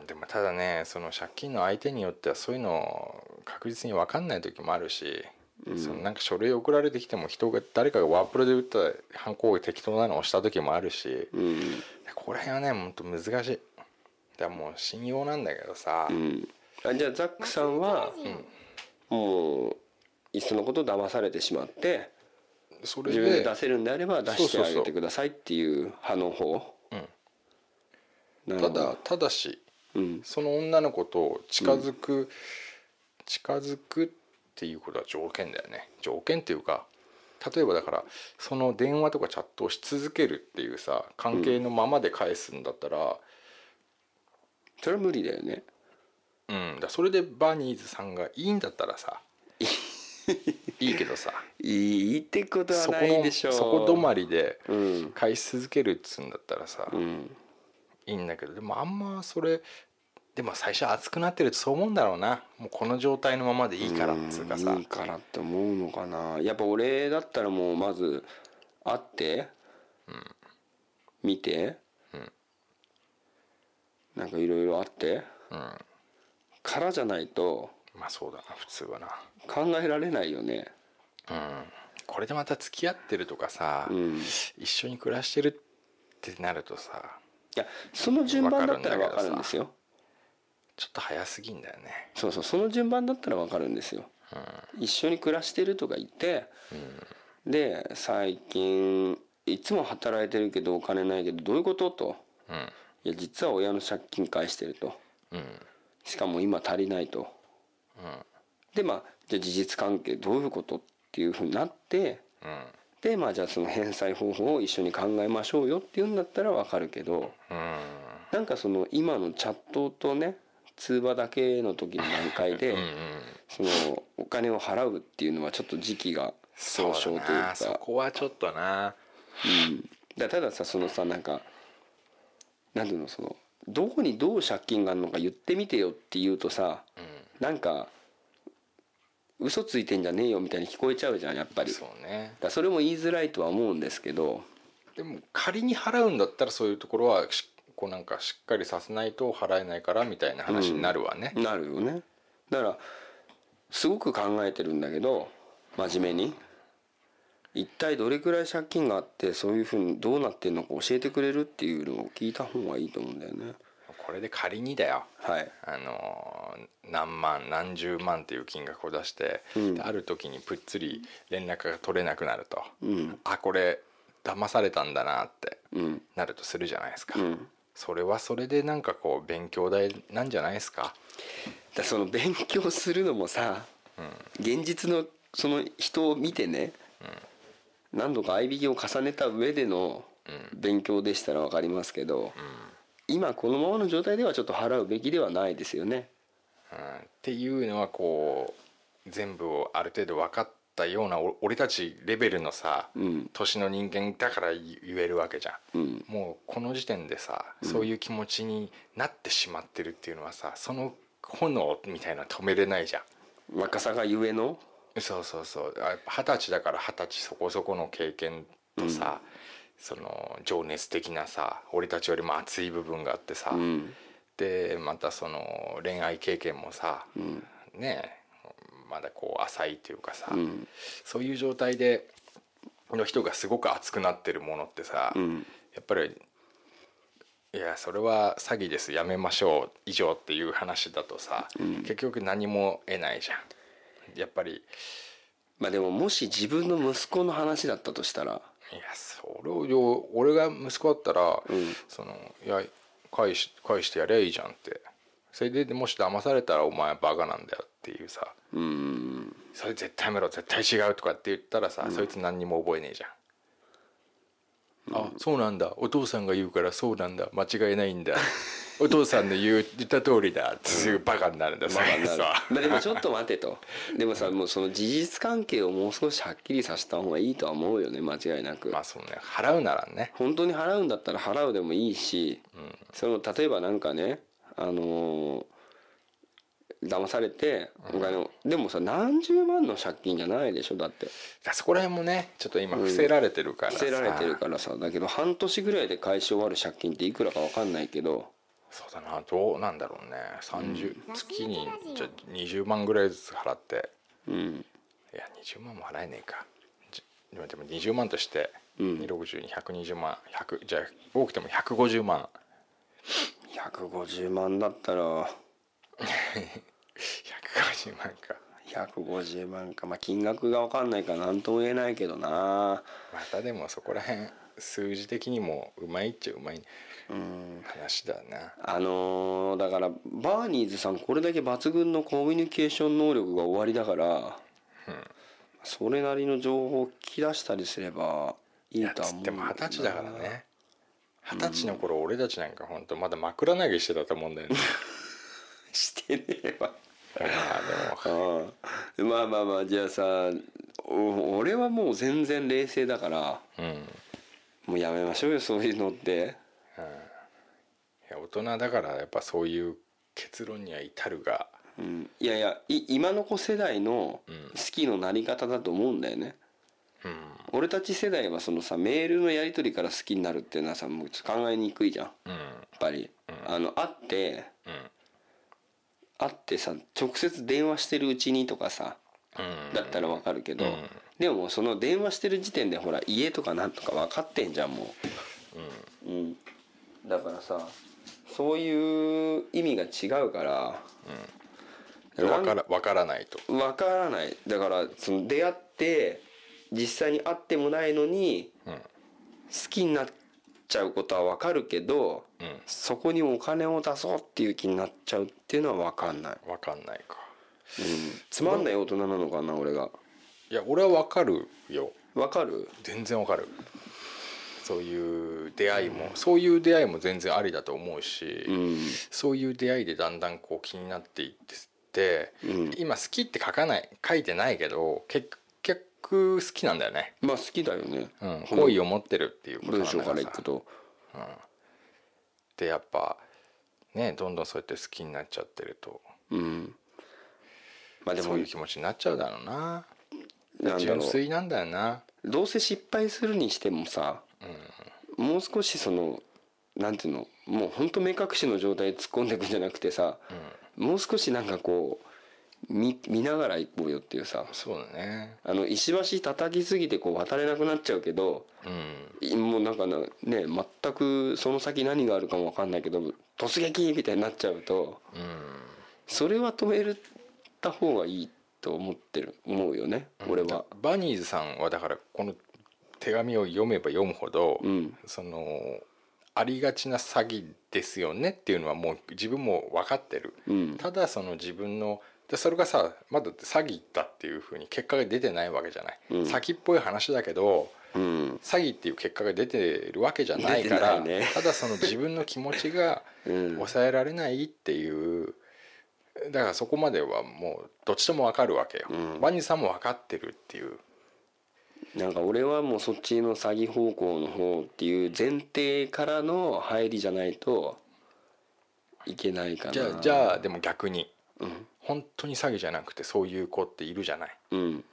S3: うん、でもただねその借金の相手によってはそういうの確実に分かんない時もあるし、そのなんか書類送られてきても人が誰かがワープロで打った犯行が適当なのを押した時もあるし、
S4: うん
S3: ここら辺はねほんと難しいだからもう信用なんだけどさ、
S4: うんあじゃあザックさんは
S5: ガス抜けラジオ
S4: もういっそのこと騙されてしまって
S3: それ
S4: 自
S3: で
S4: 分で出せるんであれば出して
S3: そうそ
S4: あ
S3: うそう
S4: げてくださいっていう派の方なる
S3: た
S4: ほど
S3: だただし
S4: うん
S3: その女の子と近づく、近づくっていうことは条件だよね条件っていうか例えばだからその電話とかチャットをし続けるっていうさ関係のままで返すんだったら、
S4: それは無理だよね
S3: うんだからそれでバニーズさんがいいんだったら
S4: [laughs]
S3: さいいけどさ
S4: いいってことは
S3: そこ
S4: ない
S3: の
S4: でしょ
S3: そうこ止まりで
S4: うん
S3: 返し続けるっつうんだったらさ、
S4: うん
S3: いいんだけどでもあんまそれでも最初熱くなってるとそう思うんだろうなもうこの状態のままでいいからっつうかさ
S4: んいいからって思うのかなやっぱ俺だったらもうまず会って、見て、なんかいろいろあって、からじゃないと
S3: まあそうだな普通はな
S4: 考えられないよね
S3: うんこれでまた付き合ってるとかさ、
S4: うん
S3: 一緒に暮らしてるってなるとさ
S4: いやその順番だったら分かるんですよ
S3: ちょっと早すぎんだよね
S4: そうそうその順番だったら分かるんですよ、一緒に暮らしてるとか言って、で最近いつも働いてるけどお金ないけどどういうことと
S3: うん
S4: いや実は親の借金返してると
S3: うん
S4: しかも今足りないと、でまあじゃあ事実関係どういうことっていうふうになって
S3: うん
S4: でまあじゃあその返済方法を一緒に考えましょうよっていうんだったら分かるけど
S3: うん
S4: なんかその今のチャットとね通話だけの時の段階で、
S3: うん
S4: そのお金を払うっていうのはちょっと時期が
S3: そ
S4: 早
S3: う
S4: 々という
S3: だ
S4: か
S3: なそこはちょっとな
S4: だたださそのさなんかなんていうのそのどこにどう借金があるのか言ってみてよって言うとさ、なんか嘘ついてんじゃねえよみたいに聞こえちゃうじゃんやっぱりだか
S3: そうね
S4: らそれも言いづらいとは思うんですけど
S3: でも仮に払うんだったらそういうところはしこうなんかしっかりさせないと払えないからみたいな話になるわね、
S4: なるよねだからすごく考えてるんだけど真面目に一体どれくらい借金があってそういうふうにどうなってんのか教えてくれるっていうのを聞いた方がいいと思うんだよね
S3: これで仮にだよ
S4: はい
S3: あのー何万何十万っていう金額を出して、
S4: ん
S3: である時にぷっつり連絡が取れなくなると、
S4: うん
S3: あこれ騙されたんだなって
S4: うん
S3: なるとするじゃないですか、
S4: うん
S3: それはそれでなんかこう勉強代なんじゃないですか
S4: だその勉強するのもさ、現実のその人を見てね、何度か合いびきを重ねた上での勉強でしたら分かりますけど、今このままの状態ではちょっと払うべきではないですよね。
S3: うんっていうのはこう全部をある程度分かったようなお俺たちレベルのさ、
S4: うん
S3: 年の人間だから言言えるわけじゃん、
S4: うん
S3: もうこの時点でさそういう気持ちになってしまってるっていうのはさその炎みたいなの止めれないじゃん
S4: 若さがゆえの
S3: そうそうそうあやっぱ二十歳だから二十歳そこそこの経験とさ、その情熱的なさ俺たちよりも熱い部分があってさ、
S4: うん
S3: でまたその恋愛経験もさ、ねえまだこう浅いというかさ、
S4: ん
S3: そういう状態での人がすごく熱くなってるものってさ、
S4: うん
S3: やっぱり「いやそれは詐欺ですやめましょう」以上っていう話だとさ、結局何も得ないじゃん。やっぱり
S4: まあでももし自分の息子の話だったとしたら
S3: いやそれをよ俺が息子だったら、そのいや返し返してやりゃいいじゃんってそれでもし騙されたらお前はバカなんだよっていうさ
S4: うん
S3: それ絶対やめろ絶対違うとかって言ったらさ、そいつ何にも覚えねえじゃんあそうなんだお父さんが言うからそうなんだ間違いないんだ [laughs] お父さんの言う言った通りだっていうバカになるんだそれ
S4: なる
S3: [laughs] さ
S4: まあでもちょっと待てとでもさもうその事実関係をもう少しはっきりさせた方がいいとは思うよね間違いなく
S3: まあそうね払うならね
S4: 本当に払うんだったら払うでもいいし、その例えばなんかねあのー騙されてお金を、でもさ何十万の借金じゃないでしょだって
S3: だそこら辺もねちょっと今伏せられてるから
S4: 伏せられてるからさだけど半年ぐらいで返し終わる借金っていくらか分かんないけど
S3: そうだなどうなんだろうね30、月にじゃあ20万ぐらいずつ払って
S4: うん
S3: いや20万も払えねえかじでもでも20万として
S4: うん
S3: 260220万100じゃあ多くても150万
S4: 150万だったら
S3: 150万か
S4: 150万かまあ金額が分かんないから何とも言えないけどな
S3: またでもそこら辺数字的にもうまいっちゃうまい
S4: うん
S3: 話だな
S4: あのーだからバーニーズさんこれだけ抜群のコミュニケーション能力が終わりだから、それなりの情報を聞き出したりすればいいとは
S3: つ
S4: 思
S3: っ
S4: う
S3: ても二十歳だからね二十歳の頃俺たちなんか本当まだ枕投げしてたと思うん [laughs] だよね
S4: してねえわ
S3: まあでも
S4: うんまあまあまあじゃあさお俺はもう全然冷静だから
S3: うん、うん、い
S4: もうやめましょうよそういうのって
S3: や大人だからやっぱそういう結論には至るが
S4: うんいやいやい今の子世代の好
S3: ん
S4: きのなり方だと思うんだよね、
S3: うん
S4: 俺たち世代はそのさメールのやり取りから好きになるっていうのはさもうちょっと考えにくいじゃんや
S3: うん
S4: っぱり、あの会って
S3: うん
S4: 会ってさ直接電話してるうちにとかさ
S3: うん
S4: だったらわかるけど、
S3: うん
S4: でももうその電話してる時点でほら家とかなんとか分かってんじゃんもう、うんだからさそういう意味が違うから、
S3: わからわからないと
S4: わからないだからその出会って実際に会ってもないのに
S3: うん
S4: 好きになっちゃうことはわかるけど
S3: うん
S4: そこにお金を出そうっていう気になっちゃうっていうのはわかんない、
S3: わかんないか
S4: つまんない大人なのかな俺が
S3: いや俺はわかるよ
S4: わかる
S3: 全然わかるそういう出会いもそういう出会いも全然ありだと思うし、
S4: うん
S3: そういう出会いでだんだんこう気になっていってって、
S4: うん
S3: 今好きって書かない書いてないけど結局好きなんだよね、
S4: まあ好きだよね
S3: うん、好意を持ってるっていうことなん
S4: 文
S3: だか
S4: 章
S3: ら
S4: か
S3: さ
S4: らいくと
S3: でやっぱねどんどんそうやって好きになっちゃってると
S4: うんまあで
S3: そ
S4: も
S3: ういう気持ちになっちゃうだろうな
S4: なんだろ
S3: 純
S4: う
S3: 粋なんだよな
S4: どうせ失敗するにしてもさ、もう少しそのなんていうのもうほんと目隠しの状態で突っ込んでいくんじゃなくてさ、もう少しなんかこう見見ながら行こうよっていうさ
S3: そうだね
S4: あの石橋叩きすぎてこう渡れなくなっちゃうけど
S3: うん
S4: いもうなんかなね全くその先何があるかも分かんないけど突撃みたいになっちゃうと
S3: うん
S4: それは止めた方がいいと思ってる思うよね俺は。
S3: バニーズさんはだからこの手紙を読めば読むほど、
S4: うん
S3: そのありがちな詐欺ですよねっていうのはもう自分も分かってる、
S4: うん
S3: ただその自分のでそれがさまだ詐欺だっていうふうに結果が出てないわけじゃない、
S4: うん
S3: 先っぽい話だけど
S4: うん
S3: 詐欺っていう結果が出てるわけじゃないから、
S4: 出てないね
S3: ただその自分の気持ちが
S4: [laughs] うん
S3: 抑えられないっていうだからそこまではもうどっちとも分かるわけよ、
S4: うん
S3: バニーさんも分かってるっていう
S4: なんか俺はもうそっちの詐欺方向の方っていう前提からの入りじゃないといけないかな
S3: じゃあじゃあでも逆に
S4: うん
S3: 本当に詐欺じゃなくてそういう子っているじゃない
S4: うん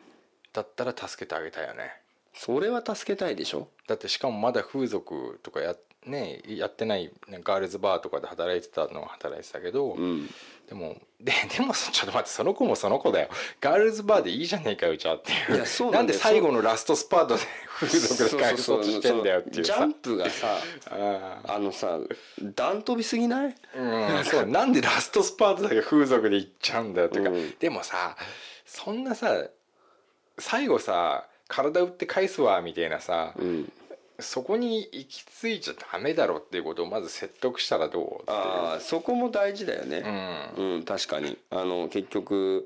S3: だったら助けてあげたいよね
S4: それは助けたいでしょ
S3: だってしかもまだ風俗とかや,、ね、やってないなんかガールズバーとかで働いてたのは働いてたけど、
S4: うん
S3: でもででもそちょっと待ってその子もその子だよガールズバーでいいじゃねえかよじゃあっていう
S4: いやそう
S3: な
S4: なんん
S3: で
S4: だよ
S3: 最後のラストスパートで風
S4: そ
S3: 俗
S4: うそ
S3: で返
S4: う
S3: そう
S4: そ
S3: とし
S4: う
S3: てんだよっていう
S4: ジ
S3: さ
S4: ャンプがさ
S3: あ
S4: あのさ段飛びすぎない
S3: ーうんそうなんでラストスパートだけ風俗で行っちゃうんだよとか、
S4: うん
S3: でもさそんなさ最後さ体打って返すわみたいなさ、
S4: うん
S3: そこに行き着いちゃダメだろっていうことをまず説得したらどうっていう
S4: ああそこも大事だよ
S3: う
S4: ね
S3: ん
S4: うん、確かにあの結局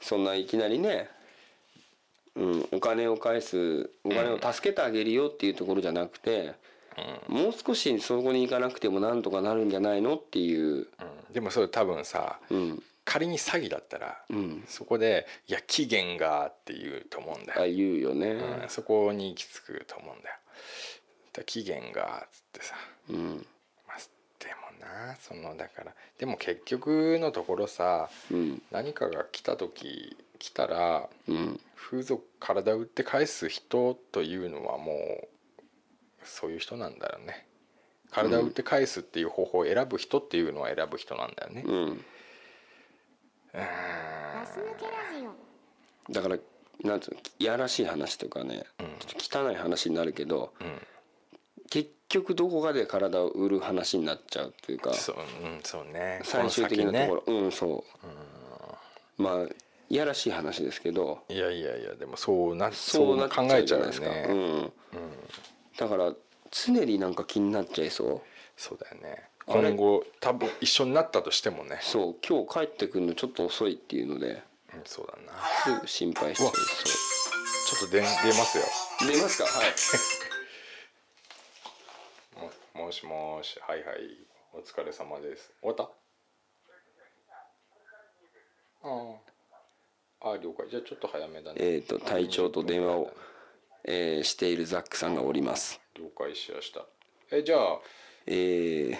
S4: そんないきなりねうん、お金を返すお金を助けてあげるよっていうところじゃなくて、もう少しそこに行かなくてもなんとかなるんじゃないのっていう、
S3: でもそれ多分さ
S4: うん
S3: 仮に詐欺だったら、
S4: うん、
S3: そこで「いや期限が」って言うと思うんだ
S4: あ
S3: よ、
S4: 言うよね、
S3: うん、そこに行き着くと思うんだよ。だ期限がつってさ、
S4: うん
S3: まあ、でもなそのだからでも結局のところさ
S4: うん
S3: 何かが来た時来たら
S4: うん
S3: 風俗体打って返す人というのはもうそういう人なんだよね体を打って返すっていう方法を選ぶ人っていうのは選ぶ人なんだよね、
S4: うん
S5: ガス抜けラジオ
S4: だからなんつうのいやらしい話とかね、ちょっと汚い話になるけど、結局どこかで体を売る話になっちゃうっていうか
S3: そううんそうね
S4: 最終的なと
S3: こ
S4: こ
S3: の
S4: ろ、うんそうまあいやらしい話ですけど
S3: 先ねいやいやいやでもそうな
S4: そうなっちゃ
S3: 考
S4: う
S3: え
S4: じ
S3: ち
S4: ゃ
S3: ゃ
S4: な
S3: うよ
S4: いですか、
S3: ね、
S4: うん、だから常になんか気になっちゃいそう
S3: そうだよね
S4: あれ
S3: 今後多分一緒になったとしてもね、
S4: そう今日帰ってくるのちょっと遅いっていうので
S3: うん、そうだな
S4: すぐ心配しちゃいそ
S3: ちょっと出出ますよ
S4: う出ますかはい
S3: も
S4: [laughs]
S3: もしもしはいはいお疲れ様です終わったあああ了解じゃあちょっと早めだね
S4: えっ、と隊長と電話を、えーしているザックさんがおります
S3: 了解しましたえじゃあ
S4: えー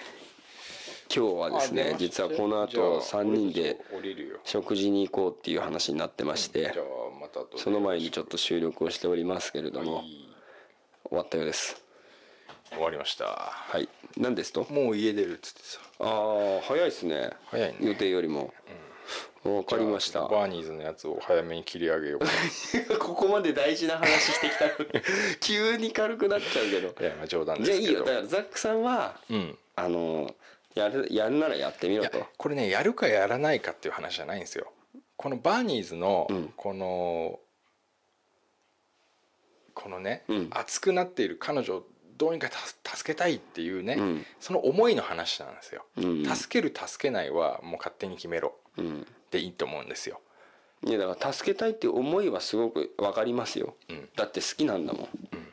S4: 今日はですね
S3: あ
S4: 実はこの
S3: じゃ
S4: 後3人で
S3: 降りるよ
S4: 食事に行こうっていう話になってまし
S3: じゃあ
S4: て
S3: また後で
S4: その前にちょっと収録をしておりますけれども
S3: はい
S4: 終わったようです
S3: 終わりました
S4: はい何ですと
S3: もう家出るっつってさ
S4: ああ早いですね
S3: 早いね
S4: 予定よりも、わかりました
S3: じゃあバーニーズのやつを早めに切り上げようか
S4: [laughs] ここまで大事な話してきたのに [laughs] 急に軽くなっちゃうけど
S3: いやまあ冗談で
S4: じゃあ
S3: す
S4: い
S3: け
S4: い
S3: ど
S4: よだからザックさんは
S3: うん
S4: あのやるやるならやってみろ
S3: い
S4: と
S3: やこれねやるかやらないかっていう話じゃないんですよこのバーニーズの
S4: うん
S3: この、このね、
S4: うん
S3: 熱くなっている彼女をどうにかた助けたいっていうね、
S4: うん
S3: その思いの話なんですよ、
S4: うん
S3: 助ける助けないはもう勝手に決めろ
S4: うん
S3: でいいと思うんですよ
S4: いやだから助けたいっていう思いはすごくわかりますよ、
S3: ん
S4: だって好きなんだもん、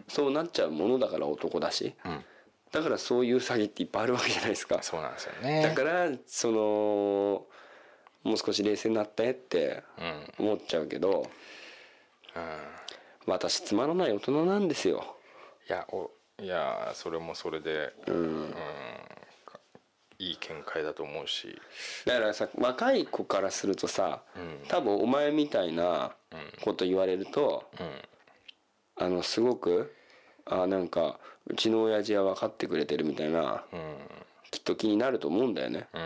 S4: そうなっちゃうものだから男だし、
S3: ん
S4: だからそういう詐欺っていっぱいあるわけじゃないですか
S3: そうなんですよね
S4: だからそのもう少し冷静になったねって
S3: うん
S4: 思っちゃうけど
S3: うん
S4: 私つまらない大人なんですよ
S3: いやおいやそれもそれで、
S4: うん
S3: いい見解だと思うし
S4: だからさ若い子からするとさ、
S3: うん
S4: 多分お前みたいな
S3: うん
S4: こと言われると、
S3: うん
S4: あのすごくあなんかうちの親父は分かってくれてるみたいな
S3: うん
S4: きっと気になると思うんだよね。
S3: う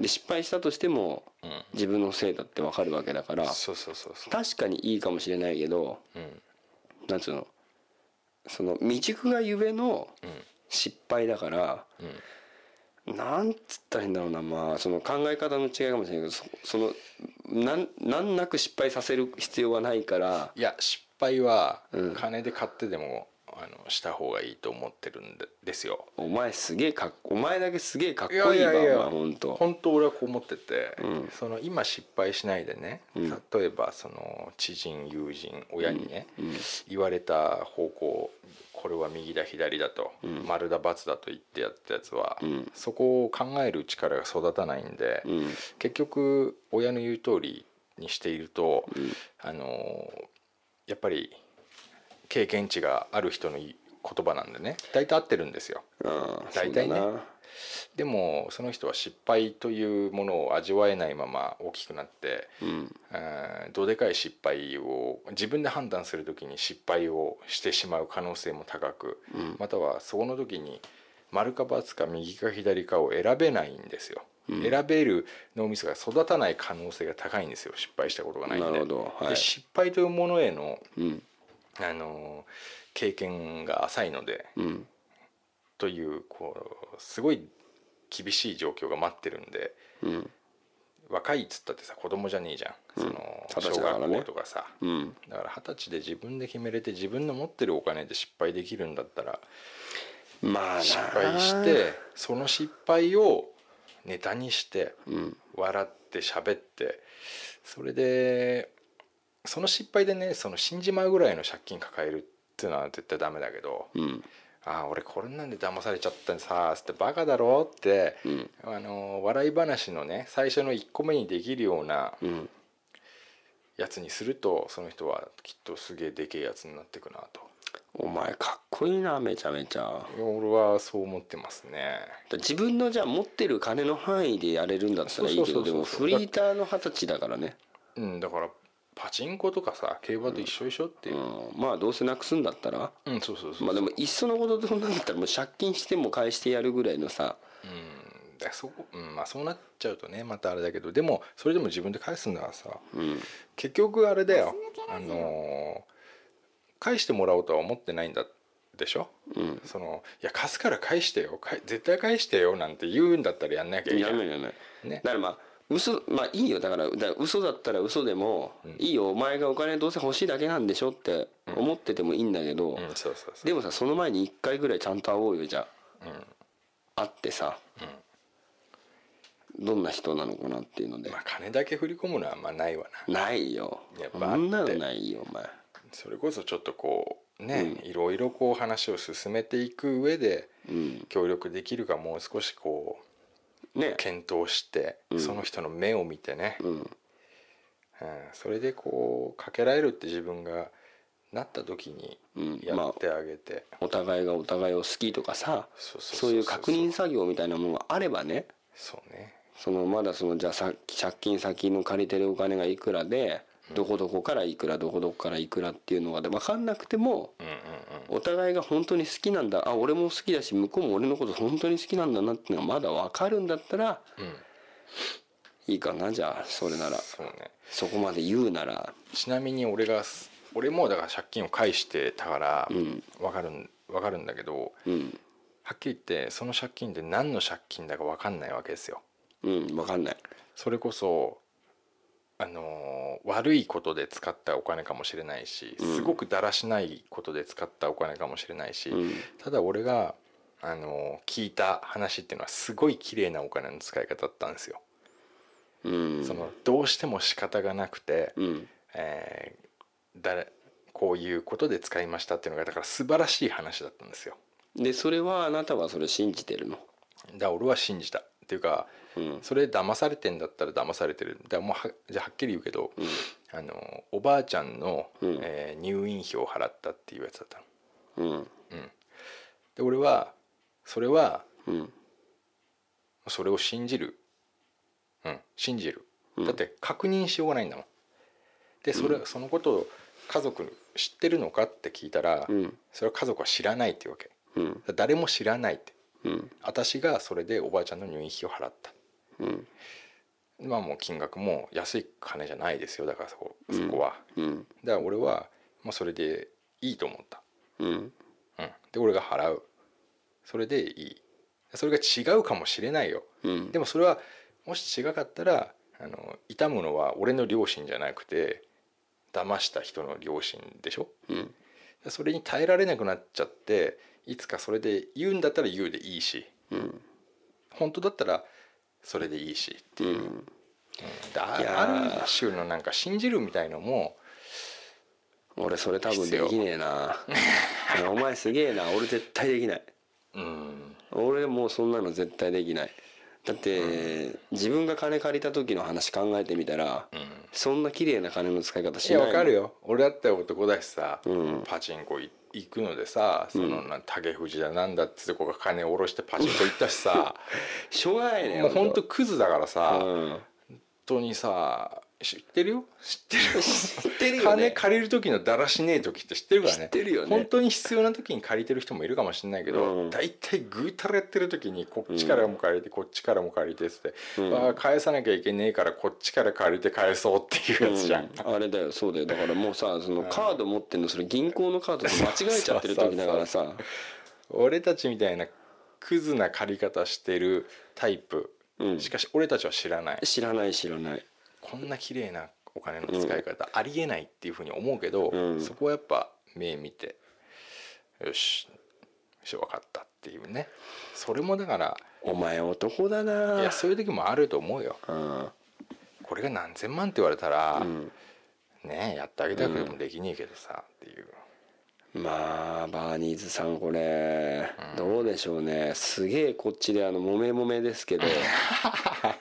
S3: ん
S4: で失敗したとしても
S3: うん
S4: 自分のせいだって分かるわけだから
S3: そうそうそうそう
S4: 確かにいいかもしれないけど
S3: うん
S4: なんつうのその未熟がゆえの失敗だから、なんつったらいいんだろうなまあその考え方の違いかもしれないけどそそのなんなんなく失敗させる必要はないから
S3: いや失敗は
S4: うん
S3: 金で買ってでも、あのした方がいいと思ってるんでですよ
S4: お前すげえかっこお前だけすげえかっこいいわお前ほんと
S3: 本当俺はこう思ってて、
S4: うん
S3: その今失敗しないでね、
S4: うん
S3: 例えばその知人友人親にね、
S4: うん
S3: 言われた方向これは右だ左だと、
S4: ん
S3: 丸だ×だと言ってやったやつは、
S4: うん
S3: そこを考える力が育たないんで、
S4: うん
S3: 結局親の言う通りにしていると、
S4: ん
S3: あのーやっぱり経験値がある人の言葉なんでね大体合ってるんですよ
S4: ああ
S3: 大体ね
S4: そうだな
S3: でもその人は失敗というものを味わえないまま大きくなって、
S4: うん
S3: えーどでかい失敗を自分で判断する時に失敗をしてしまう可能性も高く、
S4: うん
S3: またはその時に丸か×か右か左かを選べないんですよ、選べる脳みそが育たない可能性が高いんですよ失敗したことがないんで
S4: なるほどはい
S3: で失敗というものへの、
S4: うん
S3: あのー経験が浅いので
S4: うん
S3: というこうすごい厳しい状況が待ってるんで
S4: うん
S3: 若いっつったってさ子供じゃねえじゃん、その
S4: 二十歳
S3: 小
S4: だからね
S3: 学校とかさ
S4: うん
S3: だから二十歳で自分で決めれて自分の持ってるお金で失敗できるんだったら
S4: まあな
S3: 失敗してその失敗をネタにして
S4: うん
S3: 笑って喋ってそれでその失敗でねその死んじまうぐらいの借金抱えるっていうのは絶対ダメだけど、
S4: うん
S3: ああ俺これなんで騙されちゃったんさつってバカだろって、
S4: うん
S3: あの笑い話のね最初の1個目にできるような
S4: うん
S3: やつにするとその人はきっとすげえでけえやつになってくなと
S4: お前かっこいいなめちゃめちゃ
S3: いや俺はそう思ってますね
S4: 自分のじゃあ持ってる金の範囲でやれるんだったらいい
S3: そ
S4: け
S3: うそうそうそう
S4: どでもフリーターの二十歳だからね、
S3: うんだからパチンコとかさ競馬と一緒一緒っていうう、
S4: ん、まあどうせなくすんだったら
S3: うんそうそうそう、
S4: まあでもいっそのことどうなんだったらもう借金しても返してやるぐらいのさ
S3: うんだからそこ、うんまあ、そうなっちゃうとねまたあれだけどでもそれでも自分で返すんだからさ
S4: うん
S3: 結局あれだよ
S5: ガス抜け
S3: あ
S5: ラジ
S3: の
S5: オ
S3: ー返してもらおうとは思ってないんだでしょ
S4: うん
S3: そのいや貸すから返してよ返絶対返してよなんて言うんだったらやんなきゃいけ
S4: や
S3: ない
S4: めやめ
S3: ね
S4: だからまあ嘘まあいいよだからだから嘘だったら嘘でも、いいよお前がお金どうせ欲しいだけなんでしょって思っててもいいんだけ
S3: う
S4: ど、
S3: んそうそうそう
S4: でもさその前に1回ぐらいちゃんと会おうよじゃあ、会ってさ、どんな人なのかなっていうので、
S3: まあ金だけ振り込むのはあんまないわな
S4: ないよ
S3: やっぱ
S4: そんな
S3: 会
S4: の
S3: って
S4: ないよお前
S3: それこそちょっとこうね、いろいろこう話を進めていく上で
S4: うん
S3: 協力できるかもう少しこ
S4: ね
S3: う検討して、その人の目を見てね、うん
S4: ん
S3: それでこうかけられるって自分がなった時に
S4: うん
S3: やってあげて、
S4: お互いがお互いを好きとかさ
S3: そうそうそうそう
S4: そういう確認作業みたいなものがあればね
S3: そうね
S4: そのまだそのじゃあさ借金先の借りてるお金がいくらでどこどこからいくらどこどこからいくらっていうのがで分かんなくても
S3: うんうんうん
S4: お互いが本当に好きなんだあ俺も好きだし向こうも俺のこと本当に好きなんだなっていうのがまだ分かるんだったら
S3: ん
S4: いいかなじゃあそれなら
S3: そうね
S4: そこまで言うなら
S3: ちなみに俺がす俺もだから借金を返してたから
S4: ん
S3: わかるんわかるんだけど
S4: うん
S3: はっきり言ってその借金って何の借金だかわかんないわけですよ
S4: うん分かんない
S3: それこそあのー悪いことで使ったお金かもしれないし
S4: ん
S3: すごくだらしないことで使ったお金かもしれないし、
S4: うん
S3: ただ俺が、あのー聞いた話っていうのはすごい綺麗なお金の使い方だったんですよ。
S4: うん
S3: そのどうしても仕方がなくて、
S4: うん
S3: えー誰こういうことで使いましたっていうのがだから素晴らしい話だったんですよ。
S4: でそれはあなたはそれ信じてるの
S3: だから俺は信じたっていうか、
S4: うん
S3: それ騙されてんだったら騙されてるだからもうはじゃあはっきり言うけど、あのおばあちゃんの、
S4: うん
S3: えー入院費を払ったっていうやつだったの
S4: うん
S3: で俺はそれは
S4: うん
S3: それを信じるうん信じる、だって確認しようがないんだもんでそれ、そのことを家族に知ってるのかって聞いたら、
S4: うん
S3: それは家族は知らないっていうわけ
S4: うん
S3: だから誰も知らないって
S4: うん
S3: 私がそれでおばあちゃんの入院費を払った
S4: うん
S3: まあもう金額も安い金じゃないですよだからそこそこは、
S4: うん
S3: だから俺はもうそれでいいと思った、
S4: うん
S3: うん、で俺が払うそれでいいそれが違うかもしれないよ、
S4: うん
S3: でもそれはもし違かったらあの痛むのは俺の両親じゃなくて騙した人の両親でしょ
S4: うん
S3: それに耐えられなくなっちゃっていつかそれで言うんだったら言うでいいし
S4: うん
S3: 本当だったらそれでいいし
S4: うん
S3: であ
S4: いやー
S3: ある種のなんか信じるみたいのも
S4: 俺それ多分できねえな
S3: [laughs]
S4: お前すげえな俺絶対できない
S3: うん
S4: 俺もうそんなの絶対できないだって自分が金借りた時の話考えてみたらそんな綺麗な金の使い方し
S3: い
S4: ない
S3: や
S4: もん
S3: わかるよ俺だって男だしさ、
S4: うん
S3: パチンコい行くのでさそのな竹藤だなんだってとこが金下ろしてパチンコ行ったしさ
S4: しょうがないね
S3: もうほんとクズだからさ、
S4: う
S3: 本
S4: ん
S3: 当にさ知ってるよ知ってるよ
S4: [laughs] 知ってるよ
S3: 金
S4: ね
S3: 借りる時のだらしねえ時って知ってるからね
S4: 知ってるよね
S3: 本当に必要な時に借りてる人もいるかもしれないけ
S4: う
S3: ど
S4: ん
S3: 大体、ぐうたらやってる時にこっちからも借りて、こっちからも借りてっつって、
S4: うん
S3: あー返さなきゃいけねえからこっちから借りて返そうっていうやつじゃん、
S4: うんあれだよそうだよだからもうさそのカード持ってんのそれ銀行のカードと間違えちゃってる時だからさ
S3: 俺たちみたいなクズな借り方してるタイプ、
S4: うん
S3: しかし俺たちは知らない
S4: 知らない知らない
S3: こんな綺麗なお金の使い方、ありえないっていうふうに思うけど、
S4: うん
S3: そこはやっぱ目見てよしよし分かったっていうねそれもだから
S4: お前男だない
S3: やそういう時もあると思うよ
S4: うん
S3: これが何千万って言われたら、ねえやってあげたくてもできねえけどさ、っていう
S4: まあバーニーズさんこれ、どうでしょうねすげえこっちであのもめもめです [laughs] けど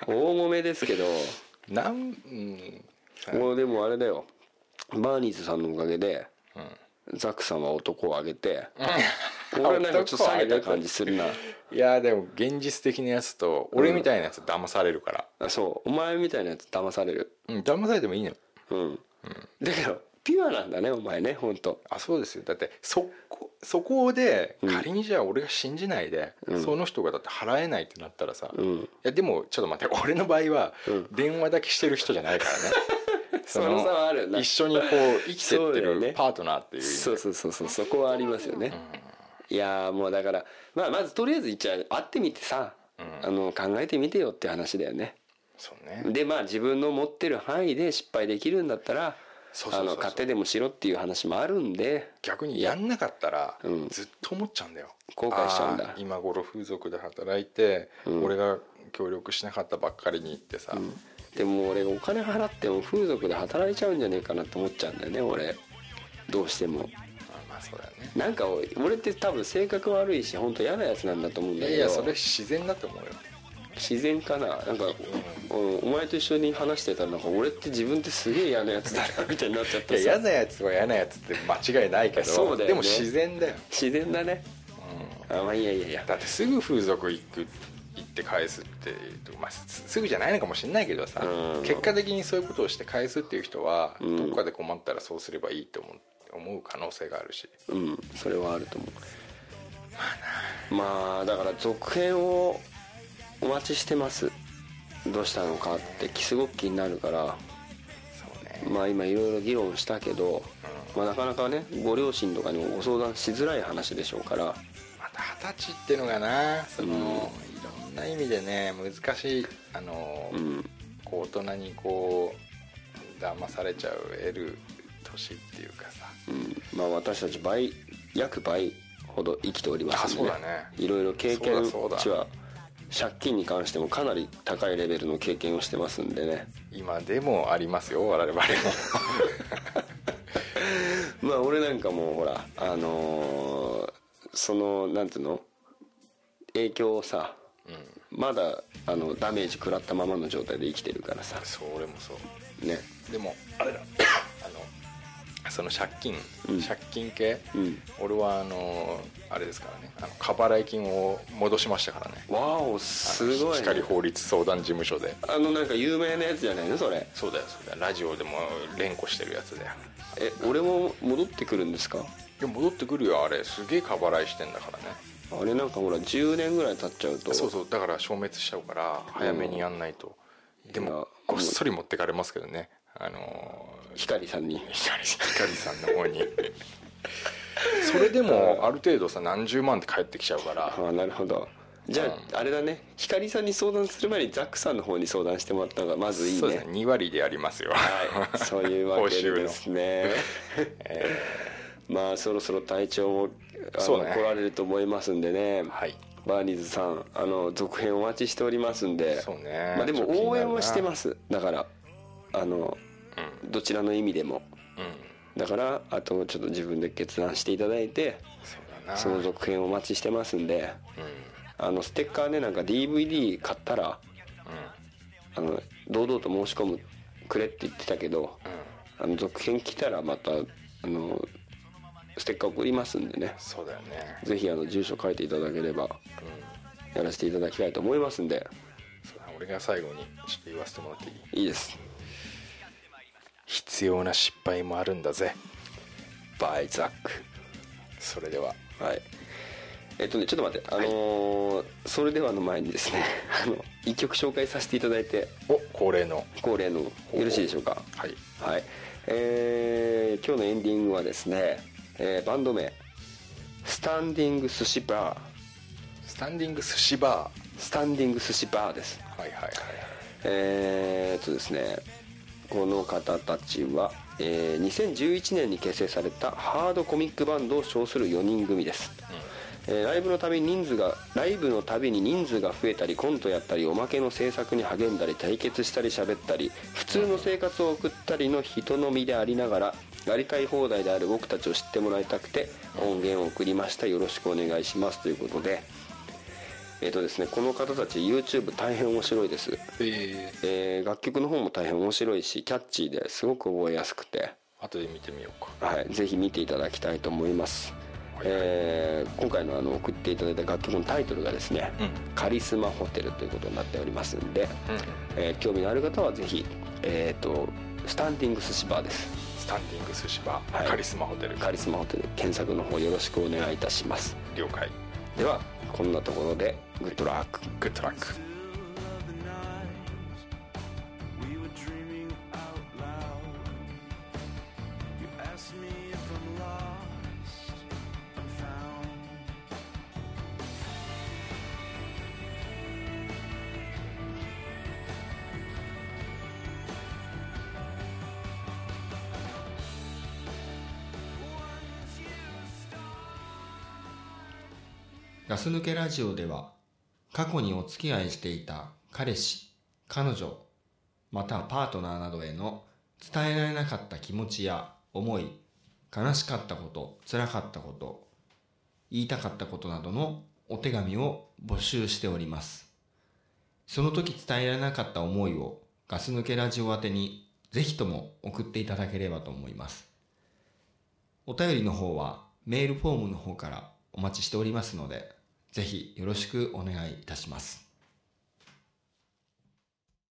S4: 大もめですけど
S3: なん、うん、
S4: もうでもあれだよバーニーズさんのおかげで、ザックさんは男をあげて、俺はなんかちょっと下げた感じするな
S3: いやでも現実的なやつと俺みたいなやつは騙されるから、
S4: あそうお前みたいなやつ騙される
S3: うん騙されてもいいのよ
S4: うん、だけどピュアなんだねお前ね本当
S3: あそうですよだってそこそこで仮にじゃあ俺が信じないで、その人がだって払えないってなったらさ、
S4: ん
S3: いやでもちょっと待って俺の場合は電話だけしてる人じゃないからね
S4: [laughs] その差はあるよな
S3: 一緒にこう生きて
S4: そ
S3: っ
S4: うだ
S3: て
S4: よね
S3: るパートナーっていう意味で
S4: そうそうそうそうそこはありますよね、いやーもうだから、まあ、まずとりあえず一応会ってみてさ、あの考えてみてよって話だよね
S3: そうね
S4: でまあ自分の持ってる範囲で失敗できるんだったら
S3: そうそうそ
S4: あ
S3: うそう
S4: の勝手でもしろっていう話もあるんで
S3: 逆にやんなかったら
S4: うん
S3: ずっと思っちゃうんだよ、
S4: 後悔しちゃうんだ
S3: あー今頃風俗で働いて、
S4: ん
S3: 俺が協力しなかったばっかりにってさ、
S4: でも俺お金払っても風俗で働いちゃうんじゃねえかなって思っちゃうんだよね俺どうしても
S3: あまあそうだよね
S4: なんか俺俺って多分性格悪いし本当嫌なやつなんだと思うん
S3: い
S4: だ
S3: や
S4: けど
S3: いやそれ自然だと思うよ
S4: 自然かななんか、うんお前と一緒に話してたらなんか俺って自分ってすげえ嫌なやつだなみたいになっちゃっ
S3: い
S4: て
S3: や嫌
S4: さ
S3: なやつは嫌なやつって間違いないけど
S4: そうだよね
S3: でも自然だよ
S4: 自然だね、あまあいやいやいや
S3: だってすぐ風俗行く行って返すって、まあ、すすぐじゃないのかもしれないけどさ、
S4: うん
S3: 結果的にそういうことをして返すっていう人は、
S4: うん
S3: どっかで困ったらそうすればいいと思う思う可能性があるし
S4: うんそれはあると思うまあだから続編をお待ちしてますどうしたのかってキスごっきになるから
S3: そうね
S4: まあ今いろいろ議論したけど、まあ、なかなかねご両親とかにもご相談しづらい話でしょうから
S3: また二十歳ってのがなその、いろんな意味でね難しいあの、
S4: うん
S3: こう大人にこう騙されちゃう得る年っていうかさ
S4: うんまあ私たち倍約倍ほど生きておりますので、
S3: あそうだね
S4: いろいろ経験
S3: そうだ
S4: 値
S3: そう
S4: は借金に関してもかなり高いレベルの経験をしてますんでね
S3: 今でもありますよ我々 [laughs] も
S4: まあ俺なんかもうほらあのーそのなんていうの影響をさ、まだあのダメージ食らったままの状態で生きてるからさ
S3: そう俺もそう
S4: ね
S3: でもあれだあのその借金、
S4: うん
S3: 借金系、
S4: うん
S3: 俺はあのあれですからねあの過払い金を戻しましたからね
S4: わおすごい、ね、
S3: 光法律相談事務所で
S4: あのなんか有名なやつじゃないのそれ
S3: そうだよそうだよラジオでも連呼してるやつだよ
S4: え俺も戻ってくるんですか
S3: いや戻ってくるよあれすげえ過払いしてんだからね
S4: あれなんかほら10年ぐらい経っちゃうと
S3: そうそうだから消滅しちゃうから早めにやんないとで
S4: いや
S3: もごっそり持ってかれますけどねあのー
S4: 光さんに
S3: 光光さんの方に [laughs] それでもある程度さ何十万って返ってきちゃうから
S4: ああなるほどじゃあ、あれだね光さんに相談する前にザックさんの方に相談してもらった方がまずいい
S3: そうです
S4: ね
S3: ね2割でやりますよ
S4: はい、そういうわけです [laughs] ね。まあそろそろ体調もあの
S3: そうね
S4: 来られると思いますんでね。
S3: はい
S4: バーニーズさん、あの続編お待ちしておりますんで。
S3: そうね
S4: まあで
S3: ちょっと気になる
S4: も
S3: な
S4: 応援はしてます。だからあの、どちらの意味でも。だからあとちょっと自分で決断していただいて、
S3: そうだな
S4: その続編お待ちしてますんで。あのステッカーねなんか DVD 買ったら、あの堂々と申し込むくれって言ってたけど、あの続編来たらまたあのステッカー送りますんでね
S3: そうだよね
S4: ぜひあの住所書いていただければやらせていただきたいと思いますんで
S3: そうだ俺が最後にちょっと言わせてもらっていい
S4: いいです
S3: 必要な失敗もあるんだぜ
S4: バイザック
S3: それでは
S4: はい。えっとね、ちょっと待って、あのーそれではの前にですね、 [laughs] あの、一曲紹介させていただいて、
S3: お恒例の
S4: 恒例の、よろしいでしょうか。
S3: はい
S4: はい。えー今日のエンディングはですね、えーバンド名、スタンディング寿司バー、
S3: スタンディング寿司バ
S4: スタンディング寿司バーです。
S3: ーはいはいはい
S4: えーっとですねこの方たちは、えー2011年に結成されたハードコミックバンドを称する4人組です、えーライブのたびに人数がライブのたびに人数が増えたりコントやったりおまけの制作に励んだり対決したり喋ったり普通の生活を送ったりの人の身でありながらやりたい放題である僕たちを知ってもらいたくて音源を送りましたよろしくお願いしますということでえっ、とですねこの方たち YouTube 大変面白いです、
S3: え
S4: えー楽曲の方も大変面白いしキャッチーですごく覚えやすくて
S3: ー、後で見てみようか
S4: はい、ぜひ見ていただきたいと思います、
S3: はい
S4: えー今回のあの送っていただいた楽曲のタイトルがですね「
S3: うん
S4: カリスマホテル」ということになっておりますんで、
S3: うん
S4: えー興味のある方はぜひ、えー、とスタンディング寿司バーです
S3: スタンディング寿司バー、
S4: はい
S3: カリスマホテル
S4: カリスマホテル検索の方よろしくお願いいたします
S3: 了解
S4: ではこんなところでグッドラック
S3: グッドラック
S2: We were dreaming out loud. You asked me if I'm lost. I'm found. Once you start.
S6: ガス抜けラジオでは過去にお付き合いしていた彼氏、彼女、またはパートナーなどへの伝えられなかった気持ちや思い、悲しかったこと、辛かったこと、言いたかったことなどのお手紙を募集しております。その時伝えられなかった思いをガス抜けラジオ宛てにぜひとも送っていただければと思います。お便りの方はメールフォームの方からお待ちしておりますので、ぜひよろしくお願いいたします。